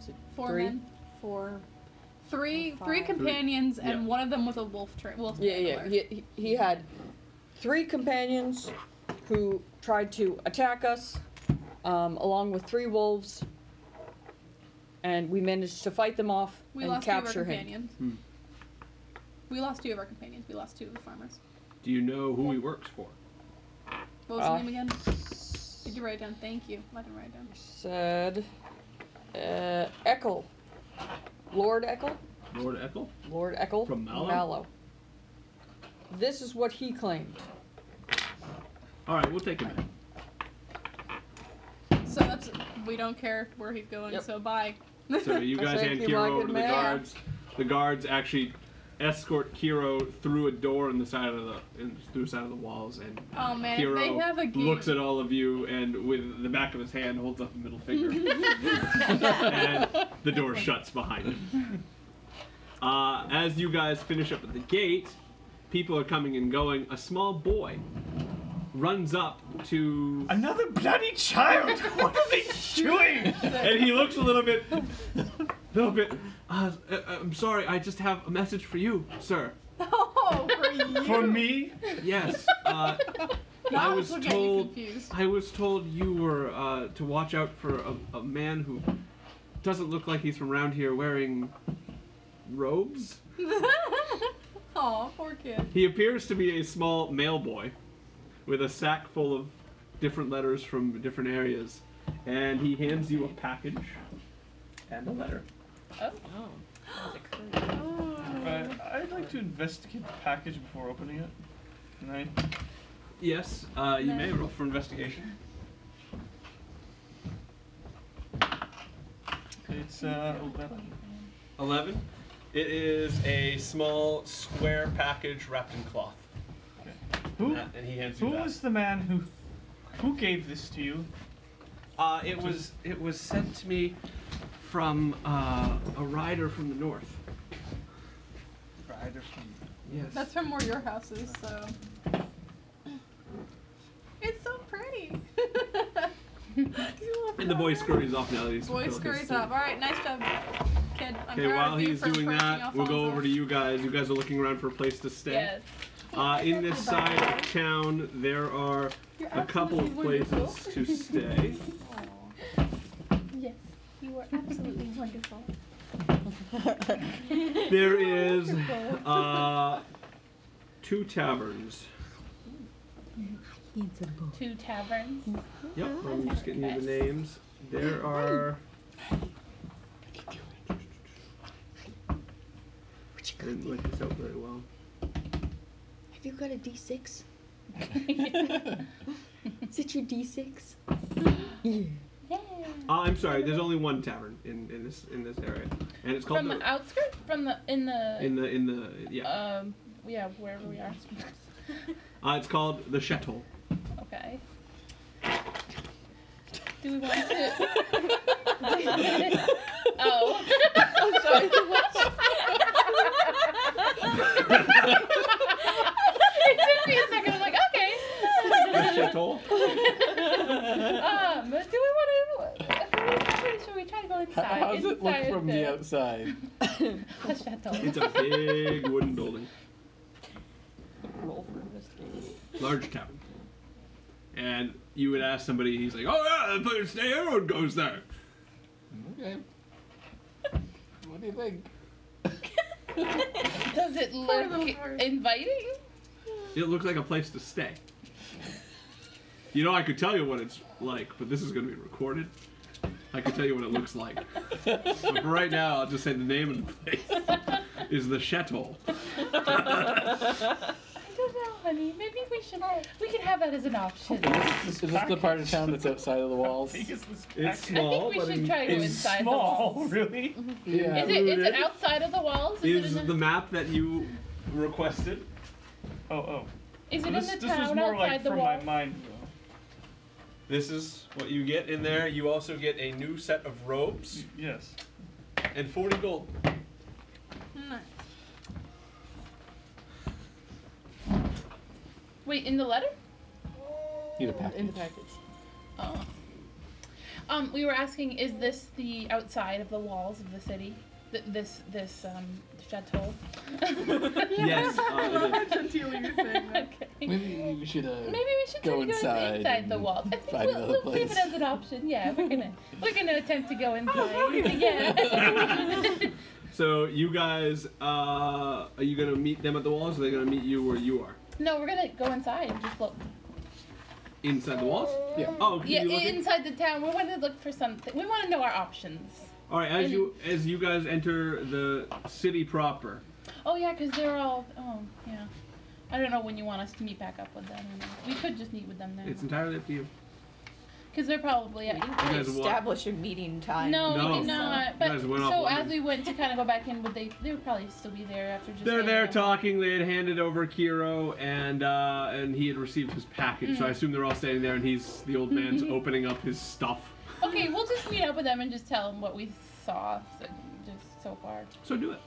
E: is it
B: Four
E: three?
B: men.
F: For
B: Three,
F: Five.
B: three
F: Three.
B: companions, and
A: Yeah.
B: one of them with a wolf train. Wolf
E: Yeah, yeah.
B: handler.
E: He, he- he had three companions who tried to attack us, um, along with three wolves, and we managed to fight them off
B: We
E: and
B: lost two of our
E: capture him.
B: companions.
A: Hmm.
B: We lost two of our companions. We lost two of the farmers.
A: Do you know who he works for?
B: What was
E: Uh,
B: his name again? Did you write it down? Thank you. I didn't write it down.
E: Said, uh, Eckel, Lord Eckel.
A: Lord Ethel?
E: Lord Eckel
A: From Mallow?
E: This is what he claimed.
A: All right, we'll take him. in.
E: [laughs]
B: So that's we don't care where he's going.
E: Yep.
B: So bye.
A: So you
E: I
A: guys
E: thank
A: hand
E: you,
A: Kiro
E: my
A: over
E: good
A: to the
E: man.
A: guards. The guards actually escort Kiro through a door in the side of the in, through the side of the walls, and
B: oh man, if they have a
A: Kiro
B: game.
A: looks at all of you and with the back of his hand holds up a middle finger, and the door shuts behind him. Uh, as you guys finish up at the gate, people are coming and going. A small boy runs up to
K: Another bloody child! [laughs] what are they doing?
A: and he looks a little
B: [laughs]
A: bit, a little bit. Uh, uh, I'm sorry. I just have a message for you, sir.
B: oh, for you.
K: For me?
A: [laughs] Yes. Uh,
B: Now
A: I was
B: look at you
A: told.
B: confused.
A: I was told you were uh, to watch out for a, a man who doesn't look like he's from around here, wearing robes.
B: Aw, poor kid.
A: He appears to be a small male boy with a sack full of different letters from different areas, and he hands you a package and a letter.
E: Oh.
C: Uh, I'd like to investigate the package before opening it. Can I?
A: Yes, uh, you may roll for investigation.
C: It's uh, 11.
A: 11. It is a small square package wrapped in cloth.
K: Who?
A: That- and he hands you
K: Who
A: that.
K: was the man who? Who gave this to you?
A: Uh, it was it was sent to me from uh, a rider from the north.
K: Rider from.
A: Yes.
B: That's from where your house is. So it's so pretty. [laughs] You love
A: and the boy
B: that.
A: scurries off now. that He's
B: Boy
A: filled his
B: scurries
A: sleep.
B: up. All right, nice job, kid. I'm
A: Okay,
B: proud
A: while
B: of you
A: he's
B: for
A: doing
B: impressing
A: that, we'll go
B: Alfonso.
A: over to you guys. You guys are looking around for a place to stay.
D: Yes.
A: Uh, in this side of town, there are
B: You're
A: a couple of
B: absolutely wonderful.
A: places
B: [laughs]
A: to stay.
D: Yes, you are absolutely wonderful.
A: There is uh, two taverns.
D: Two taverns. [laughs]
A: Yep, I'm just getting you the names. There are. I didn't look this up very well.
F: Have you got a D6? Is it your D6?
A: Uh, I'm sorry. There's only one tavern in, in this in this area, and it's called
D: From the
A: the,
D: outskirts, from the in the
A: in the in the yeah.
D: um yeah wherever we are. [laughs]
A: Uh, it's called the Chateau.
D: okay. Do we want to? oh.
E: I'm sorry,
D: [laughs] Um, inside.
I: How does it look
D: inside
I: from the outside?
D: the chateau.
A: It's a big wooden building,
E: Roll for investigation.
A: large town. And you would ask somebody, he's like, "Oh yeah, that place, there, everyone goes there."
I: Okay. What do you think?
D: Does it look inviting?
A: It looked like a place to stay. You know, I could tell you what it's like, but this is going to be recorded. I could tell you what it looks like. but for right now, I'll just say the name of the place [laughs] is the Chateau.
D: I don't know, honey. Maybe we should. We could have that as an option.
I: Is this the part of
C: [laughs]
I: town that's outside of the [laughs] walls?
A: It's
D: I
A: small,
D: think
A: but
D: we should
A: it
D: try to go
C: It's
D: inside the
C: small, [laughs]
D: walls.
C: really?
I: Yeah.
D: Is it, is it outside of the walls? Is,
A: is
D: it in
A: the
D: the,
A: map that you requested.
C: Oh, oh.
D: is it in
C: this,
D: the
C: this is
D: town
C: more
D: outside
C: like
D: the
C: from
D: walls?
C: my mind.
A: This is what you get in there. You also get a new set of robes
C: Yes.
A: and 40 gold.
D: Wait, in the letter?
I: Need a pack.
E: In the package.
D: Oh. Um, we were asking, is this the outside of the walls of the city? Th- this this um
C: [laughs]
D: chateau.
A: Yes, uh, it is.
B: Genteel, you're saying that.
D: [laughs] okay.
I: Maybe we should. Uh,
D: Maybe we should
I: Go
D: try to go
I: inside
D: inside the
I: and
D: walls. I think
I: find
D: we'll,
I: another
D: we'll leave it
I: place.
D: as an option. Yeah, we're gonna we're gonna attempt to go inside. [laughs] Yeah. [laughs]
A: So you guys, uh, are you gonna meet them at the walls? Or are they gonna meet you where you are?
D: no, we're gonna go inside and just look.
A: Inside the walls?
I: Yeah.
A: Oh, okay.
D: Yeah,
A: you looking?
D: inside the town. We want to look for something. We want to know our options.
A: All right, as
D: in-
A: you as you guys enter the city proper,
D: Oh yeah, 'cause they're all. Oh yeah. I don't know when you want us to meet back up with them. or not. We could just meet with them there.
A: it's entirely up to you.
D: Because they're probably.
F: We didn't really
A: guys walk-
F: establish a meeting time.
D: No,
A: No.
D: we did not.
A: You
D: But
A: guys went off
D: so as
A: wandering.
D: we went to kind of go back in, would they? They would probably still be there after just.
A: They're
D: waiting
A: there
D: a
A: talking. They had handed over Kiro, and uh, and he had received his package. So I assume they're all standing there, and he's the old man's opening up his stuff.
D: while. Okay, we'll just meet up with them and just tell them what we saw, so, just so far.
A: So do it.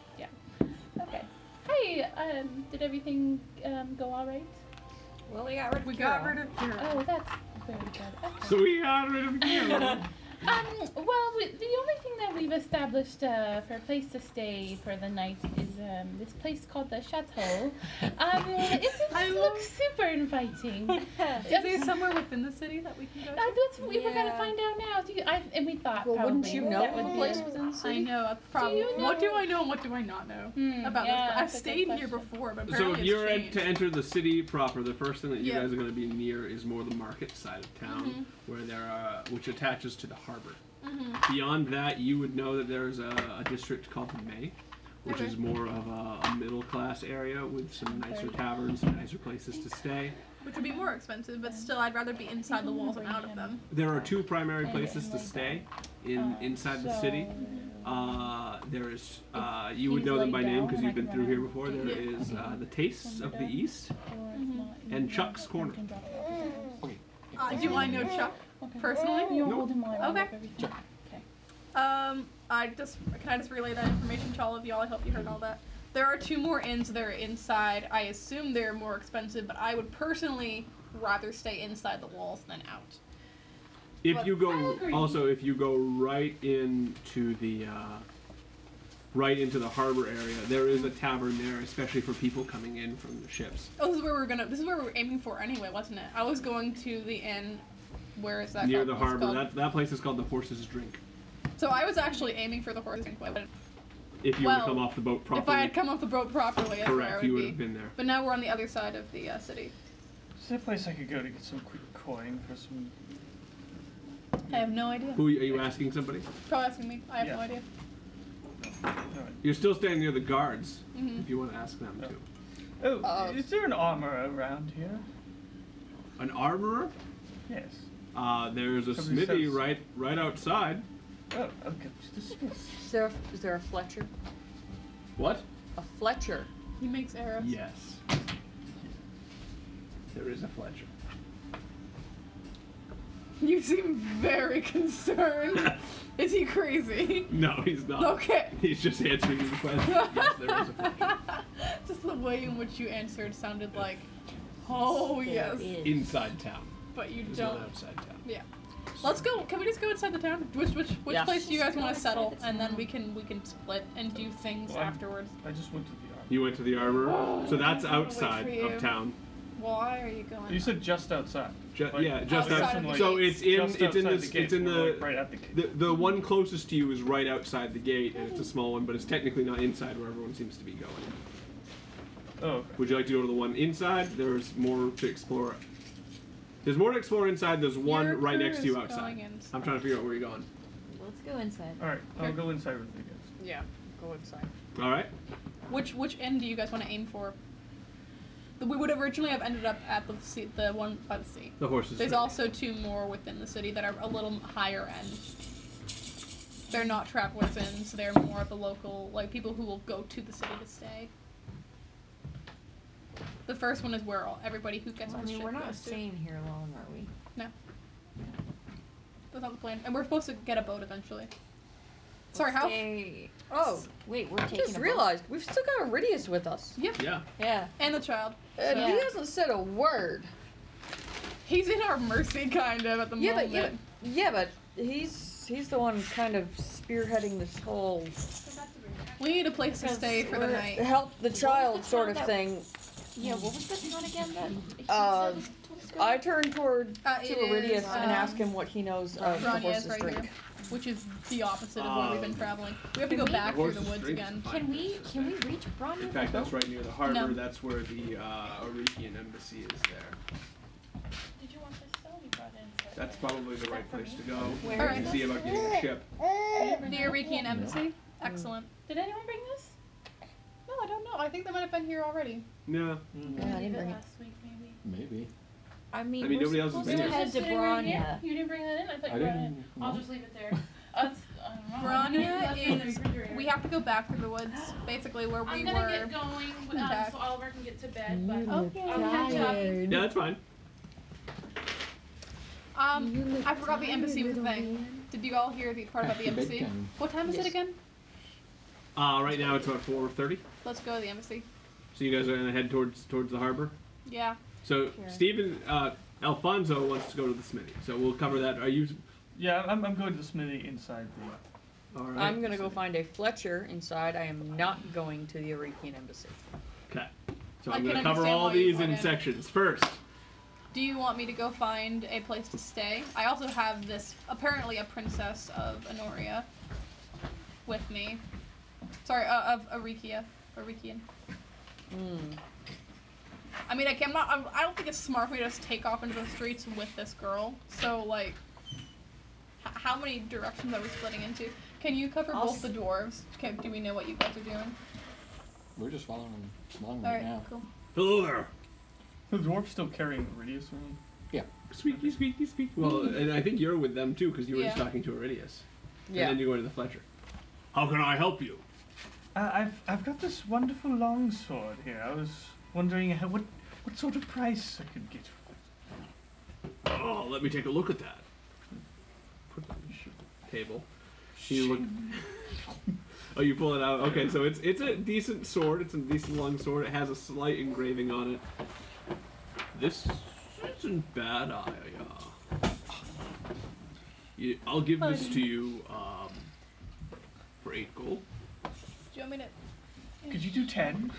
D: Okay. Hey, um, did everything um, go all right?
F: Well, we got rid of
B: We
F: Kira.
B: got rid of Kira.
D: Oh, that's very good. Okay.
A: So we got rid of Kiro.
D: Um, well, we, the only thing that we've established uh, for a place to stay for the night is um, this place called the Chateau. Um,
F: [laughs]
D: it just
B: I love-
D: looks super inviting. Uh,
B: Is there somewhere within the city that we can go to?
D: that's what we were gonna
F: Yeah.
D: find out now. Do you, I, and we thought
F: Well,
D: probably
F: wouldn't you know
D: that
F: if
D: would
F: the
D: be-
F: place was in
B: I
F: city?
B: know. That's probably.
D: you
B: What do
D: know?
B: I know and what do I not know
D: Hmm,
B: about
D: yeah,
B: this? I've
D: that's a good
B: stayed here
D: question.
B: before, but
A: so
B: apparently
A: if
B: it's
A: you're en-
B: changed.
A: to enter the city proper, the first thing that you
B: Yeah. Mm-hmm.
A: guys are going to be near is more the market side of town, where there are, which attaches to the harbor. Beyond that, you would know that there's a, a district called May, which is more of a, a middle class area with some nicer taverns, some nicer places to stay.
B: Which would be more expensive, but still, I'd rather be inside the walls than out of them.
A: There are two primary
D: And-
A: places
D: and
A: to
D: like
A: stay in
B: Oh,
D: Uh,
A: inside the
D: so-
A: city. Uh, there is, uh, you would
D: he's
A: know them by
D: laid
A: name
D: down
A: because
D: and I
A: you've been
D: can
A: through
D: run
A: here
D: out.
A: before. There
B: Yeah.
A: is uh, the Tastes of the East.
D: Or if not, you
A: And
D: can
A: Chuck's
D: drop it- you
A: Corner.
D: can drop it off at the house.
B: Uh, do I know Chuck
D: Okay.
B: personally?
D: You'll
A: Nope.
D: hold him while I roll
B: Okay.
D: up everything.
B: Um, I just can I just relay that information to all of y'all. I hope you heard all that. There are two more inns that are inside. I assume they're more expensive, but I would personally rather stay inside the walls than out.
A: If
B: But
A: you
D: I
A: go,
D: agree.
A: also if you go right into the, uh, right into the harbor area, there is a tavern there, especially for people coming in from the ships.
B: Oh, this is where we were gonna. This is where we were aiming for anyway, wasn't it? I was going to the inn. Where is that?
A: Near
B: called?
A: the
B: It's
A: harbor,
B: called-
A: that, that place is called the Horse's Drink.
B: So I was actually aiming for the horse drink, but
A: If you were to
B: Well,
A: come off the boat properly,
B: if I had come off the boat properly, that's where I
A: correct,
B: would
A: you
B: be.
A: would have been there.
B: But now we're on the other side of the uh, city.
C: Is there a place I could go to get some quick coin for some?
B: I have no idea.
A: Who are you asking somebody?
B: Probably asking me. I have no
C: Yeah.
B: idea.
A: You're still standing near the guards.
B: Mhm.
A: If you want to ask them
C: Yeah.
A: too.
C: Oh,
B: Uh,
C: is there an armor around here?
A: An armorer?
C: Yes.
A: Uh, there's a
C: Somebody
A: smithy
C: says-
A: right right outside.
C: Oh, okay. This is-
E: Is there, a, is there a Fletcher?
A: What?
E: A Fletcher.
B: He makes arrows.
A: Yes. There is a Fletcher.
B: [laughs] You seem very concerned.
A: [laughs]
B: Is he crazy?
A: No, he's not.
B: [laughs] Okay.
A: [laughs] He's just answering your
B: [laughs]
A: question. Uh, yes, there is a Fletcher.
B: Just the way in which you answered sounded like, oh yes,
F: There is.
A: Inside town.
B: but you
A: There's not
B: don't.
A: outside town.
B: Yeah. Let's go. Can we just go inside the town? Which which which
E: Yeah.
B: place do you
E: Just
B: guys want to
E: go
B: settle,
E: inside the
B: and then we can we can split and do things
A: Well, I'm-
B: afterwards.
C: I just went to the
A: You went to the arbor,
B: [gasps]
A: so that's
B: I'm gonna wait
A: outside
B: for
A: of
B: you.
A: town.
B: Why are you going?
C: You said just outside.
A: Ju-
C: Like,
A: yeah, just
B: outside
A: outside.
B: of the
A: so
B: gates.
A: it's in it's
C: Just
A: in the,
C: outside the
A: it's
C: gates,
A: in
C: we're,
A: the,
C: like, right at the gate.
A: the the one closest to you is right outside the gate, and it's a small one, but it's technically not inside where everyone seems to be going.
C: Oh, okay.
A: Would you like to go to the one inside? There's more to explore. There's more to explore inside. There's one
B: Your
A: right
B: crew
A: next to you
B: is
A: outside.
B: going inside.
A: I'm trying to figure out where you're going.
F: Let's go inside.
C: All right, I'll go inside with you guys.
B: Yeah.
E: Go inside.
A: All right.
B: Which which end do you guys want to aim for? We would originally have ended up at the sea, the one by the sea.
A: The horses.
B: There's also two more within the city that are a little higher end. They're not travelers inns. They're more of the local, like people who will go to the city to stay. The first one is where all, everybody who gets
F: Well, I
B: the
F: mean,
B: ship
F: we're not
B: goes to.
F: staying here long, are we?
B: No. That's not the plan. And we're supposed to get a boat eventually. Sorry, how?
F: Stay.
E: Oh,
F: Wait, we're
E: I
F: taking
E: just
F: a
E: realized we've still got Iridius with us.
B: Yep.
A: Yeah.
F: Yeah.
B: And the child.
E: And
F: Yeah.
E: he hasn't said a word.
B: He's in our mercy, kind of, at the
E: Yeah, but
B: moment.
E: yeah, but, yeah, but he's he's the one kind of spearheading this whole
B: We need a place to stay for the
E: we're-
B: night.
E: help the child
F: the
E: sort
F: town
E: of
F: that-
E: thing.
F: Yeah, what was the town again that he
E: Uh,
F: said was told us to go
E: I turn toward
B: Uh,
E: [laughs] to
B: it is,
E: Iridius and ask
B: um,
E: him what he knows of the
B: Rania is
E: horse's
B: right
E: drink.
B: here, which is the opposite of where we've been
A: Um,
B: traveling. We have to
F: can
B: go
F: we-
B: back
A: The
B: through the
A: horse's
B: woods
A: drink is
B: again.
A: fine.
F: Can we can we reach Bronya?
A: In fact, that's right near the harbor.
B: No.
A: That's where the uh, Arekian embassy is there.
D: Did you want this though? You brought it inside.
A: That's probably the right place to go.
F: Where
A: You
B: is
A: can see about getting a ship.
B: The Arikian Embassy. Excellent.
D: Did anyone bring this?
B: No, I don't know. I think they might have been here already.
A: No.
F: Yeah, I
D: Did
F: didn't bring it.
D: last week maybe.
I: Maybe.
F: I mean,
A: I mean,
F: we're
A: nobody else has
F: supposed
A: been
F: to
A: here.
F: head to
D: Sitting right here?
F: Bronya.
D: You didn't bring that in? I thought
I: I
D: you brought it in.
I: didn't.
D: I'll
I: no.
D: just leave
B: [laughs]
D: it there. That's, I don't know.
B: Brania
D: That's
B: is.
D: the refrigerator.
B: We have to go back through the woods, basically where we
D: I'm
B: were.
D: gonna get going, um,
B: Okay.
D: so Oliver can get to bed, but
B: Okay.
D: I'll catch up.
A: Yeah, that's fine.
B: Um, I forgot the embassy was a thing. Did you all hear the part about the
I: After
B: embassy?
I: bedtime.
B: What time is
E: Yes.
B: it again?
A: Uh, right now it's about 4:30.
B: Let's go to the embassy.
A: So you guys are gonna head towards towards the harbor.
B: Yeah.
A: So Stephen uh, Alfonso wants to go to the smithy. So we'll cover that. Are you
C: Yeah, I'm, I'm going to the smithy inside the.
A: all right?
E: I'm gonna go find a Fletcher inside. I am not going to the Arabian embassy.
A: Okay. So
B: I
A: I'm
B: can
A: gonna cover
B: understand
A: all
B: why you
A: these in
B: wanted-
A: sections first.
B: Do you want me to go find a place to stay? I also have this apparently a princess of Honoria with me. Sorry, uh, of Arikia. Arikian.
E: Mm.
B: I mean, I can, I'm not. I'm, I don't think it's smart for me to just take off into the streets with this girl. So like, h- how many directions are we splitting into? Can you cover
E: I'll
B: both
E: s-
B: the dwarves? Okay, do we know what you guys are doing?
I: We're just following him along
B: All
I: right,
B: right,
I: now.
B: cool.
A: Hello there.
C: The dwarf's still carrying Iridius around.
A: Squeaky, squeaky, squeak. Well, and I think you're with them too, because you were just
B: Yeah.
A: talking to Iridius.
E: Yeah.
A: And then you go to the Fletcher. How can I help you?
C: Uh, I've I've got this wonderful longsword here. I was wondering how, what what sort of price I could get for it.
A: Oh, let me take a look at that. Put it on the sh- table. You look. [laughs] oh, you pull it out. Okay, so it's it's a decent sword. It's a decent long sword. It has a slight engraving on it. This isn't bad. I, uh, you- I'll give this to you um, for eight gold.
B: Do you want me to
C: Could you do ten?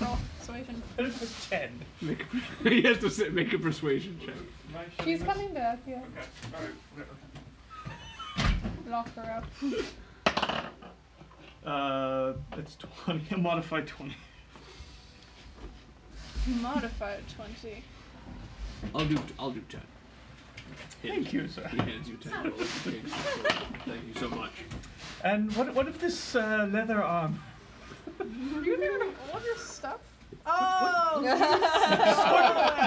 B: roll
C: [laughs]
B: persuasion?
C: What if it's ten?
A: Make a, [laughs] he has to sit, make a persuasion check.
B: She's coming back. Yeah,
C: Okay. All right. Whatever.
B: lock her out.
C: Uh, it's twenty. A modified twenty. [laughs]
B: Modified twenty.
A: I'll do I'll do ten.
C: Thank you, sir.
A: He hands you ten gold. He takes the sword. Thank you so much.
C: And what what of this uh, leather arm? [laughs]
B: Do you remember all of your stuff? Oh!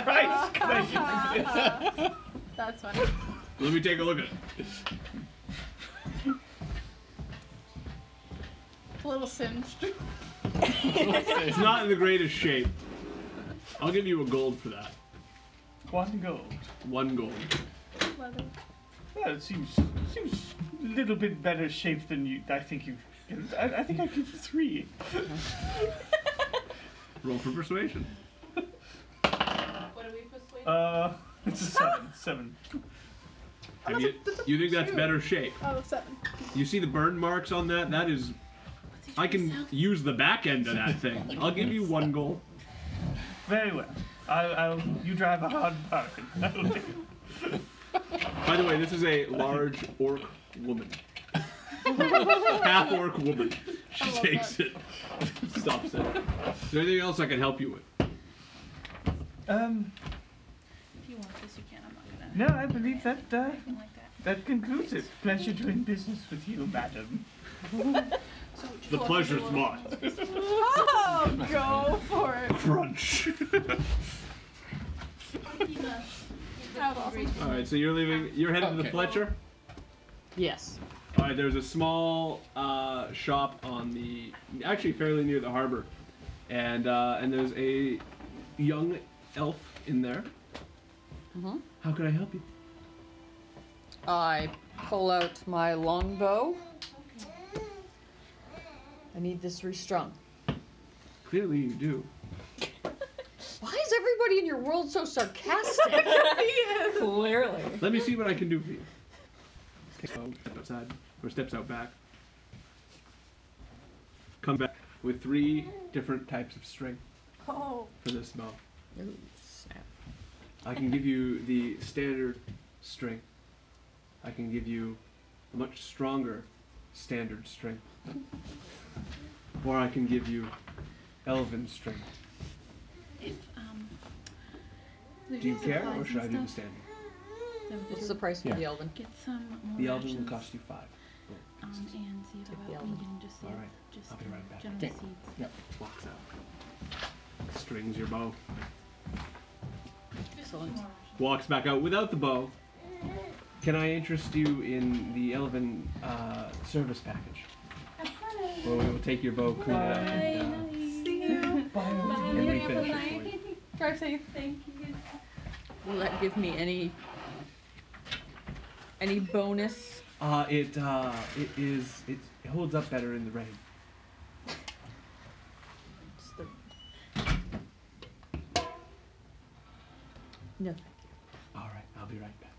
C: Price could I get?
B: That's funny.
A: Let me take a look at it.
B: It's a little singed.
A: It's not in the greatest shape. I'll give you a gold for that.
C: One gold.
A: One gold.
C: Well, it seems seems a little bit better shape than you. I think you. I, I think I give three.
A: Roll for persuasion.
D: What are we supposed to wait?
C: Uh,
K: It's a
D: [laughs]
K: seven. seven.
A: Have you, you think that's
B: Two.
A: better shape?
B: Oh, seven.
A: You see the burn marks on that? That is. I can use the back end of that
B: [laughs]
A: thing. I'll give you one goal.
K: Very well. I, I'll, you drive a hard
C: [laughs]
K: bargain. I'll take it.
A: By the way, this is a large orc woman. Half orc woman. She takes it, [laughs] stops it. Is there anything else I can help you with?
K: Um,
J: If you want this, you can. I'm not gonna.
K: no, I believe that uh,
J: Anything like that.
K: that concludes it. Pleasure doing business with you, madam.
J: So just
A: The
J: walk
A: pleasure's
J: into a-
A: mine.
J: Oh, go for it.
A: Crunch.
J: That was awesome.
A: All right, so you're leaving. You're headed to the
E: Okay.
A: Fletcher.
E: Yes.
A: All right, there's a small uh, shop on the actually fairly near the harbor, and uh, and there's a young elf in there.
E: Mhm.
A: How could I help you?
E: I pull out my longbow. I need this restrung.
A: Clearly, you do.
E: Why is everybody in your world so sarcastic? Clearly.
A: Let me see what I can do for you. Takes a step outside, or steps out back. Come back with three different types of string
J: Oh.
A: for this bow.
E: Ooh, snap.
A: I can give you the standard string. I can give you a much stronger standard string. Or I can give you elven string.
J: If, um,
A: Do you
J: There's
A: care,
J: supplies
A: or
J: and
A: should I do the
J: stuff.
A: standard?
E: What's the price for the elven?
D: Get some more
A: The elven will
D: rations,
A: cost you five.
D: Um, and see
E: Take the
D: about
E: elven.
D: weed and just see
A: All
D: if
A: right.
D: just
A: I'll be right back.
D: general
A: Okay.
D: seeds.
A: Yep. Walks out. Strings your bow.
E: Excellent.
A: Walks back out without the bow. Can I interest you in the elven uh, service package? Where we will take your bow, clean it up, and uh, and refinish it for you.
J: Drive safe. Thank you.
E: Will that give me any any bonus?
A: Uh, it uh, it is it, it holds up better in the rain.
E: It's the- No.
A: All right, I'll be right back.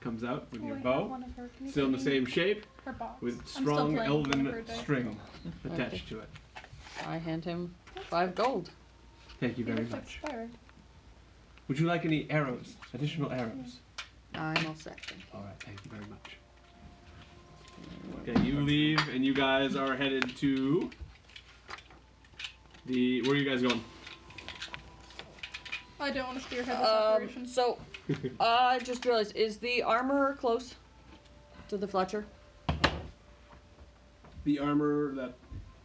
A: Comes out with your
J: Wait, I
A: bow,
J: want of her. Can you
A: still in the
J: give me
A: same shape,
J: Her box.
A: with
J: I'm still
A: strong
J: playing one of her
A: elven
J: dice.
A: string attached to it.
E: I hand him five gold.
A: Thank you
J: He
A: very
J: looks
A: much.
J: expired.
A: Would you like any arrows? Additional arrows?
E: I'm all set. thank
A: All right, thank you very much. Okay, you leave, and you guys are headed to the. Where are you guys going?
J: I don't want to
E: you.
J: spearhead this
E: Um,
D: [laughs]
J: operation.
E: so, uh, I just realized, is the armorer close to the Fletcher?
A: The armor that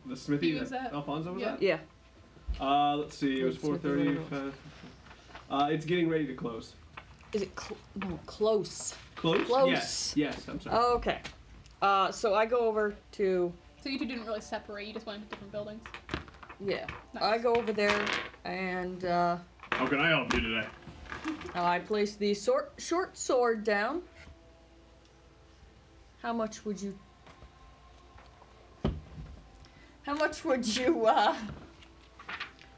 A: the smithy
J: He was
A: that
J: at-
A: Alfonso was
J: yeah.
A: at.
E: Yeah.
A: Uh, let's see. It was four
E: Smith is what
A: thirty.
E: it was.
A: Uh, it's getting ready to close.
E: Is it cl- no close?
A: Close.
E: Close.
A: Yes. Yes. I'm sorry.
E: Okay. Uh, so I go over to
J: so you two didn't really separate. You just went into different buildings.
E: yeah.
J: Nice.
E: I go over there and uh,
A: How can I help you today?
E: I place the sor- short sword down. How much would you? How much would you uh,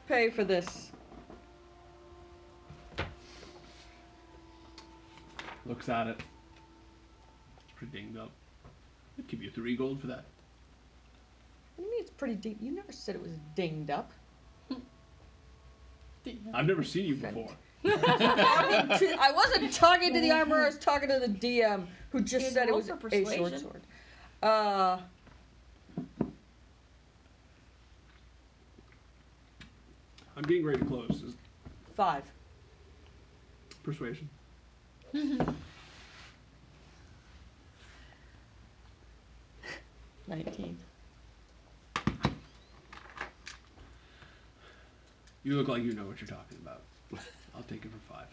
E: pay for this?
A: Looks at it. It's pretty dinged up. I'd give you three gold for that.
E: What do you mean it's pretty deep? You never said it was dinged up.
A: I've never seen you before.
E: Talking to- I wasn't talking to the armorer. I was talking to the DM who just
F: Good,
E: said it
F: roll
E: was
F: for
E: a short
F: persuasion.
E: sword. Uh,
A: I'm getting ready to close. Is
E: five.
A: persuasion.
E: Nineteen.
A: You look like you know what you're talking about. [laughs] I'll take it for five.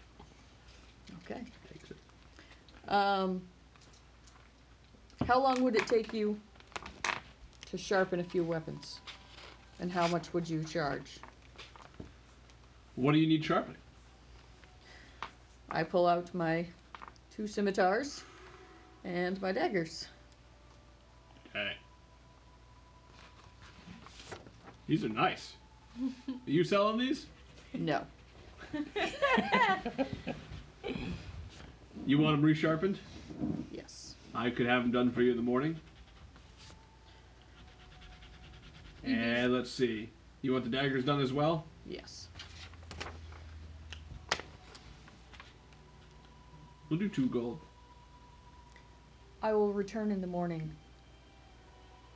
E: Okay.
A: Takes it.
E: Um, how long would it take you to sharpen a few weapons? And how much would you charge?
A: What do you need sharpening?
E: I pull out my two scimitars and my daggers.
A: Hey. These are nice. you selling these?
E: No.
A: You want them resharpened?
E: Yes.
A: I could have them done for you in the morning. And let's see. You want the daggers done as well?
E: Yes.
A: We'll do two gold.
E: I will return in the morning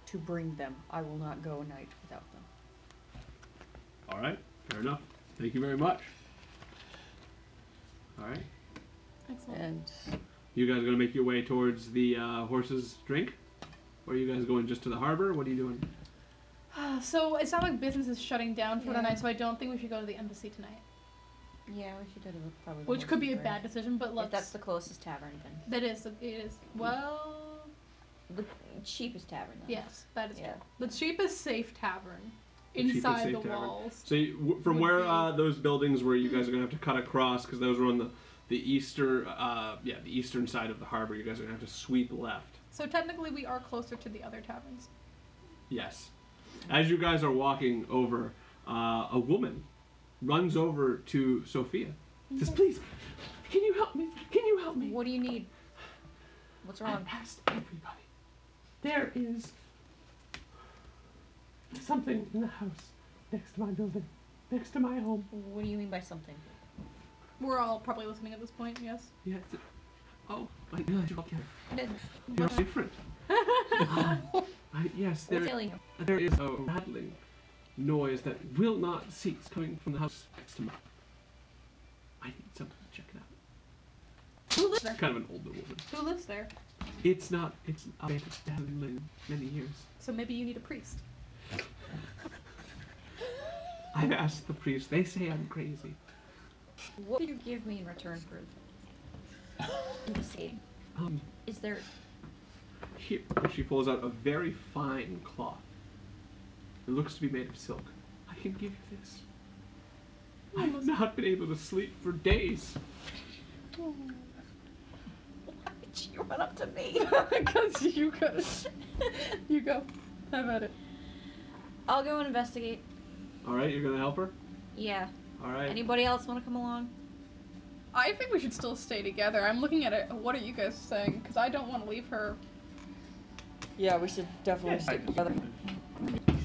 E: to bring them. I will not go a night without them.
A: All right, fair enough. Thank you very much. All right,
D: Excellent.
E: And
A: you guys are gonna make your way towards the uh, horses' drink, or are you guys going just to the harbor? What are you doing?
D: Uh, So it's not like business is shutting down for
F: Yeah.
D: tonight, so I don't think we should go to the embassy tonight.
F: Yeah, we should go to the, probably. the
D: Which could be a
F: horses'
D: bad
F: drink.
D: decision, but
F: If that's
D: let's.
F: the closest tavern, then
D: That is, it is. Well,
F: the cheapest tavern. Then.
D: yes, that is
F: Yeah.
D: true. The cheapest safe tavern
A: The cheapest
D: inside
A: safe
D: the
A: tavern.
D: walls.
A: So you, w- from
D: Would
A: where
D: be-
A: uh, those buildings where you guys are gonna have to cut across, because those were on the the eastern, uh, yeah, the eastern side of the harbor. You guys are gonna have to sweep left.
D: So technically, we are closer to the other taverns.
A: Yes. As you guys are walking over, uh, a woman runs over to Sophia. Says, "Please, can you help me? Can you help me?"
F: What do you need? What's
A: I
F: wrong?
A: asked everybody. There is something in the house next to my building, next to my home.
F: What do you mean by something?
D: We're all probably listening at this point, yes?
A: Yeah. It's oh my God! You're, you're
F: What?
A: different. I, yes, there,
F: We're telling you.
A: there is a rattling noise that will not cease coming from the house next to mine. I need someone to check it out.
D: Who lives there?
A: Kind of an older woman.
D: Who lives there?
A: It's not. It's abandoned. It hasn't been lived in many years.
D: So maybe you need a priest.
A: I've asked the priest. They say I'm crazy.
F: What would you give me in return for this game?
A: Um,
F: Is there?
A: here. She pulls out a very fine cloth. It looks to be made of silk. I can give you this. I've not been able to sleep for days.
F: You went up to me.
D: Because you go. You go. How about it?
F: I'll go and investigate.
A: All right, you're gonna help her.
F: Yeah.
A: All right.
F: Anybody else want to come along?
D: I think we should still stay together. I'm looking at it. What are you guys saying? Because I don't want to leave her.
E: yeah, we should definitely
C: Yes, I
E: stick together.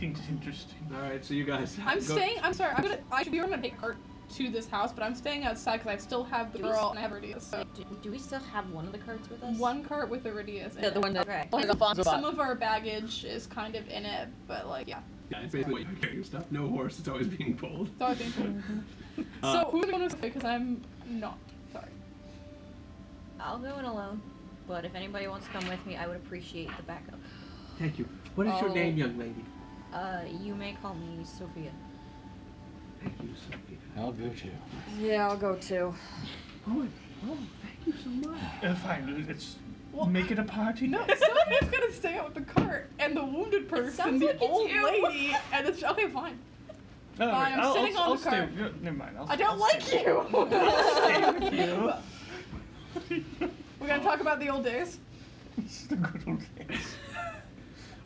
C: Seems interesting.
A: All right. So you guys.
D: I'm
A: go-
D: staying. I'm sorry. I'm gonna. I should be gonna take her to this house, but I'm staying outside because I still have the
F: Do we
D: girl
F: s-
D: and I have Iridius. So
F: Do, do we still have one of the cards with us?
D: one cart with Iridius. in
E: Yeah, the
D: it.
E: one that
F: Okay.
E: like Alfonso
D: Some
E: bought.
D: of our baggage is kind of in it, but like yeah.
A: Yeah, it's basically what you're carrying stuff. No horse. It's always being pulled.
D: So I think. Mm-hmm.
A: Uh,
D: so who's going to Because I'm not. Sorry.
F: I'll go in alone. But if anybody wants to come with me, I would appreciate the backup.
A: Thank you. What is your
F: Oh.
A: name, young lady?
F: Uh, you may call me
E: [laughs]
F: Sophia.
A: Thank you, Sophia.
L: I'll go too.
E: Yeah, I'll go too.
A: Oh, oh, thank you so much.
C: Uh, fine, let's
D: Well,
C: make it a party.
D: No, somebody's gonna stay out with the cart and the wounded person,
F: sounds
D: the
F: like it's
D: old
F: you.
D: lady, and it's okay, fine.
C: No,
D: [laughs] Fine, I'm
C: I'll,
D: sitting
C: I'll,
D: on
C: I'll
D: the
C: stay
D: cart.
C: with you. Never mind. I'll,
D: I don't
C: will
D: like you. We're gonna talk about the old days.
C: [laughs] It's the good old days.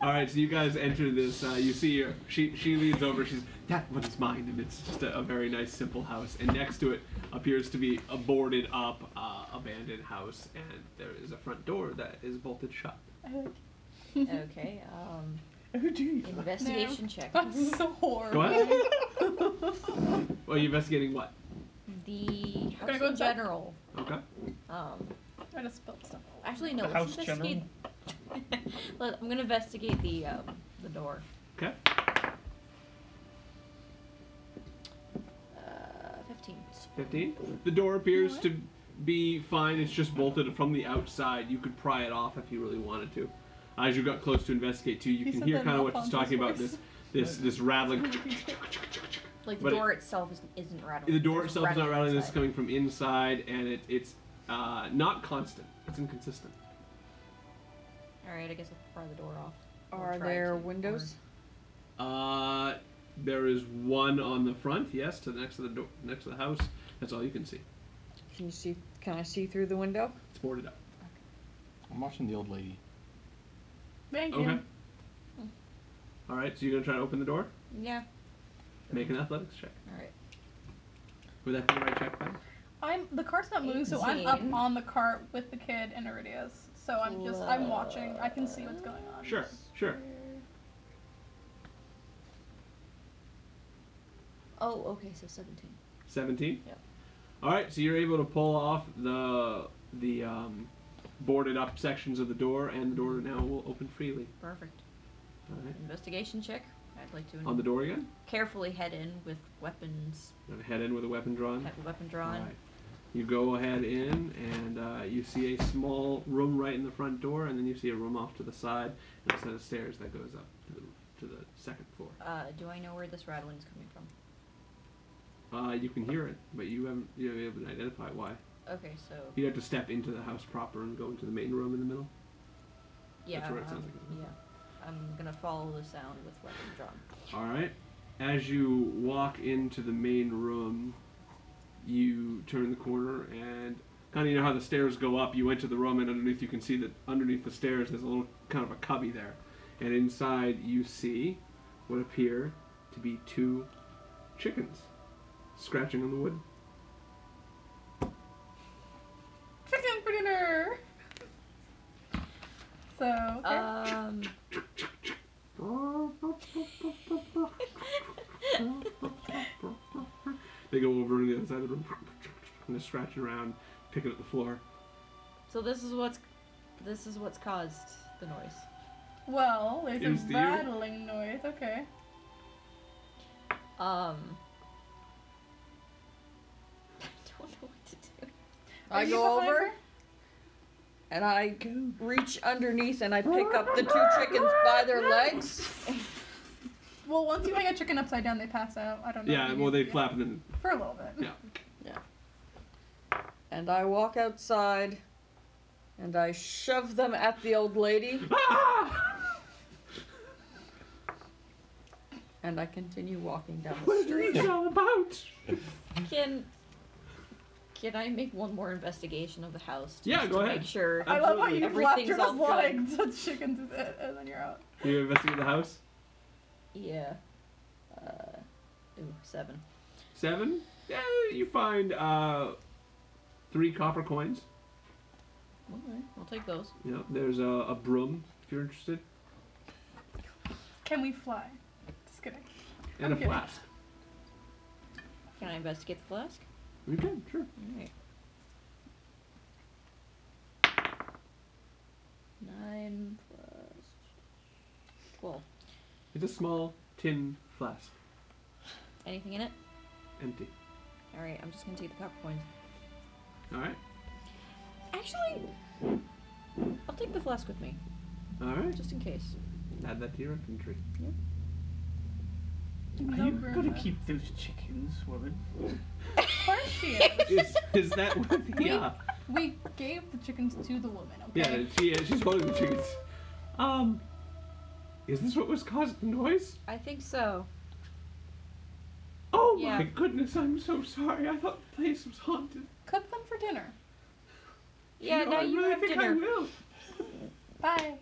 A: All right, so you guys enter this. Uh, you see, her, she she leans over. She's that one's mine, and it's just a, a very nice, simple house. And next to it appears to be a boarded up, uh, abandoned house, and there is a front door that is bolted shut.
F: okay. Um,
C: Uh, Who do you?
A: [laughs]
F: investigation check.
D: That's [laughs] so horrible.
A: What? [laughs] Are you investigating what?
F: The
D: Gonna
F: house
D: go
F: in
D: inside.
F: general.
A: Okay.
F: Um,
D: I just spilled stuff.
F: actually no.
C: The
F: Let's
C: house general.
F: investigate. [laughs] Let, I'm gonna investigate the um, the door.
A: Okay.
F: Uh, fifteen.
A: Fifteen. The door appears to be fine. It's just bolted from the outside. You could pry it off if you really wanted to. As you got close to investigate too, you
D: He
A: can
D: said
A: hear
D: that
A: kind
D: in
A: of what she's
D: Alfonso's
A: talking about.
D: voice.
A: This this this
D: [laughs]
A: rattling.
F: Like the
A: But it-
F: door itself is, isn't rattling.
A: The door
F: There's
A: itself is not rattling. This is
F: inside.
A: coming from inside, and it, it's uh, not constant. It's inconsistent.
F: All right, I guess I'll pry the door off. Or
E: Are
F: try
E: there
F: to, or-
E: windows?
A: Uh, there is one on the front, yes, to the next to the door, next to the house. That's all you can see.
E: Can you see? Can I see through the window?
A: It's boarded up.
I: I'm watching the old lady.
D: Thank you.
A: Okay. All right. So you're gonna try to open the door.
F: Yeah.
A: Make an athletics check.
F: All right.
A: Would that be the right check back?
D: I'm the cart's not moving, so I'm up
F: 18.
D: on the cart with the kid and Iridius. So I'm just I'm watching. I can see what's going on.
A: Sure, sure.
F: Oh, okay, so 17.
A: 17?
F: Yep.
A: All right, so you're able to pull off the the um, boarded up sections of the door, and the door now will open freely.
F: Perfect.
A: All right.
F: Investigation check. I'd like to
A: On the door again?
F: carefully head in with weapons,
A: You're gonna head in with a weapon drawn.
F: have a weapon
A: All
F: drawn.
A: right. You go ahead in, and uh, you see a small room right in the front door, and then you see a room off to the side, and a set of stairs that goes up to the, to the second floor.
F: Uh, do I know where this rattling's coming from?
A: Uh, you can hear it, but you haven't you haven't identified why.
F: Okay, so
A: You'd have to step into the house proper and go into the main room in the middle.
F: yeah,
A: That's what it
F: um,
A: sounds like, isn't it?
F: yeah. I'm gonna follow the sound with weapon drawn.
A: All right. As you walk into the main room, you turn the corner and kind of you know how the stairs go up. You enter the room and underneath you can see that underneath the stairs there's a little kind of a cubby there, and inside you see what appear to be two chickens scratching on the wood.
D: Chicken for dinner. So okay.
E: Oh,
F: Um,
A: They go over to the other side of the room and they're scratching around, picking up the floor.
F: so this is what's this is what's caused the noise.
D: well,
A: Here's
D: there's
A: to
D: a
A: you.
D: rattling noise. Okay.
F: Um, [laughs] I don't know what to do.
E: I
D: Are you
E: go
D: behind
E: over
D: her?
E: and I reach underneath and I pick up
F: [laughs]
E: the two chickens by their legs.
D: Well, once you hang a chicken upside down, they pass out. I don't know.
A: Yeah,
D: Maybe
A: well they
D: yeah.
A: flap and then
D: for a little bit.
A: yeah.
E: And I walk outside and I shove them at the old lady
A: Ah,
E: and I continue walking down the
A: What
E: street. [laughs]
A: is this all about?
F: Can can I make one more investigation of the house?
A: Yeah,
F: just
A: go
F: to
A: ahead.
F: Make sure.
D: I love how you flapped
F: Everything's
D: your
F: all
D: flying
F: good.
D: to chickens is it, and then you're out.
A: Do you investigate the house?
F: Yeah. Uh, ooh, seven.
A: Seven? Yeah, you find uh, three copper coins.
F: Okay, I'll take those.
A: Yep, there's a, a broom if you're interested,
D: Can we fly? Just kidding.
A: and a
D: Okay.
A: flask.
F: Can I investigate the flask?
A: You can, sure.
F: Alright. Nine plus twelve.
A: It's a small tin flask,
F: Anything in it?
A: empty.
F: Alright, I'm just gonna take the copper coins.
A: All right,
F: Actually, I'll take the flask with me,
A: all right.
F: just in case.
A: Add that to your inventory.
C: Are you gonna keep those chickens, woman?
D: Of course she [laughs] is.
A: Is, is
D: [laughs]
A: that what the? Uh,
D: we gave the chickens to the woman.
A: yeah,
D: Okay.
A: she, yeah, she's holding the chickens. Um, is this what was causing the noise?
F: I think so.
A: Oh
F: Yeah.
A: my goodness! I'm so sorry. I thought the place was haunted.
D: Cook them for dinner.
F: Yeah,
A: No,
F: now
A: I
F: you
A: really
F: have
A: think I
F: dinner.
A: will.
D: Bye.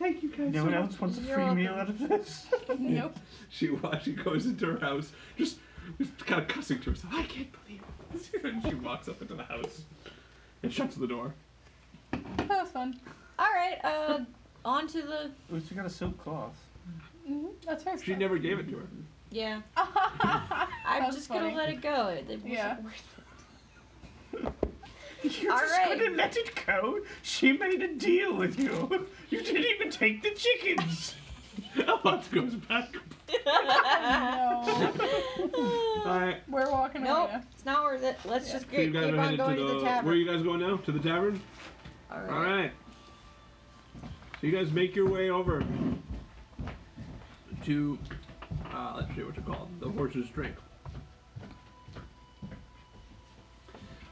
A: Thank you guys. so
C: No one
A: much.
C: else wants a
F: You're
C: free meal out of this.
D: nope.
A: She wa- she goes into her house, just, just kind of cussing to herself. I can't believe this. [laughs] and she walks up into the house and shuts the door.
D: That was fun.
F: All right, uh, on to the
C: At least we got a silk cloth.
D: hmm That's her.
A: She
D: stuff.
A: never gave it to her. [laughs]
F: yeah.
D: That
F: I'm
D: was
F: just
D: funny.
F: gonna let it go. It wasn't
D: Yeah.
F: worth
C: You
F: All
C: just
F: right.
C: couldn't let it go. She made a deal with you. [laughs] You didn't even take the chickens.
A: Alphonse goes back.
D: [laughs] No.
F: it.
A: All right.
D: We're walking
F: nope,
D: away.
F: it's not worth it. Let's just
A: So
F: get,
A: you
F: keep
A: guys are
F: on
A: headed
F: going
A: to
F: to
A: the.
F: the,
A: Where are
F: tavern.
A: you guys going now? To the tavern.
F: All
A: All right. So you guys make your way over to. Uh, let's see what you call it. The horse's drink.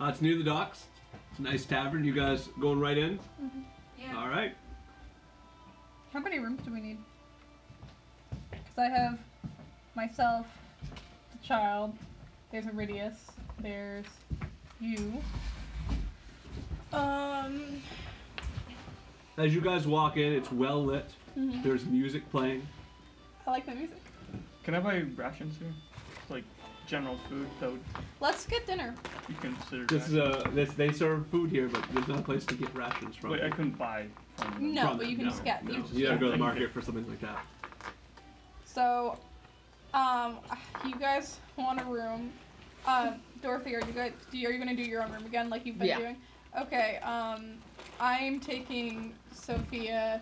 A: Uh, it's near the docks. It's a nice tavern. You guys going right in?
F: Yeah.
A: All right.
D: How many rooms do we need? Because I have myself, the child. There's Iridius. There's you. Um.
A: As you guys walk in, it's well lit.
D: Mhm.
A: There's music playing.
D: I like the music.
C: Can I buy rations here? Like general food, though
D: Let's get dinner.
C: you consider.
M: This is
A: uh,
M: a this they serve food here, but there's not a place to get rations from.
C: Wait, I couldn't buy. From
D: No,
M: From
D: but
M: them,
D: you can just get-
M: No.
D: you
M: You,
D: just
M: gotta
D: get-
M: go to the market for something like that.
D: So, um, you guys want a room? Uh, Dorothy, are you guys? Do you, are you gonna do your own room again, like you've been
E: Yeah.
D: doing? Okay. Um, I'm taking Sophia,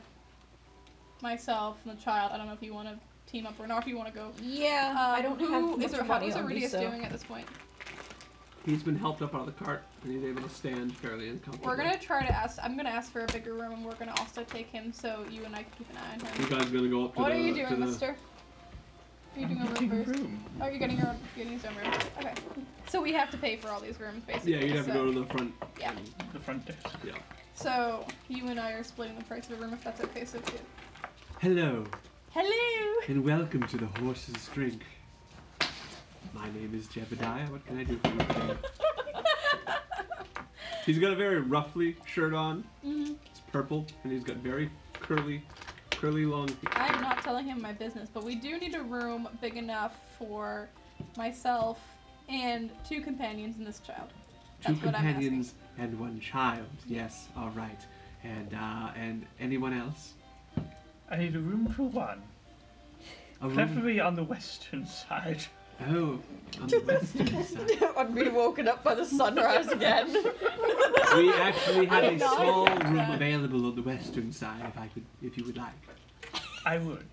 D: myself, and the child. I don't know if you want to team up or not. If you want to go.
F: Yeah,
D: Um,
F: I don't
D: who
F: have
D: is
F: much
D: how
F: money
D: is
F: on me,
D: Aridius
F: so-
D: doing at this point?
M: He's been helped up out of the cart, and he's able to stand fairly uncomfortably.
D: We're gonna try to ask. I'm gonna ask for a bigger room, and we're gonna also take him so you and I can keep an eye on
M: You
D: him.
M: guys gonna go up to
D: What
M: the
D: are you
M: to
D: doing,
M: the-
D: Mister? Are you doing a room first? Oh, you're getting your own, getting his own room. Okay. So we have to pay for all these rooms, basically.
M: Yeah, you'd have
D: so,
M: to go to the front.
D: Yeah.
C: the front desk.
M: Yeah.
D: So you and I are splitting the price of a room, if that's okay, so too.
A: Hello,
D: Hello.
A: and welcome to the Horse's Drink. My name is Jebediah. What can I do for you
D: [laughs]
A: today?
M: He's got a very roughly shirt on.
D: Mhm.
M: It's purple, and he's got very curly, curly long.
D: I'm not telling him my business, but we do need a room big enough for myself and two companions and this child.
A: Two
D: That's what I'm asking.
A: companions and one child. Yes, all right. And uh, and anyone else?
C: I need a room for one,
A: A room?
C: preferably on the western [laughs] side.
A: Oh, on the western side.
E: I'm being woken up by the sunrise again.
A: We
C: [laughs]
A: actually have a
E: Did not
A: small
E: get
A: room
E: that.
A: available on the western side, if I could, if you would like.
C: I would.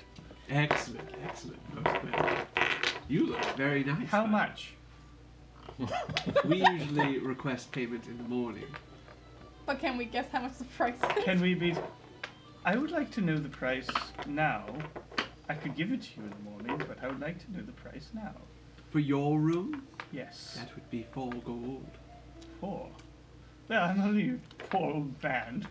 A: Excellent, excellent, most welcome. You look very nice.
C: How
A: by the
C: much?
A: way. We usually [laughs] request payment in the morning.
D: But can we guess how much the price is?
C: Can we be? I would like to know the price now. I could give it to you in the morning, but I would like to know the price now.
A: For your room,
C: Yes.
A: that would be four gold.
C: Four. Well, I'm only a poor old man.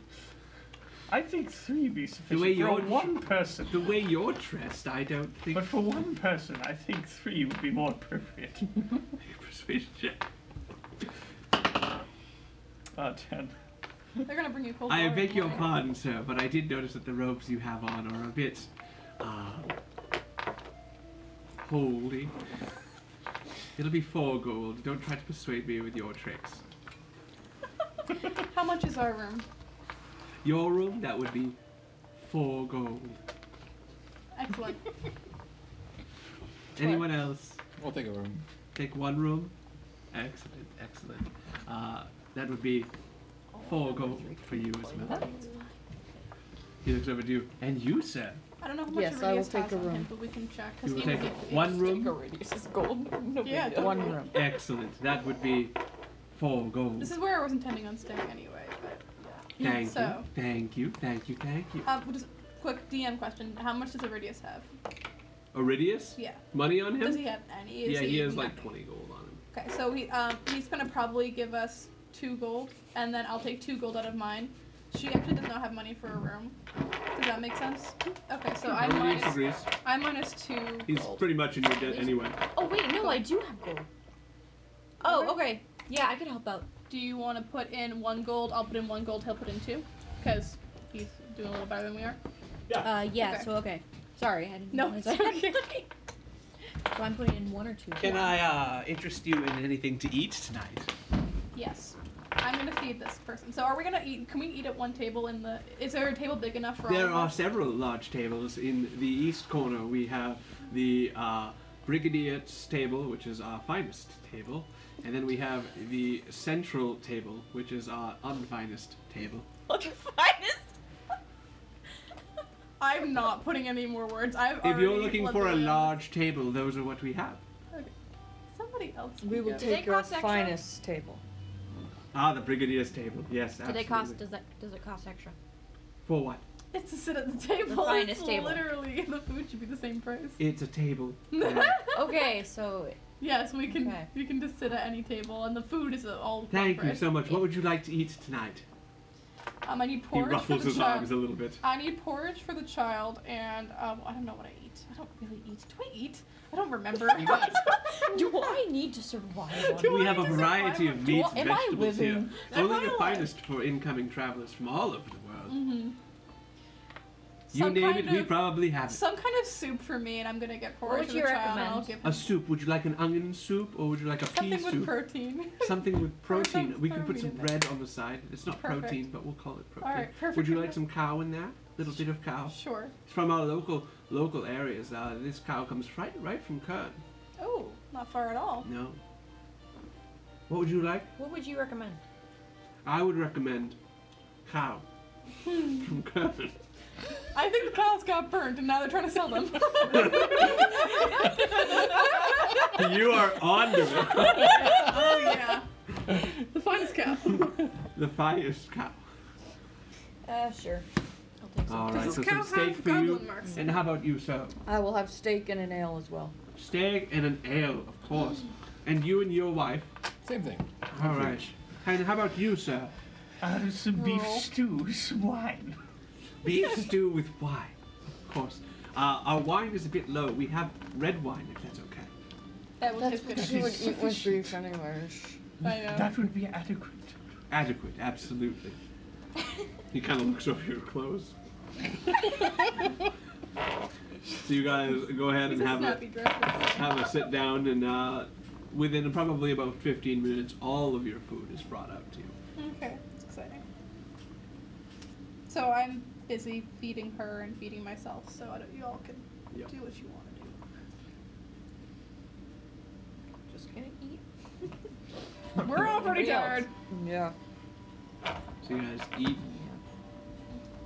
C: I think three would be
A: The
C: sufficient
A: way
C: for
A: you're
C: one person.
A: The way you're dressed, I don't think.
C: But for one person, I think three would be
A: [laughs]
C: more appropriate.
A: Persuasion check.
C: Ah, ten.
D: [laughs] They're gonna bring you cold
A: I
D: water
A: beg
D: in the
A: your
D: morning.
A: pardon, sir, but I did notice that the robes you have on are a bit, uh, holy. It'll be four gold. Don't try to persuade me with your tricks.
D: How much is our room?
A: Your room, that would be four gold.
D: Excellent.
A: Anyone else?
I: We'll take a room.
A: Take one room. Excellent, excellent. Uh, that would be four gold for you as well. He looks over at you. And you, sir,
D: I don't know how much
E: Yes,
D: Aridius
E: I will
D: has
E: take a
D: on
E: room.
D: him, but we can check. 'cause
A: you will
D: he
A: take
D: would be-
A: one room.
E: Aridius is gold. No big
D: Yeah,
E: deal. one
D: totally.
E: room.
A: Excellent. That would be four gold.
D: This is where I was intending on staying anyway, but yeah.
A: Thank
D: so,
A: you. Thank you. Thank you. Thank you.
D: um, just quick DM question: How much does Iridius have?
M: Iridius?
D: Oh. Yeah.
M: Money on him?
D: Does he have any? Is
M: yeah, he has like
D: nothing?
M: 20 gold on him.
D: Okay, so he um he's gonna probably give us two gold, and then I'll take two gold out of mine. She actually does not have money for a room. Does that make sense? Okay, so I
M: Iridius
D: minus
M: agrees.
D: I minus two.
M: He's
D: gold.
M: pretty much in your debt anyway.
F: Oh wait, no, I do have gold. Oh, okay. Yeah, I could help out.
D: Do you want to put in one gold? I'll put in one gold. He'll put in two, because he's doing a little better than we are.
F: Uh, yeah.
D: Okay.
F: So okay. Sorry, I didn't.
D: No, it's
F: realize I had money. So I'm putting in one
A: [laughs]
F: or two.
A: Can I uh, interest you in anything to eat tonight?
D: Yes. I'm gonna feed this person. So are we gonna eat? Can we eat at one table in the? Is there a table big enough for
A: There
D: all of
A: are
D: us?
A: several large tables. In the east corner, we have the uh, Brigadier's table, which is our finest table. And then we have the central table, which is our unfinest table.
D: I'm not putting any more words. I've
A: If you're
D: already
A: looking
D: let
A: for a
D: the land-
A: large table, those are what we have.
D: Okay. Somebody else.
E: We
D: can
E: will
D: go.
E: take our finest table.
A: Ah, the Brigadier's table. Yes,
F: Do
A: absolutely.
F: they cost? Does that does it cost extra?
A: For what?
D: It's to sit at the table.
F: finest
D: it's
F: table.
D: Literally, the food should be the
A: [laughs]
D: same price. [laughs]
A: It's a table. and-
F: okay, so
D: Yes, we can.
F: Okay.
D: You can just sit at any table, and the food is all.
A: Thank you
D: price.
A: so much. What would you like to eat tonight?
D: Um, I need
A: He
D: porridge for
A: ruffles
D: the
A: his
D: child.
A: arms a little bit.
D: I need porridge for the child, and um, I don't know what I eat. I don't really eat. Do I eat? [laughs] I don't remember.
F: do I need to survive? [laughs] on
D: Do
A: we
D: I
A: have a
D: need to
A: variety of
D: survive on-
A: meats
F: Do I-
A: and
F: am I
A: vegetables here.
F: living?
D: Am
A: Only
D: I
A: the
D: alive?
A: finest for incoming travelers from all over the world.
D: hmm
A: You
D: Some
A: name
D: kind
A: it, we
D: of-
A: probably have it.
D: Some kind of soup for me, and I'm gonna get
F: would
D: porridge for the
F: you
D: child, and I'll
F: recommend?
D: give
A: A soup. Would you like an onion soup or would you like a pea
D: something with
A: soup?
D: protein. [laughs]
A: Something with protein.
D: some-
A: we can
D: throw
A: put
D: meat
A: some
D: in there.
A: bread on the side. It's not
D: Perfect.
A: protein, but we'll call it protein.
D: All right,
A: Would
D: perfect,
A: you like some
D: perfect.
A: cow in there? Little bit of cow.
D: Sure.
A: It's from our local local areas. Uh, this cow comes right right from Kern.
D: Oh, not far at all.
A: No. What would you like?
F: What would you recommend?
A: I would recommend cow from
D: Hmm.
A: Kern.
D: I think the cows got burned, and now they're trying to sell
F: [laughs]
D: them.
A: [laughs]
D: [laughs]
A: you are on to it.
D: [laughs] oh yeah, the finest cow.
A: The fire's cow.
E: Uh, sure.
A: All right,
D: Does
A: so
D: cow
A: some
D: have
A: steak for
D: goblin
A: you.
D: marks?
A: And how about you, sir?
E: I will have steak and an ale as [laughs] well.
A: Steak and an ale, of course. And you and your wife.
I: Same thing.
A: All right. And how about you, sir?
C: Uh, some beef
D: No.
C: stew, some wine.
A: Beef stew with wine, of course. Uh, our wine is a bit low. We have red wine, if that's okay.
D: That was his
E: That's what
D: good.
E: you would eat with
C: sufficient.
E: beef anyways.
D: I know.
C: That would be adequate.
A: Adequate, absolutely. he kind of looks over your clothes. so you guys go ahead
D: He's
A: and
D: a
A: have a
D: snappy dresser.
A: have a sit down, and uh, within probably about 15 minutes, all of your food is brought out to you.
D: Okay, that's exciting. So I'm busy feeding her and feeding myself, so I don't, you all can
A: Yep.
D: do what you want to do.
A: [laughs]
F: Just gonna eat.
D: We're all pretty
E: Nobody else.
D: tired.
E: Yeah.
A: So you guys eat.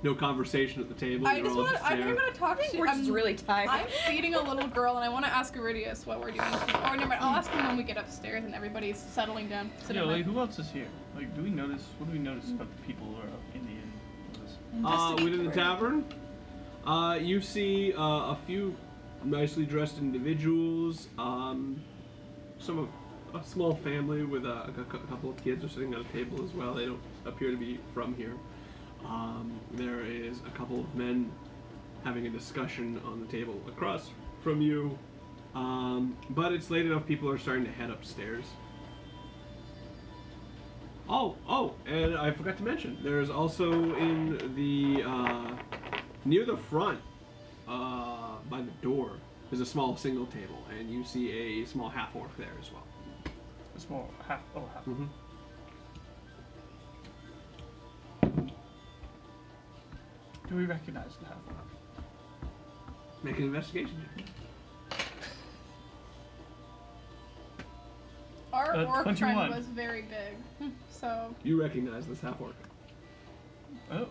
A: No conversation at the table.
D: I
A: you're
D: just
A: all
D: want to. I
A: there.
D: want to talk to.
E: We're
D: I'm
E: just really tired.
D: I'm feeding a little girl, and I want to ask Iridius what we're doing. Or never mind, I'll ask him when we get upstairs and everybody's settling down. So
N: Yeah,
D: never
N: like
D: mind.
N: who else is here? Like, do we notice? What do we notice about the people who are up in the inn? with us?
A: Uh,
D: Investigate
A: within the
D: room.
A: tavern, uh, you see uh, a few nicely dressed individuals. Um, some of a small family with a, a cou- couple of kids are sitting at a table as well. They don't appear to be from here. Um, there is a couple of men having a discussion on the table across from you. Um, but it's late enough. People are starting to head upstairs. Oh, oh, and I forgot to mention, there's also in the uh, near the front, uh, by the door, is a small single table, and you see a small half orc there as well.
N: A small half. Oh, half.
A: Mm-hmm.
N: Do we recognize the half?
A: Make an investigation check.
D: Our
N: Uh,
D: orc friend
N: 21.
D: was very big, so
A: You recognize this half orc.
N: Oh,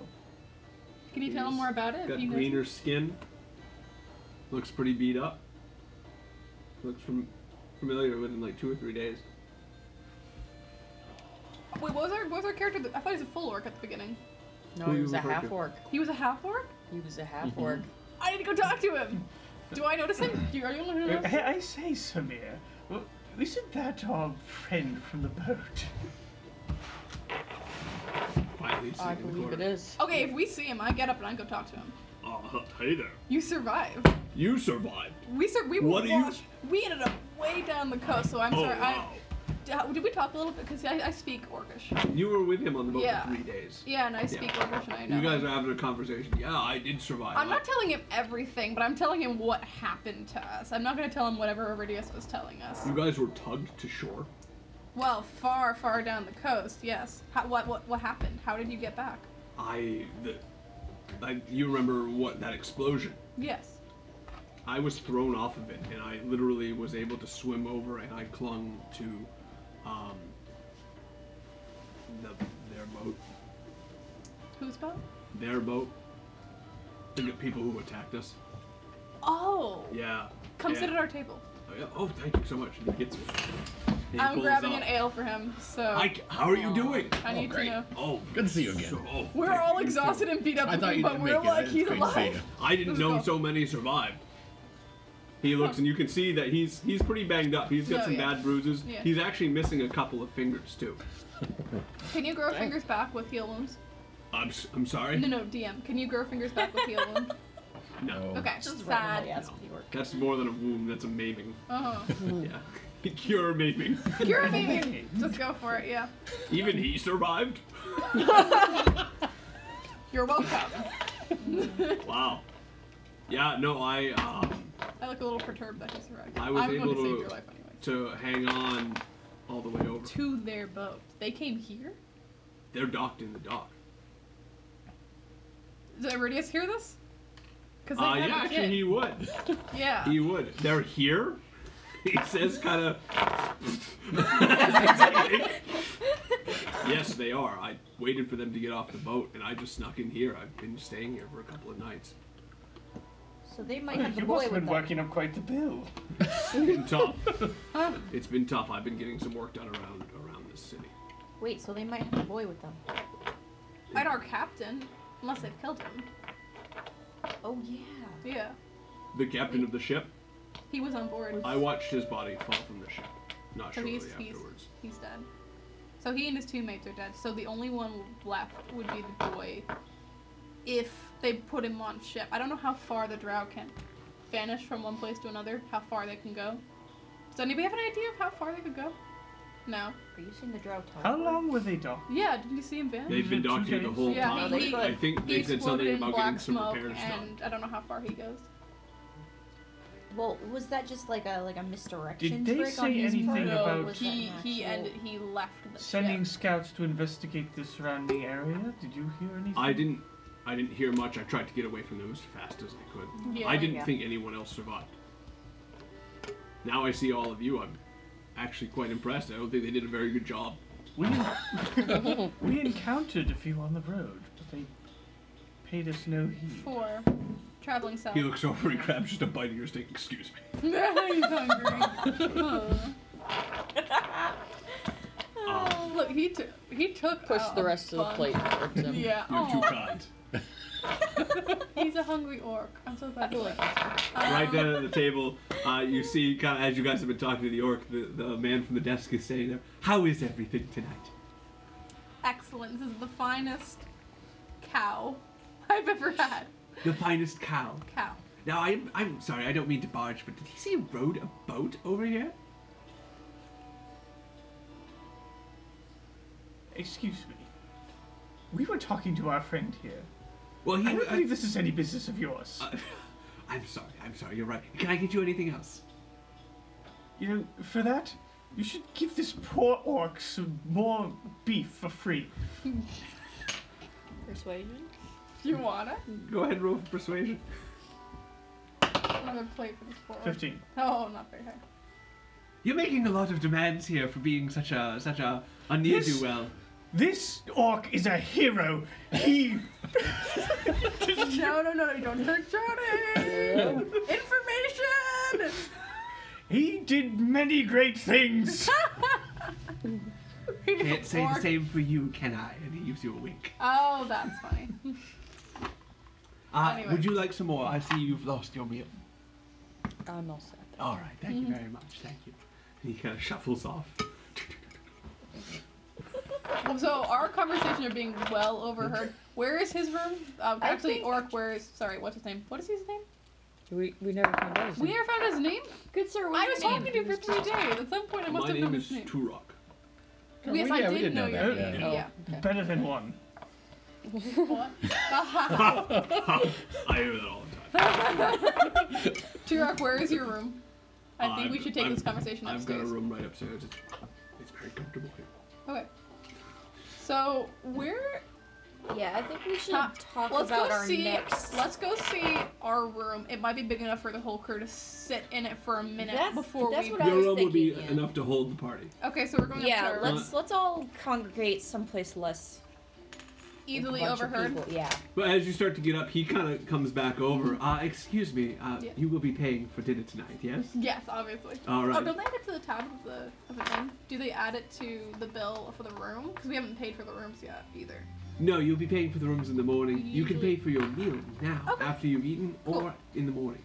D: can you tell him
A: He's
D: more about it?
A: Got
D: You know-
A: greener skin. Looks pretty beat up. Looks from familiar within like two or three days.
D: Wait, what was our what was our character? that- I thought he was a full orc at the beginning.
E: No,
A: Who
E: he
A: you
E: was a
A: referred to?
E: half orc.
D: He was a half orc.
E: He was a half orc.
D: I need to go talk to him. Do I notice him? Do you, are you the one who
C: Uh,
D: knows?
C: I, I say, Samir, well, isn't that our friend from the boat?
A: Quietly sitting
E: I
A: in the
E: believe it
A: corner.
E: is.
D: Okay, if we see him, I get up and I go talk to him.
A: Uh, hey there.
D: You survive.
A: You survived.
D: We sur- we were
A: What do you-
D: washed- We ended up way down the coast, so I'm
A: Oh,
D: sorry.
A: wow.
D: I, did we talk a little bit? Because I, I speak orcish.
A: You were with him on the boat
D: Yeah.
A: for three days.
D: Yeah, and I speak orcish, and I know.
A: You guys are having a conversation. Yeah, I did survive.
D: I'm
A: I-
D: not telling him everything, but I'm telling him what happened to us. I'm not going to tell him whatever Iridius was telling us.
A: You guys were tugged to shore.
D: Well, far, far down the coast, yes. How, what, what, what happened? How did you get back?
A: I, the, I, you remember what that explosion?
D: Yes.
A: I was thrown off of it, and I literally was able to swim over, and I clung to, um, the, their boat,
D: Whose boat?
A: their boat, the people who attacked us.
D: [laughs] Oh!
A: Yeah.
D: Come
A: yeah.
D: sit at our table.
A: Oh, yeah. Oh, thank you so much. And he gets. he
D: I'm
A: pulls
D: grabbing
A: up.
D: an ale for him, so
A: I c- how are you doing?
D: I need to know.
A: Oh,
I: Good to see you again.
A: so- oh,
D: We're
A: thank
D: all
A: you.
D: exhausted and beat up,
I: I thought you
D: but
I: didn't
D: we're
I: make
D: like,
I: it.
D: he's
I: It's great to see
D: alive.
I: you.
A: I didn't
D: Let's
A: know
D: go.
A: so many survived. He looks, and you can see that he's he's pretty banged up. He's got
D: No,
A: some
D: Oh, yeah.
A: bad bruises.
D: Yeah.
A: He's actually missing a couple of fingers too.
D: Can you grow fingers back with heal wounds?
A: I'm s- I'm sorry.
D: No, no, DM. Can you grow fingers back with heal wounds?
A: No,
D: Okay,
F: Just randomly
D: sad.
F: ask the orc.
A: that's more than a wound. That's a maiming.
D: Oh,
A: yeah, [laughs] cure
D: [laughs]
A: maiming.
D: you're
A: [laughs]
D: amazing. Just go for it. Yeah.
A: Even he survived.
D: You're welcome.
A: wow. Yeah, no, I um,
D: I look a little perturbed that he survived.
A: I was
D: am
A: able
D: going to save
A: to-
D: your life anyways.
A: to hang on all the way over.
D: To their boat. They came here?
A: They're docked in the dock.
D: Does Iridius hear this? Because
A: Uh, yeah, actually, he would.
D: Yeah.
A: He would. They're here. [laughs] He says, kind of. yes, they are. I waited for them to get off the boat, and I just snuck in here. I've been staying here for a couple of nights.
F: So they might have the
C: you
F: boy
C: must have
F: with
C: been
F: them.
C: working up quite the bill.
A: It's been tough. [laughs] it's been tough. I've been getting some work done around around this city.
F: Wait, so they might have the boy with them.
D: And our captain. Unless they've killed him.
F: Oh yeah.
D: Yeah.
A: The captain of the ship.
D: He was on board.
A: I watched his body fall from the ship. Not
D: So
A: shortly
D: he's, he's, [laughs]
A: afterwards.
D: he's dead. So he and his two mates are dead. So the only one left would be the boy. If they put him on ship, I don't know how far the drow can vanish from one place to another. How far they can go? Does anybody have an idea of how far they could go? No.
F: Are you seeing the drought?
C: How long were they docked?
D: Yeah. Didn't you see him vanish?
A: They've been docked here the whole
D: Yeah,
A: time.
D: he- he-
A: I think
D: he
A: they said something
D: exploded in
A: about
D: black
A: getting some
D: smoke,
A: repairs done.
D: and I don't know how far he goes.
F: Well, was that just like a like a misdirection
C: Did they
F: trick on
C: say
F: his part,
C: anything
F: or
C: about-
F: was that
D: He
F: an
D: he
F: actual-
D: ended, he left the
C: Sending
D: ship.
C: scouts to investigate the surrounding area. Did you hear anything?
A: I didn't. I didn't hear much. I tried to get away from them as fast as I could.
D: Yeah.
A: I didn't
D: Yeah.
A: think anyone else survived. Now I see all of you. I'm actually quite impressed. I don't think they did a very good job.
C: We
F: [laughs]
C: we encountered a few on the road, but they paid us no heed.
D: Four. Traveling south.
A: He looks over and grabs just a bite of your steak. Excuse me.
D: He's hungry.
E: [laughs]
D: Oh.
A: Um,
D: Look, he took he took
E: Oh. Push
D: out
E: the rest of the
D: fun.
E: plate towards [laughs] him.
D: Yeah.
A: you're too
D: aw.
A: kind.
D: He's a hungry orc. I'm so glad you like this.
A: Right down at the table, uh, you see, kind of, as you guys have been talking to the orc, the, the man from the desk is saying there, How is everything tonight?
D: Excellent. This is the finest cow I've ever had.
A: The finest cow.
D: Cow.
A: Now, I'm, I'm sorry, I don't mean to barge, but did he say he rode a boat over here?
C: Excuse me. We were talking to our friend here.
A: Well, he.
C: I don't believe this is any business of yours.
A: Uh, I'm sorry, I'm sorry, you're right. Can I get you anything else?
C: You know, for that, you should give this poor orc some more beef for free.
F: Persuasion.
D: You wanna?
A: Go ahead and roll for persuasion.
D: Another plate for this poor orc.
C: Fifteen.
D: Oh, not very high.
A: You're making a lot of demands here for being such a such a, a near do
D: [laughs]
A: well.
C: This orc is a hero. He
D: [laughs] No, no, no, no, you don't hurt Jody! Information!
C: he did many great
D: [laughs]
C: things.
D: He
A: Can't
D: just
A: say the
D: orc-
A: same for you, can I? And he gives you a wink.
D: Oh, that's funny.
A: Uh,
D: Anyway.
A: Would you like some more? I see you've lost your meal.
E: I'm all set.
A: All right, thank
D: Mm-hmm.
A: you very much. Thank you. And he kind of shuffles off.
D: So our conversation are being well overheard. Where is his room? Um,
E: I
D: actually,
E: think-
D: Orc, where is? Sorry, what's his name? What is his name?
E: We, we never found out. his
D: We
E: name.
D: never found his name.
F: Good sir,
D: I
F: what's
D: was
F: his name?
D: talking to him for three days. At some point, I must
A: My
D: have known
A: name is
D: his name.
A: Turok.
D: yes,
B: we-
D: I
B: yeah, we
D: did
B: did
D: know
B: know
D: your
B: that,
D: name.
B: yeah.
D: Yeah.
C: Better than one.
A: I hear that all the time.
D: Turok, where is your room? I think we
A: I've-
D: should take
A: I've-
D: this conversation
A: I've got a
D: upstairs.
A: room right upstairs. It's, it's very comfortable here.
D: Okay. So we're
F: Yeah, I think we should
D: Huh.
F: talk
D: let's
F: about
D: go
F: our
D: see.
F: next.
D: Let's go see our room. It might be big enough for the whole crew to sit in it for a minute
F: That's-
D: before
F: that's
D: we.
F: what I
A: Your
F: was
A: room will be
F: thinking, yeah.
A: enough to hold the party.
D: Okay, so we're going up to
F: yeah,
D: our room.
F: let's let's all congregate someplace less
D: easily
F: bunch of
D: overheard.
F: people, Yeah.
A: But as you start to get up, he kind of comes back over. Uh, excuse me, uh,
D: Yeah.
A: you will be paying for dinner tonight, yes?
D: Yes, obviously.
A: All right.
D: Oh, don't they add it to the tab of the of the thing? Do they add it to the bill for the room? Because we haven't paid for the rooms yet either.
A: No, you'll be paying for the rooms in the morning. You can
D: Usually-
A: pay for your meal now,
D: Okay.
A: after you've eaten, or in the morning.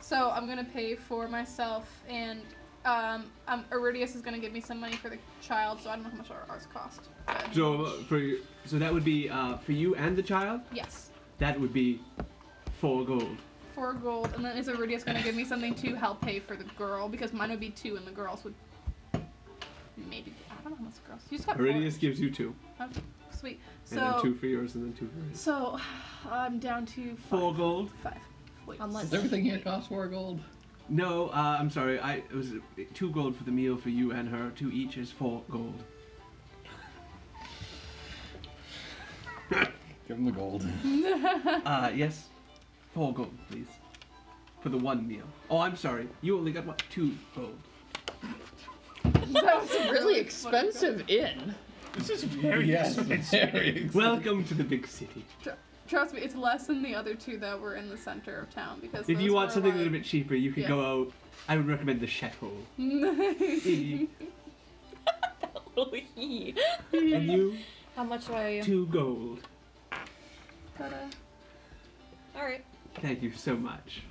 D: So I'm gonna pay for myself, and um, um Iridius is gonna give me some money for the child. So I don't know how much our ours cost. but-
A: So uh, for you- so that would be uh, for you and the child.
D: yes,
A: That would be four gold.
D: four gold, and then is Iridius gonna give me something to help pay for the girl? Because mine would be two, and the girls would maybe I don't know how much the girls. You just got four.
A: Iridius gives you two.
D: Okay. Sweet. So
A: And then two for yours, and then two for yours.
D: So I'm down to five.
A: Four gold.
D: Five. Wait.
B: Is everything here cost four gold?
A: No, uh, I'm sorry. I it was two gold for the meal for you and her. Two each is four
D: [laughs]
A: gold.
I: Give him the
D: [laughs]
I: gold.
A: uh, yes, four gold, please, for the one meal. Oh, I'm sorry. You only got what? Two gold.
E: That was a really expensive inn.
D: This is
A: Very
I: Yes, expensive. very expensive.
A: Welcome to the big city.
D: Tr- Trust me, it's less than the other two that were in the center of town because
A: If
D: those
A: you want
D: were
A: something a
D: like-
A: little bit cheaper, you could
D: Yeah.
A: go out. I would recommend the
D: [laughs]
A: Chateau. Iggy. and you,
F: [laughs] How much do I?
A: two gold.
D: Ta-da.
F: All right.
A: Thank you so much.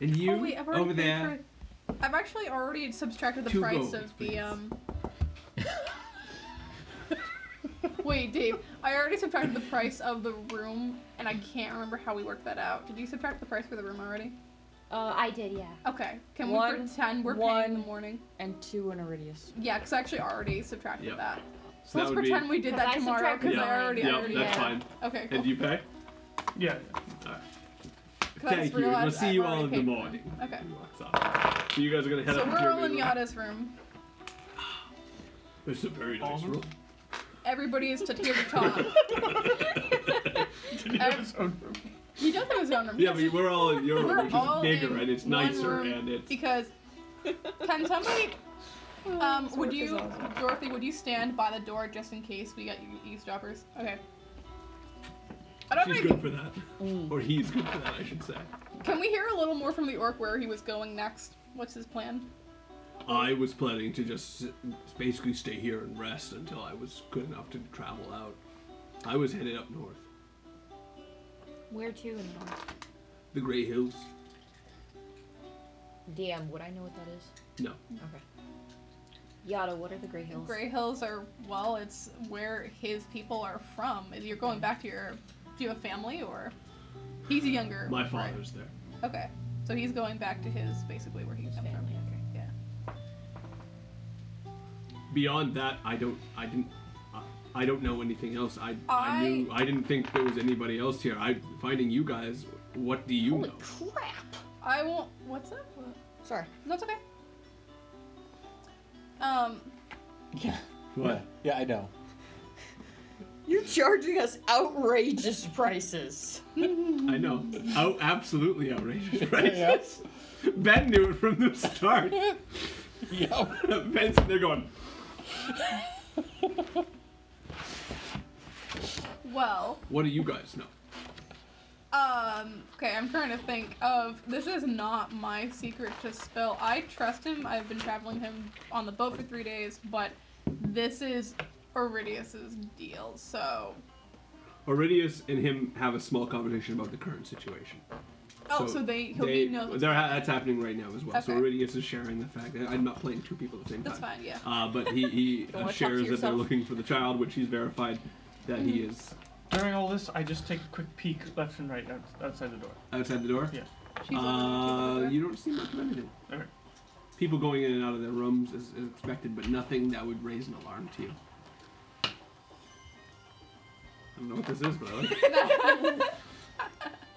A: And you
D: Oh, wait, I've already
A: over
D: paid
A: there.
D: for- I've actually already subtracted the
A: Two
D: price
A: gold,
D: of
A: please.
D: the um. [laughs] Wait, Dave, I already subtracted the price of the room, and I can't remember how we worked that out. Did you subtract the price for the room already?
F: Uh, I did, yeah.
D: Okay, can we
E: One,
D: pretend we're paying in the morning?
E: And two in Iridius.
D: Yeah, because I actually already subtracted
A: Yep.
D: that.
A: So that
D: So let's
A: would be-
D: pretend we did
F: 'Cause
D: that
F: I
D: tomorrow
F: subtracted
D: because I
F: mine.
D: already
A: Yep,
D: already
A: that's
D: did.
A: fine.
D: Okay, cool.
A: And you pay?
C: Yeah.
D: [laughs] Because I
A: Thank you.
D: just
A: and We'll
D: realized
A: see
D: I've
A: you all
D: already
A: in the
D: paid for it.
A: morning. [laughs]
D: Okay.
A: He walks off. So you guys are gonna head
D: So
A: up to
D: we're
A: your
D: all in
A: room.
D: Yada's room.
A: It's a very nice room. [laughs]
D: Everybody is to here to talk.
C: Did he have his own room?
D: He does have his own room.
A: Yeah, but we're all in your room,
D: We're
A: which is
D: all
A: bigger
D: in
A: and it's
D: one
A: nicer
D: room
A: and it's
D: because can
E: [laughs]
D: somebody um would
E: Zork Oh, is
D: you
E: awesome.
D: Dorothy would you stand by the door just in case we got you eavesdroppers? Okay. I don't
A: she's
D: think
A: good for that. Or he's good for that, I should say.
D: can we hear a little more from the orc where he was going next? What's his plan?
A: I was planning to just s- basically stay here and rest until I was good enough to travel out. I was headed up north,
F: Where to in the north?
A: the Grey Hills.
F: Damn, would I know what that is?
A: No,
F: Okay. Yada, what are the Grey Hills?
D: Grey Hills are well, it's where his people are from. You're going back to your do you have a family or he's a younger
A: my
D: right?
A: father's there.
D: Okay. So he's going back to his basically where he comes from. Yeah.
A: Beyond that, I don't. I didn't. I- I don't know anything else. I, I
D: I-
A: knew. I didn't think there was anybody else here. I finding you guys. What do you know?
F: Crap!
D: I won't what's up?
F: Sorry.
D: That's okay. Um
I: [laughs] Yeah.
A: What?
I: Yeah, I know.
E: You're charging us outrageous prices.
A: I know. Oh, absolutely outrageous prices. ben knew it from the start.
I: Yo.
A: [laughs] Ben's in there going.
D: well,
A: What do you guys know?
D: um okay, I'm trying to think of this is not my secret to spill. I trust him. I've been traveling him on the boat for 3 days, but this is Iridius's deal. So,
A: Iridius and him have a small conversation about the current situation.
D: oh, so, they he'll
A: they,
D: be knows what's
A: they're ha- that's happening right now as well. So
D: Okay.
A: Iridius is sharing the fact that I'm not playing two people at the same
D: That's
A: time.
D: fine, yeah.
A: Uh, but he,
D: [laughs]
A: he
F: Don't
A: uh,
F: wanna talk to
A: shares that they're
F: yourself.
A: looking for the child, which he's verified that he
D: Mm-hmm.
A: is
C: During all this, I just take a quick peek left and right out, outside the door.
A: outside the door.
C: Yeah.
D: She's literally
A: Uh,
D: taking
A: you don't see much of anything.
C: Okay.
A: People going in and out of their rooms is, is expected, but nothing that would raise an alarm to you. I don't know what this is, but I like it.
D: over. [laughs]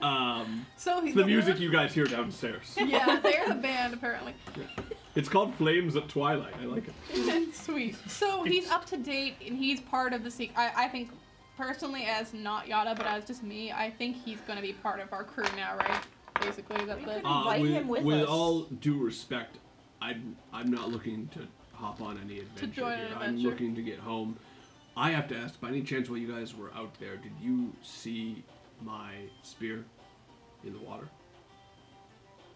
A: Um,
D: so he's
A: it's the music you guys hear downstairs. [laughs]
D: [laughs] Yeah, they're the band apparently.
A: It's called Flames at Twilight. I like it.
D: [laughs] Sweet. So he's up to date and he's part of the sec I, I think, personally, as not Yada, but as just me, I think he's going to be part of our crew now, right? Basically, is that the.
A: Uh,
F: Invite
A: with,
F: him with us.
A: all due respect, I'm I'm not looking to hop on any adventure
D: join an
A: here. I'm
D: adventure.
A: looking to get home. I have to ask, by any chance, while you guys were out there, did you see my spear in the water?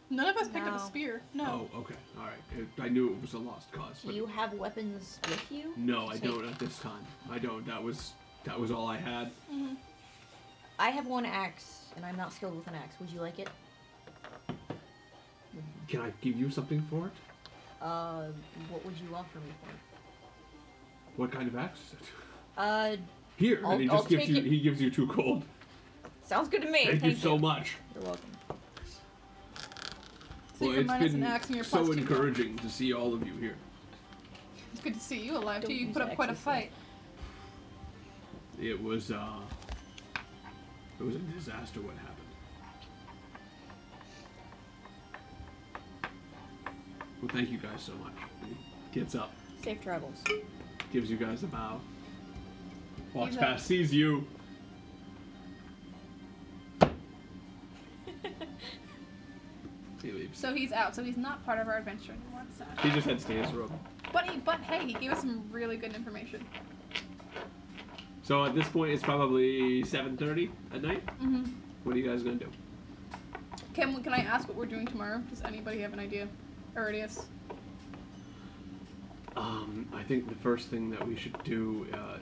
D: None of us picked up
F: No.
D: a spear. No.
A: Oh, okay, all right. I- I knew it was a lost cause.
F: Do
A: But
F: you have weapons with you?
A: no, I
F: So-
A: don't at this time. I don't. That was that was all I had.
F: I have one axe, and I'm not skilled with an axe. Would you like it?
A: Can I give you something for it?
F: Uh, what would you offer me for? it?
A: What kind of axe is it? [laughs]
F: Uh,
A: Here,
F: I'll-
A: and he
F: I'll
A: just gives
F: take
A: you
F: it.
A: he gives you two gold.
F: sounds good to me.
A: Thank,
F: Thank,
A: you so much.
F: You're welcome.
D: So
A: well,
D: you're
A: it's
D: minus
A: been
D: an axe and you're plus
A: so
D: two.
A: encouraging to see all of you here.
D: It's good to see you alive, too.
F: Don't
D: You
F: use
D: put up quite a
F: axes, though.
D: fight.
A: it was uh, it was a disaster what happened. Well, thank you guys so much. And he gets up,
O: Safe travels.
A: gives you guys a bow, walks
O: He's up.
A: past, sees you. He leaves.
D: So he's out. So he's not part of our adventure anymore. It's sad.
A: He just heads to his room.
D: But he, but hey, he gave us some really good information.
A: So at this point, it's probably 7:30 at night.
F: Mm-hmm.
D: hmm
A: What are you guys gonna do?
D: Can can I ask what we're doing tomorrow? Does anybody have an idea? Aridius.
A: Um, I think the first thing that we should do, uh,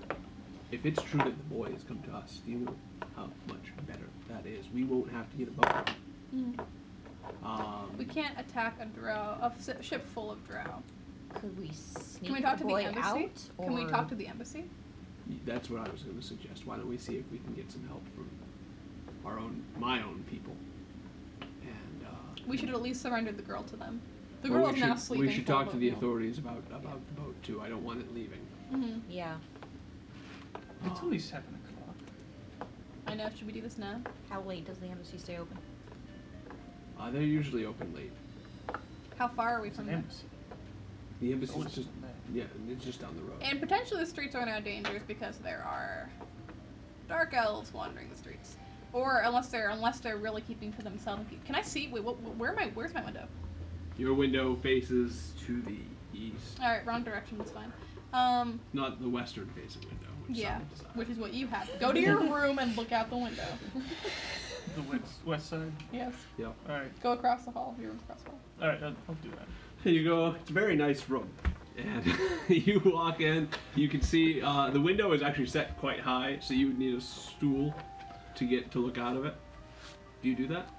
A: if it's true that the boys come to us, you know how much better that is. We won't have to get a boat.
D: We
A: Um,
D: can't attack a drow, a s- ship full of drow.
F: Could we sneak
D: Can we talk to
F: the
D: the
F: boy
D: embassy?
F: out?
D: Can we
F: or-
D: talk to the embassy?
A: that's what I was gonna suggest. Why don't we see if we can get some help from our own, my own people? And uh,
D: We should at least surrender the girl to them. The
A: well,
D: girl
A: we
D: is
A: should,
D: now sleeping.
A: We should
D: full
A: talk
D: of
A: to the
D: hope.
A: authorities about about the boat too. I don't want it leaving.
D: Mhm.
F: Yeah.
C: It's only seven o'clock.
D: I know. Should we do this now?
F: How late does the embassy stay open?
A: Uh, they're usually open late.
D: How far are we from
C: An
D: them?
C: embassy.
A: The embassy
C: Oh,
A: is
C: it's
A: just
C: just there.
A: yeah, it's just down the road.
D: And potentially the streets are now dangerous because there are dark elves wandering the streets, or unless they're unless they're really keeping to themselves. Can I see? Wait, what, where am I? Where's my window?
A: Your window faces to the east,
D: All right, wrong direction. It's fine. Um,
A: not the western facing window. Which
D: yeah,
A: Simon designed.
D: which is what you have. Go to
A: [laughs]
D: your room and look out the window.
C: The west, west side.
D: Yes.
A: Yep.
C: All right,
D: Go across the hall. Your room's across the hall.
C: all right, I'll, I'll do that.
A: And you go, it's a very nice room. And [laughs] you walk in, you can see uh, the window is actually set quite high, so you would need a stool to get to look out of it. Do you do that?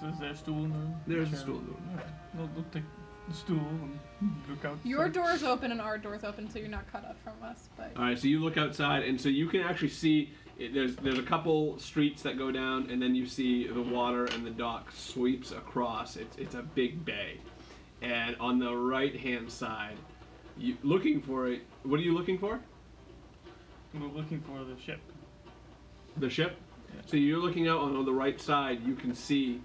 C: So is there a stool in the room?
A: There's a
C: Chair?
A: stool in the room.
C: Okay. I'll, I'll take the stool and look out.
D: Your door's open and our door's open, so you're not cut off from us. But
A: All right, so you look outside, and so you can actually see it, there's there's a couple streets that go down, and then you see the water and the dock sweeps across. It's it's a big bay, and on the right hand side, you looking for it. What are you looking for?
C: We're looking for the ship.
A: The ship.
C: Yeah.
A: So you're looking out on the right side. You can see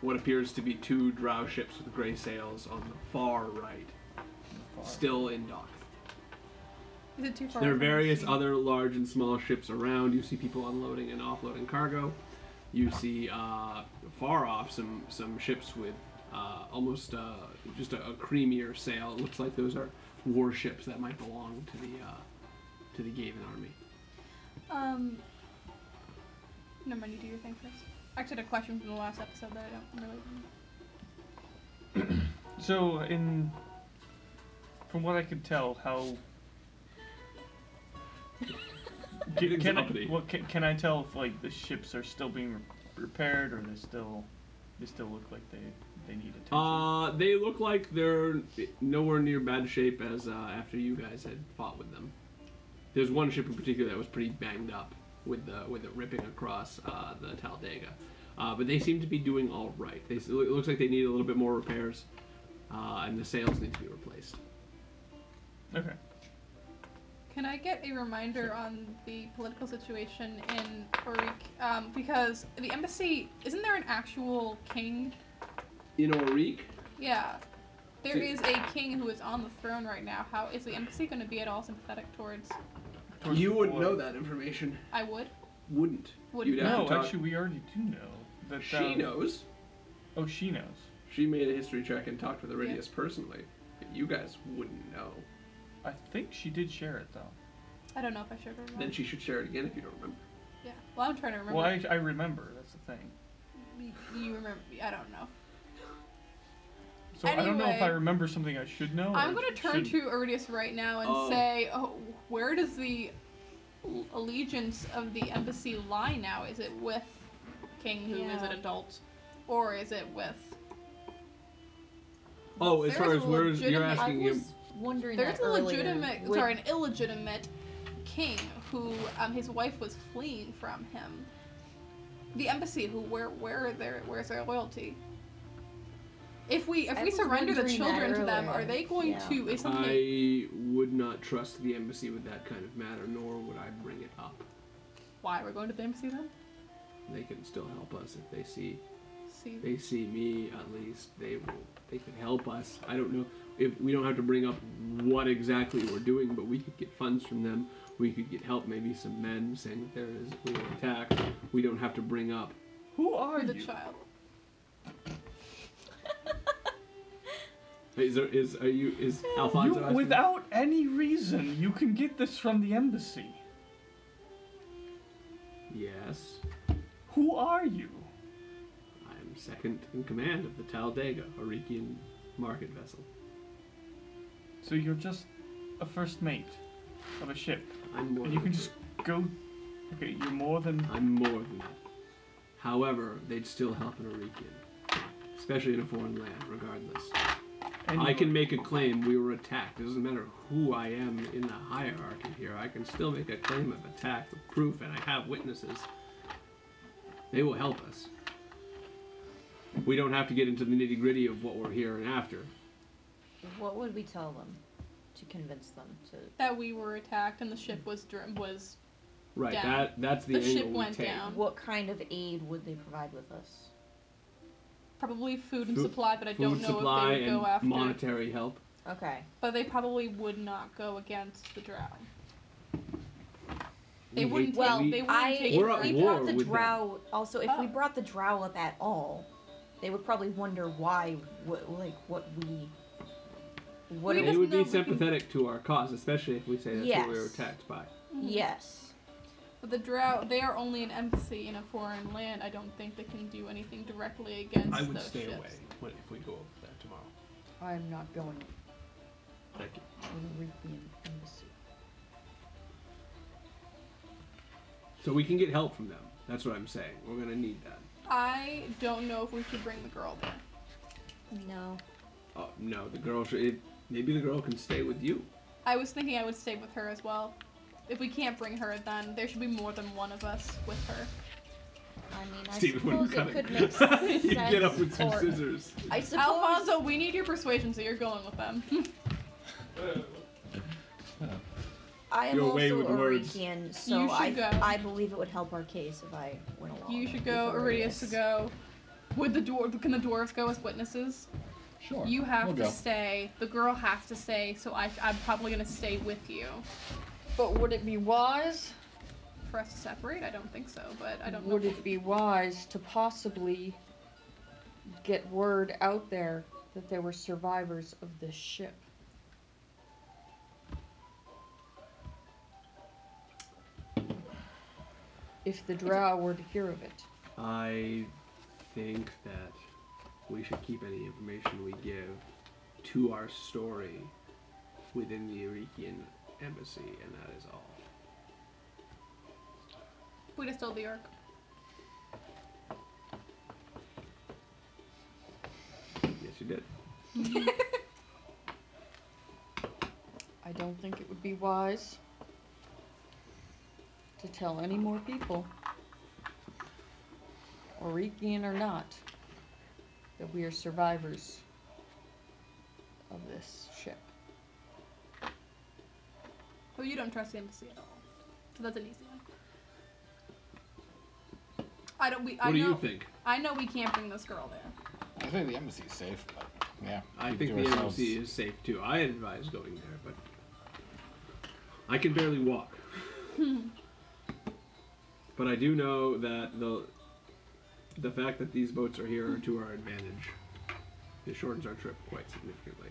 A: what appears to be two drow ships with gray sails on the far right,
C: Far.
A: still in dock.
D: is it too far?
A: There are
D: away from the
A: various
D: sea?
A: other large and small ships around. You see people unloading and offloading cargo. You see uh, far off some some ships with uh, almost uh, just a, a creamier sail. It looks like those are warships that might belong to the uh, to the Gaven army.
D: Um. Never mind. You do your thing first. I actually had a question from the last episode that I don't really.
C: So, in from what I could tell,
A: [laughs]
C: how can,
A: Everything's
C: can I,
A: uppity.
C: what can, can I tell if like the ships are still being re- repaired or they still they still look like they they need attention?
A: Uh, they look like they're nowhere near bad shape as uh, after you guys had fought with them. There's one ship in particular that was pretty banged up with the with it ripping across uh, the Talladega, uh, but they seem to be doing all right. They, it looks like they need a little bit more repairs, uh, and the sails need to be replaced. Uh,
C: okay.
D: Can I get a reminder on the political situation in Orik? Um, because the embassy isn't there an actual king?
A: In Orique,
D: Yeah. There
A: See-
D: is a king who is on the throne right now. How is the embassy going to be at all sympathetic towards?
C: Towards the boy.
A: that information.
D: I would.
A: Wouldn't.
D: Wouldn't.
A: You'd have
C: No,
A: to talk-
C: actually, we already do know that.
A: She
C: um,
A: knows.
C: Oh, she knows.
A: She made a history check and talked with Aridius personally. But you guys wouldn't know.
C: I think she did share it though.
D: I don't know if I should or not.
A: Then she should share it again if you don't remember.
D: yeah. Well, I'm trying to remember.
C: Well, I, I remember. That's the thing.
D: Y- You remember? I don't know.
C: So I don't know if I
D: Anyway.
C: remember something I should know.
D: I'm
C: or
D: going to turn
C: shouldn't.
D: to Aridius right now and
A: Oh.
D: say, oh, where does the l- allegiance of the embassy lie now? Is it with King, who is
F: Yeah.
D: an adult, or is it with?
A: Oh, as
D: There
A: far
D: is
A: as
D: a
A: where's you're
D: legitimate-
F: I
A: asking him.
F: was wondering
D: There's
F: that
D: a
F: earlier.
D: legitimate,
F: Would-
D: sorry, an illegitimate king who um, his wife was fleeing from him. The embassy, who where where are their where's their loyalty? If we if
F: I
D: we
F: was
D: surrender the
F: wondering that
D: children to them, are
F: earlier.
D: they going
F: Yeah.
D: to? Is something
A: I would not trust the embassy with that kind of matter, nor would I bring it
D: why we're going to the embassy then?
A: They can still help us if they see
D: See.
A: they see me at least they will they can help us i don't know if we don't have to bring up what exactly we're doing but we could get funds from them we could get help maybe some men saying that there is we were attacked we don't have to bring up
D: Who are the child?
A: is there is are you is alfonso
C: You-
A: asking-
C: without any reason, you can get this from the embassy.
A: yes
C: Who are you?
A: i'm second in command of the talladega arikian market vessel
C: So you're just a first mate of a ship.
A: i'm more
C: And you
A: than
C: can just go. Okay, you're more than.
A: I'm more than that. However, they'd still help an Orikian, especially in a foreign land, regardless.
C: And
A: I
C: you-
A: can make a claim we were attacked. It doesn't matter who I am in the hierarchy here. I can still make a claim of attack with proof, and I have witnesses. They will help us. We don't have to get into the nitty gritty of what we're here and after.
F: What would we tell them to convince them to?
D: That we were attacked and the ship was dr- was
A: Right.
D: down.
A: That that's the,
D: The
A: angle
D: ship
A: we
D: went
A: take.
D: down.
F: What kind of aid would they provide with us?
D: probably food and
A: Food-
D: supply, but I
A: Food
D: don't know if
A: supply
D: they would
A: and
D: go after.
A: monetary help.
F: Okay.
D: But they probably would not go against the drow. They
A: We hate-
D: wouldn't.
F: Well,
D: take, they wouldn't
F: I
D: take
A: We're
D: it
A: at
F: if we
D: from-
A: war
F: brought the
A: with them.
F: drow. Also, if we
D: Oh.
F: brought the drow up at all, they would probably wonder why, what, like what we, what.
D: We
F: it
A: they
D: just
A: would
D: know
A: be
D: we can-
A: sympathetic to our cause, especially if we say that's what we were
F: Yes.
A: attacked by.
F: Yes.
D: But the drow, they are only an embassy in a foreign land. I don't think they can do anything directly against
A: I would
D: those
A: stay
D: ships.
A: away what- if we go over there tomorrow.
E: I'm not going
A: Thank you.
E: to the Reekian embassy.
A: So we can get help from them. That's what I'm saying. We're gonna need that.
D: I don't know if we should bring the girl there.
F: No.
A: Oh no, the girl should. It, maybe the girl can stay with you.
D: I was thinking I would stay with her as well. If we can't bring her, then there should be more than one of us with her.
F: I mean, I
A: Steven wouldn't
F: suppose
A: cut
F: it
A: it.
F: could
A: [laughs]
F: make some sense.
A: He'd get up with some
F: for-
A: scissors.
F: I suppose.
D: Alfonso, we need your persuasion, so you're going with them. [laughs]
F: I am
A: You're
F: also
A: away with
F: a
A: words.
F: Rikian, so
D: You should
F: I,
D: go.
F: I believe it would help our case if I went along.
D: you should
F: with
D: go. Aridius
F: Aurelius.
D: should go. Would the dwarf? Can the dwarves go as witnesses?
P: Sure.
D: You have
P: we'll
D: to
P: go.
D: stay. The girl has to stay. So I, I'm probably gonna stay with you.
E: But would it be wise?
D: For us to separate, I don't think so. But I don't
E: Would
D: know.
E: it be wise to possibly get word out there that there were survivors of this ship? If the drow were to hear of it.
A: I think that we should keep any information we give to our story within the Irikian embassy, and that is all.
D: We just told the orc.
A: Yes, you did.
E: I don't think it would be wise to tell any more people, Orikian or not, that we are survivors of this ship.
D: Well, you don't trust the embassy at all. So that's an easy one. I don't. We. I
A: what do
D: know,
A: you think?
D: I know we can't bring this girl there.
I: I think the embassy is safe, but yeah.
A: I
I: keep
A: think
I: to
A: the
I: ourselves.
A: embassy is safe too. I advise going there, but I can barely walk. but I do know that the the fact that these boats are here are to our advantage. It shortens our trip quite significantly.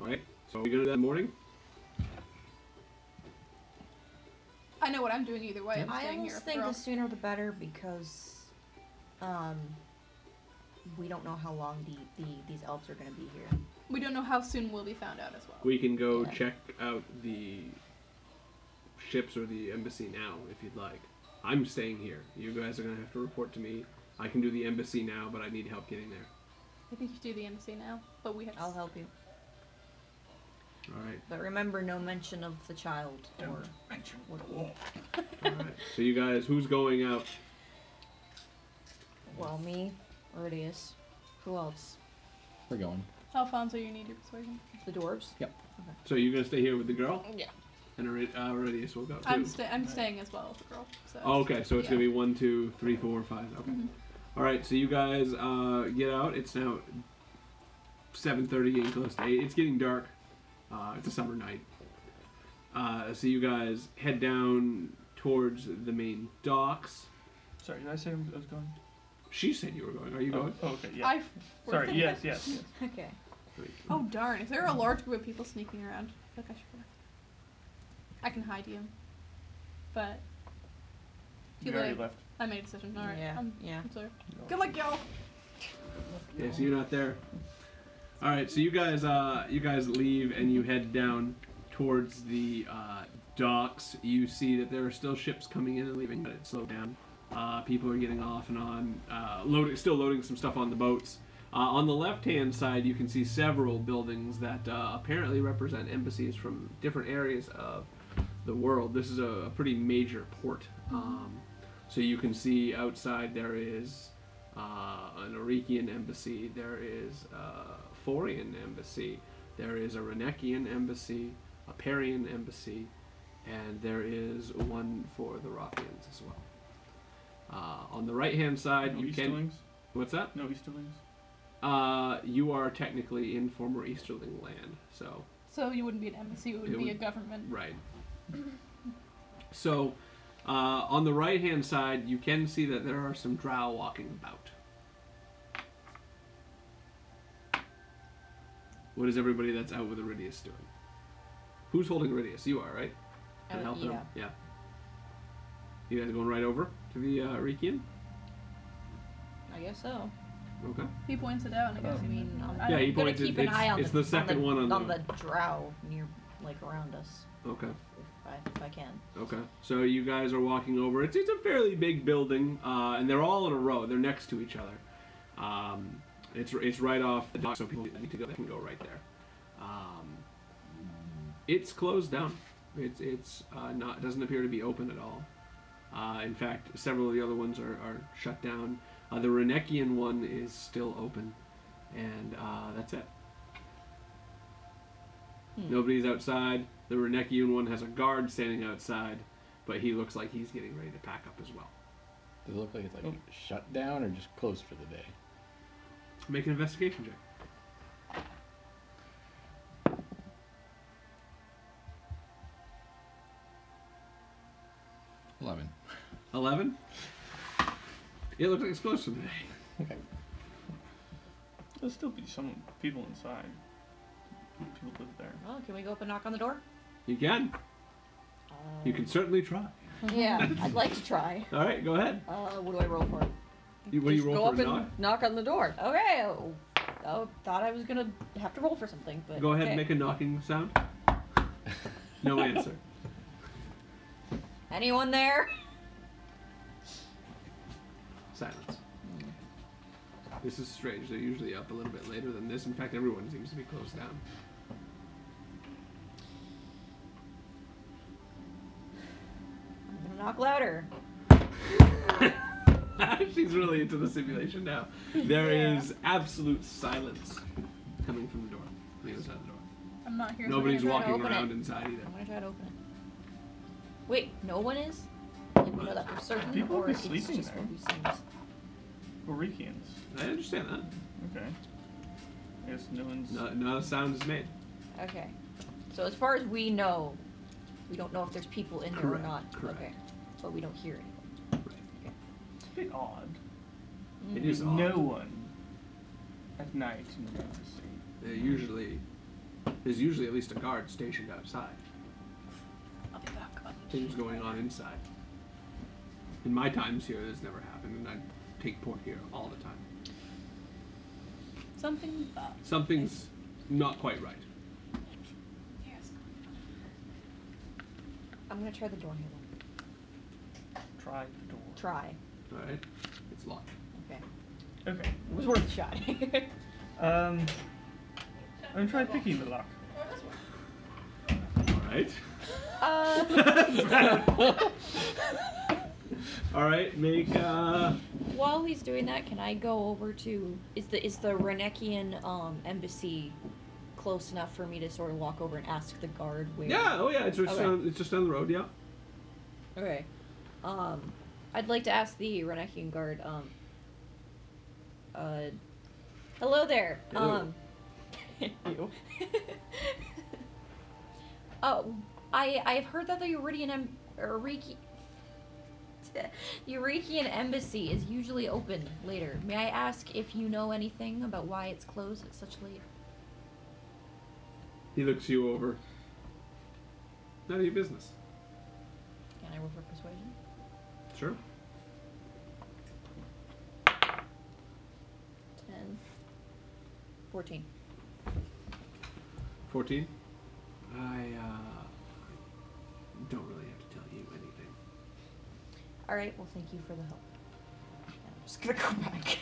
A: All right. So are we gonna do that in the morning?
D: I know what I'm doing either way. I'm
F: I
D: staying
F: almost
D: here.
F: think
D: girl.
F: the sooner the better because, um, we don't know how long the, the these elves are going to be here.
D: We don't know how soon we'll be found out as well.
A: We can go
F: Yeah.
A: check out the ships or the embassy now if you'd like. I'm staying here. You guys are gonna have to report to me. I can do the embassy now, but I need help getting there.
D: I think you do the embassy now, but we have.
F: I'll help you,
A: All right.
F: but remember, no mention of the child or
I: Mention
F: what
A: All right. so you guys, who's going out?
F: Well, me, Erdius. Who else?
I: We're going.
D: Alfonso, you need your persuasion.
Q: The dwarves?
R: Yep.
A: So you're gonna stay here with the girl?
Q: Yeah.
A: And Ara- uh, Arrhenius will go.
D: I'm
A: too.
D: sta- I'm staying as well as the girl. So.
A: Oh, okay, so it's
D: yeah.
A: gonna be one, two, three, four, five. Okay.
D: Mhm.
A: All right, so you guys uh, get out. It's now seven thirty, getting close to eight. It's getting dark. Uh, it's a summer night. Uh, so you guys head down towards the main docks.
C: Sorry, did I say I'm- I was going?
A: She said you were going. Are you
C: Oh,
A: going?
C: oh, okay, yeah.
D: I- we're
C: Sorry,
D: thinking-
C: yes, yes, yes.
F: Okay.
D: Oh darn! Is there a large group of people sneaking around? I feel like I should. go. I can hide you, but. Too
C: You already
D: late.
C: left.
D: I made a decision. All right.
Q: Yeah,
D: I'm,
Q: yeah.
D: I'm sorry. Good luck, y'all.
A: Yeah, so you're not there. All right, so you guys, uh, you guys leave and you head down towards the uh, docks. You see that there are still ships coming in and leaving, but it's slowed down. Uh, people are getting off and on, uh, loading, still loading some stuff on the boats. Uh, on the left-hand side, you can see several buildings that uh, apparently represent embassies from different areas of the world. This is a, a pretty major port. Um, so you can see outside there is uh, an Orikian embassy, there is a Forian embassy, there is a Renekian embassy, a Parian embassy, and there is one for the Rothians as well. Uh, on the right hand side,
C: No
A: you can.
C: Easterlings?
A: What's that?
C: No Easterlings?
A: Uh, you are technically in former Easterling land, so.
D: So you wouldn't be an embassy; it would
A: It
D: be
A: would-
D: a government.
A: Right. So, uh, on the right hand side, you can see that there are some drow walking about. What is everybody that's out with Iridius doing? Who's holding Iridius? You are, right?
Q: Uh,
A: helping him. Yeah. You guys going right over to the uh, Rikian?
Q: I guess so.
A: Okay.
D: He points it out, and I guess
Q: I
D: he
Q: mean, I'm,
A: Yeah, he
Q: I'm gonna
A: pointed-
Q: keep an
A: it's-
Q: eye on
A: it's
Q: the,
A: the second one on
Q: on
A: the-
Q: the drow near, like around us,
A: Okay.
Q: if I, if I can.
A: Okay. So you guys are walking over. It's, it's a fairly big building, uh, and they're all in a row. They're next to each other. Um, it's, it's right off the dock, so people that need to go they can go right there. Um, it's closed down. It's it's uh, not doesn't appear to be open at all. Uh, in fact, several of the other ones are, are shut down. Uh, the Renekian one is still open, and uh, that's it. Nobody's outside. The Renekian one has a guard standing outside, but he looks like he's getting ready to pack up as well.
I: Does it look like it's like shut down or just closed for the day?
A: Make an investigation check.
I: Eleven.
A: Eleven. It looks like it's closed for the day.
I: Okay.
C: There'll still be some people inside. People live there.
F: Well, Oh, can we go up and knock on the door?
A: You can. You can certainly try.
F: [laughs]
Q: Yeah, I'd like to try.
A: All right, go ahead.
Q: Uh, what do I roll for?
A: You, what do you
Q: Just
A: roll
Q: go
A: for
Q: up
A: a
Q: and
A: knock?
Q: knock on the door. Okay. Oh, oh, thought I was gonna have to roll for something, but
A: Go ahead
Q: okay.
A: and make a knocking sound.
Q: [laughs]
A: No answer.
F: Anyone there?
A: Silence. This is strange. They're usually up a little bit later than this. In fact, everyone seems to be closed down.
F: I'm gonna knock louder.
A: [laughs] She's really into the simulation now. There is absolute silence coming from the door, on the other side of the door.
D: I'm not here.
A: Nobody's
F: try to
A: walking
F: open it.
A: around inside either.
F: I'm gonna try to open it. Wait, no one is? Like, we know that for certain,
C: People
F: or
C: be
F: it's
C: sleeping
F: just
C: there.
F: what we've seen.
C: Orikians.
A: I understand that.
C: Okay. I guess no one's.
A: No, no sound is made.
F: Okay. So as far as we know, we don't know if there's people in there
A: Correct,
F: or not.
A: correct.
F: Okay. But we don't hear anything.
C: It's a bit odd.
A: It
D: Mm-hmm.
C: There's
A: is odd.
C: no one at night in the embassy.
A: They're usually there's usually at least a guard stationed outside.
D: I'll be back.
A: Things going on inside. In my times here, this never happened, and I take point here all the time.
D: Something's up.
A: Something's not quite right.
D: Yes.
F: I'm gonna try the door handle.
C: Try the door.
F: Try.
A: All right, it's locked.
F: Okay.
C: Okay.
F: It was worth a shot. [laughs]
C: Um. I'm gonna try picking the lock.
A: All right. [laughs]
F: uh,
A: All right, make. Uh,
F: While he's doing that, can I go over to is the is the Renekian um embassy close enough for me to sort of walk over and ask the guard where?
A: yeah, oh yeah, it's just
F: okay.
A: on, it's just down the road. Yeah.
F: okay. Um, I'd like to ask the Renekian guard. Um. Uh, hello there.
A: Hello.
F: Um. you. [laughs] oh, I I have heard that the Uridian em- [laughs] Uriki- Eurekian embassy is usually open later. May I ask if you know anything about why it's closed at such late?
A: He looks you over. None of your business.
F: Can I roll for persuasion?
A: Sure.
F: Ten. Fourteen.
A: Fourteen. I uh, don't really have to tell you anything.
F: All right. Well, thank you for the help. I'm just gonna go [laughs] back.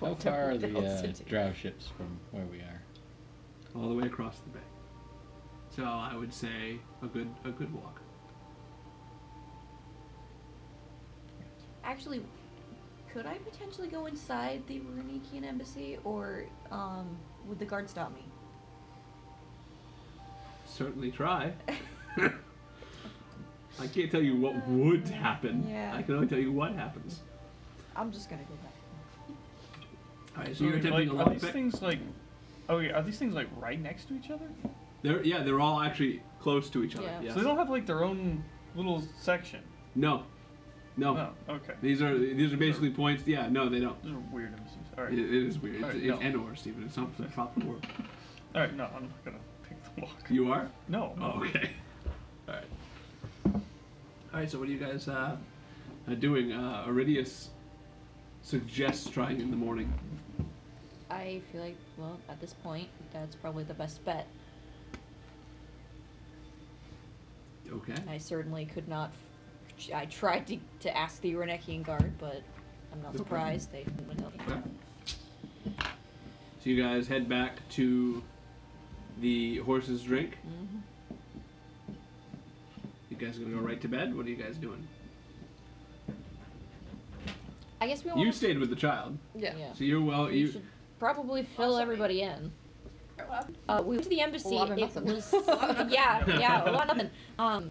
F: Don't
G: How
D: [laughs]
F: know
G: far are
F: what
G: the
F: else to
G: uh,
F: do.
G: drow ships from where we are?
A: All the way across the bay. So I would say a good a good walk.
F: Actually, could I potentially go inside the Runikian embassy, or um, would the guard stop me?
A: Certainly
F: [laughs]
A: try. I can't tell you what would happen.
F: Yeah.
A: I can only tell you what happens.
F: I'm just gonna go back.
A: All right, so you're attempting
K: like,
A: a
K: are
A: lockpick.
K: these things like? Oh, wait, are these things like right next to each other?
A: They're yeah, they're all actually close to each other.
F: Yeah.
A: yes.
K: So they don't have like their own little section.
A: No, no.
K: Oh, okay.
A: These are these are basically points. Yeah, no, they don't.
K: These are weird embassies. All right.
A: It, it is weird.
K: All
A: It's,
K: right,
A: it's
K: no.
A: Enor, Stephen. It's not the proper word.
K: All right. No, I'm not gonna pick the lock.
A: You are.
K: No.
A: [laughs] Oh, okay. All right. All right. So what are you guys uh, uh, doing? Uh, Iridius suggests trying in the morning.
F: I feel like, well, at this point, that's probably the best bet.
A: Okay.
F: I certainly could not. f- I tried to, to ask the Renekian guard, but I'm not
A: Okay.
F: surprised they didn't help me.
A: Okay. So you guys head back to the horse's drink.
F: Mhm.
A: You guys gonna go right to bed? What are you guys doing?
F: I guess we
A: You
F: want.
A: stayed with the child,
E: Yeah.
F: yeah.
A: so you're
G: oh,
A: well.
F: We
A: You
F: should probably fill everybody in. Uh, we went to the embassy.
E: Lot of
F: it
E: nothing. [laughs]
F: was yeah, yeah, a lot of nothing. Um,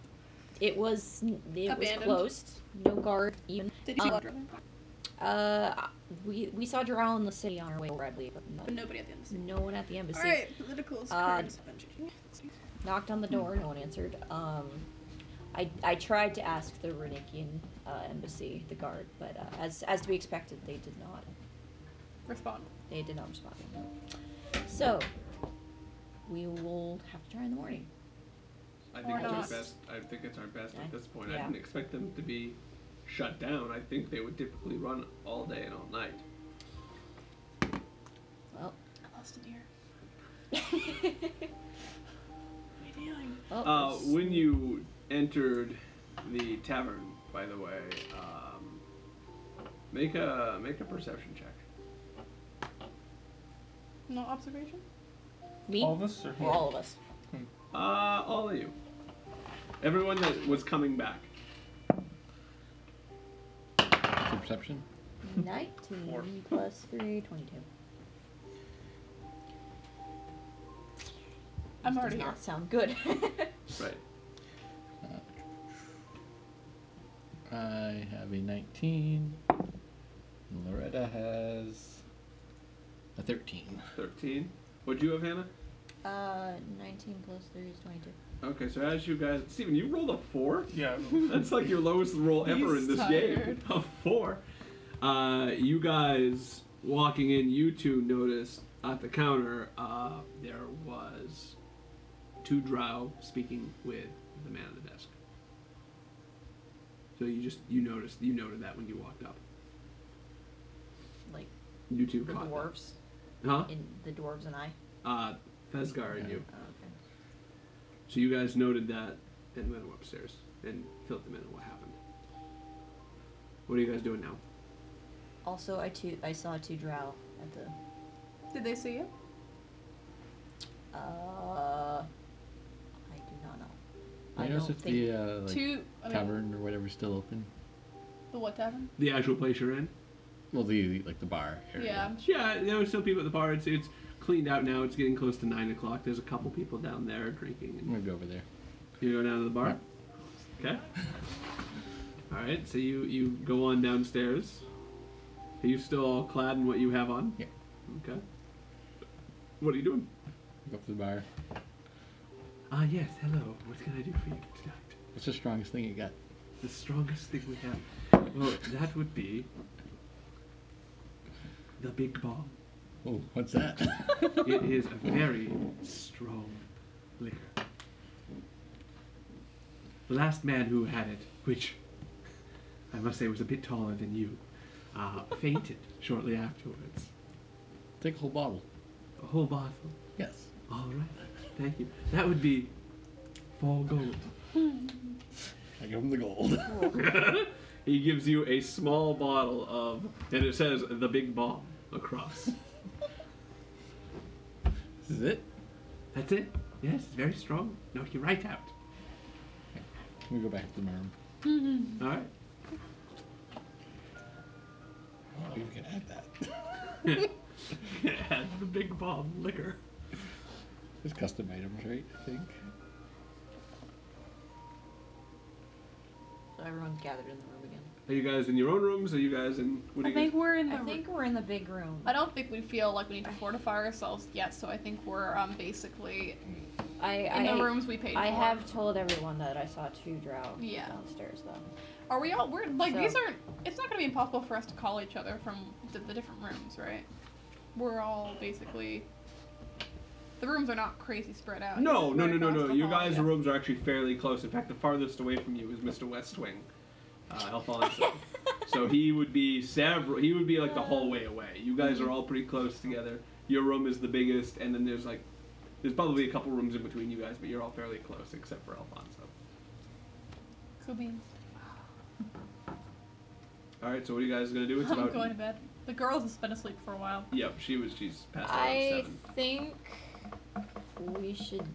F: it was it
B: Abandoned.
F: was closed. No guard even.
B: Did you see
F: Um,
B: Blood Driven?
F: Uh, we we saw Drow in the city on our way over, I believe, but
B: But
F: no,
B: nobody at the embassy.
F: no one at the embassy.
B: Alright, political
F: Uh,
B: currents have been changing.
F: Knocked on the door, no one answered. Um, I, I tried to ask the Runikian uh, embassy, the guard, but uh, as as to be expected, they did not.
B: Respond.
F: They did not respond. So we will have to try in the morning.
A: I
B: Or
A: think it's our
B: not.
A: best. I think it's our best
F: Yeah.
A: at this point. I
F: Yeah.
A: didn't expect them to be shut down. I think they would typically run all day and all night.
F: Well,
B: I lost an
F: [laughs]
B: ear.
F: well
B: What are you doing?
A: Uh,
F: it's-
A: when you entered the tavern, by the way, um, make a make a perception check.
B: No observation?
F: me
K: All this or
F: or all of us.
A: Uh, all of you, everyone that was coming back.
G: What's your perception?
B: Hmm.
F: 19
K: Four.
F: plus 3, 22.
B: I'm
F: This
B: already
F: does
B: here.
F: not sound
B: [laughs]
F: good.
A: Right.
G: I have a 19. and Loretta has a 13.
A: Thirteen. What'd you have, Hannah?
F: uh, 19 plus 3 is 22.
A: Okay, so as you guys, Steven, you rolled a four.
K: Yeah.
A: That's like your lowest roll ever
B: He's
A: in this game.
B: tired.
A: A four. Uh, you guys walking in, you two noticed at the counter uh, there was two drow speaking with the man at the desk. So you just you noticed you noted that when you walked up.
F: Like
A: You two
F: the
A: caught
F: dwarves.
A: that. Huh?
F: In the dwarves and I.
A: Uh, Fezgar and you.
F: Oh, okay.
A: So you guys noted that and went upstairs and filled them in on what happened. What are you guys doing now?
F: Also, I too I saw two drow at the.
B: Did they see you?
F: Uh, I do not know. I
G: I notice
F: don't
G: if
F: think
G: the uh, like,
B: Two. I mean,
G: tavern or whatever's still open.
B: The what tavern?
A: The actual place you're in.
I: Well, the like the bar
B: Yeah.
I: area.
A: Yeah, there were still people at the bar. It's it's cleaned out now. It's getting close to nine o'clock. There's a couple people down there drinking.
I: I'm gonna go over there.
A: You go down to the bar. Okay. All right. So you you go on downstairs. Are you still all clad in what you have on?
I: Yeah.
A: Okay. What are you doing?
I: Go up to the bar.
A: Ah yes. Hello. What can I do for you tonight?
I: What's the strongest thing you got?
A: The strongest thing we have. Well, that would be the big bomb.
I: Oh, what's that? [laughs]
A: it is a very strong liquor. The last man who had it, which I must say was a bit taller than you, uh, fainted shortly afterwards.
I: Take a whole bottle.
A: A whole bottle.
I: Yes.
A: All right. Thank you. That would be four gold.
I: I give him the gold. [laughs]
A: he gives you a small bottle of, and it says the big bomb across.
I: this is it.
A: That's it. Yes, it's very strong. Knock you right out.
I: We go back to the room.
A: All right. [laughs]
I: Oh, you can add that.
A: Add the big bomb liquor.
I: [laughs] It's custom items, right? I think.
F: So everyone's gathered in the room again.
A: Are you guys in your own rooms? Are you guys in? What are
B: I
A: you guys?
B: think we're in the.
F: I think we're in the big room.
B: I don't think we feel like we need to fortify ourselves yet, so I think we're um, basically
F: I,
B: in
F: I-
B: the rooms we paid
F: I
B: for.
F: have told everyone that I saw two drow
B: Yeah.
F: downstairs though.
B: Are we all? We're like
F: So-
B: these aren't. It's not gonna be impossible for us to call each other from the, the different rooms, right? We're all basically. The rooms are not crazy spread out.
A: No,
B: It's
A: no, no,
B: right
A: no,
B: across
A: no.
B: the
A: You
B: hall,
A: guys'
B: yeah.
A: rooms are actually fairly close. In fact, the farthest away from you is Mr. West Wing, uh,
B: [laughs]
A: Alfonso. so he would be several. He would be like the hallway away. You guys
B: Mm-hmm.
A: are all pretty close together. Your room is the biggest, and then there's like, there's probably a couple rooms in between you guys, but you're all fairly close except for Alfonso.
B: Cool beans.
D: [laughs]
A: All right. So what are you guys gonna do? It's
B: I'm
A: about.
B: going to bed. The girls have been asleep for a while.
A: Yep. She was. She's passed out at
F: I
A: seven.
F: think we should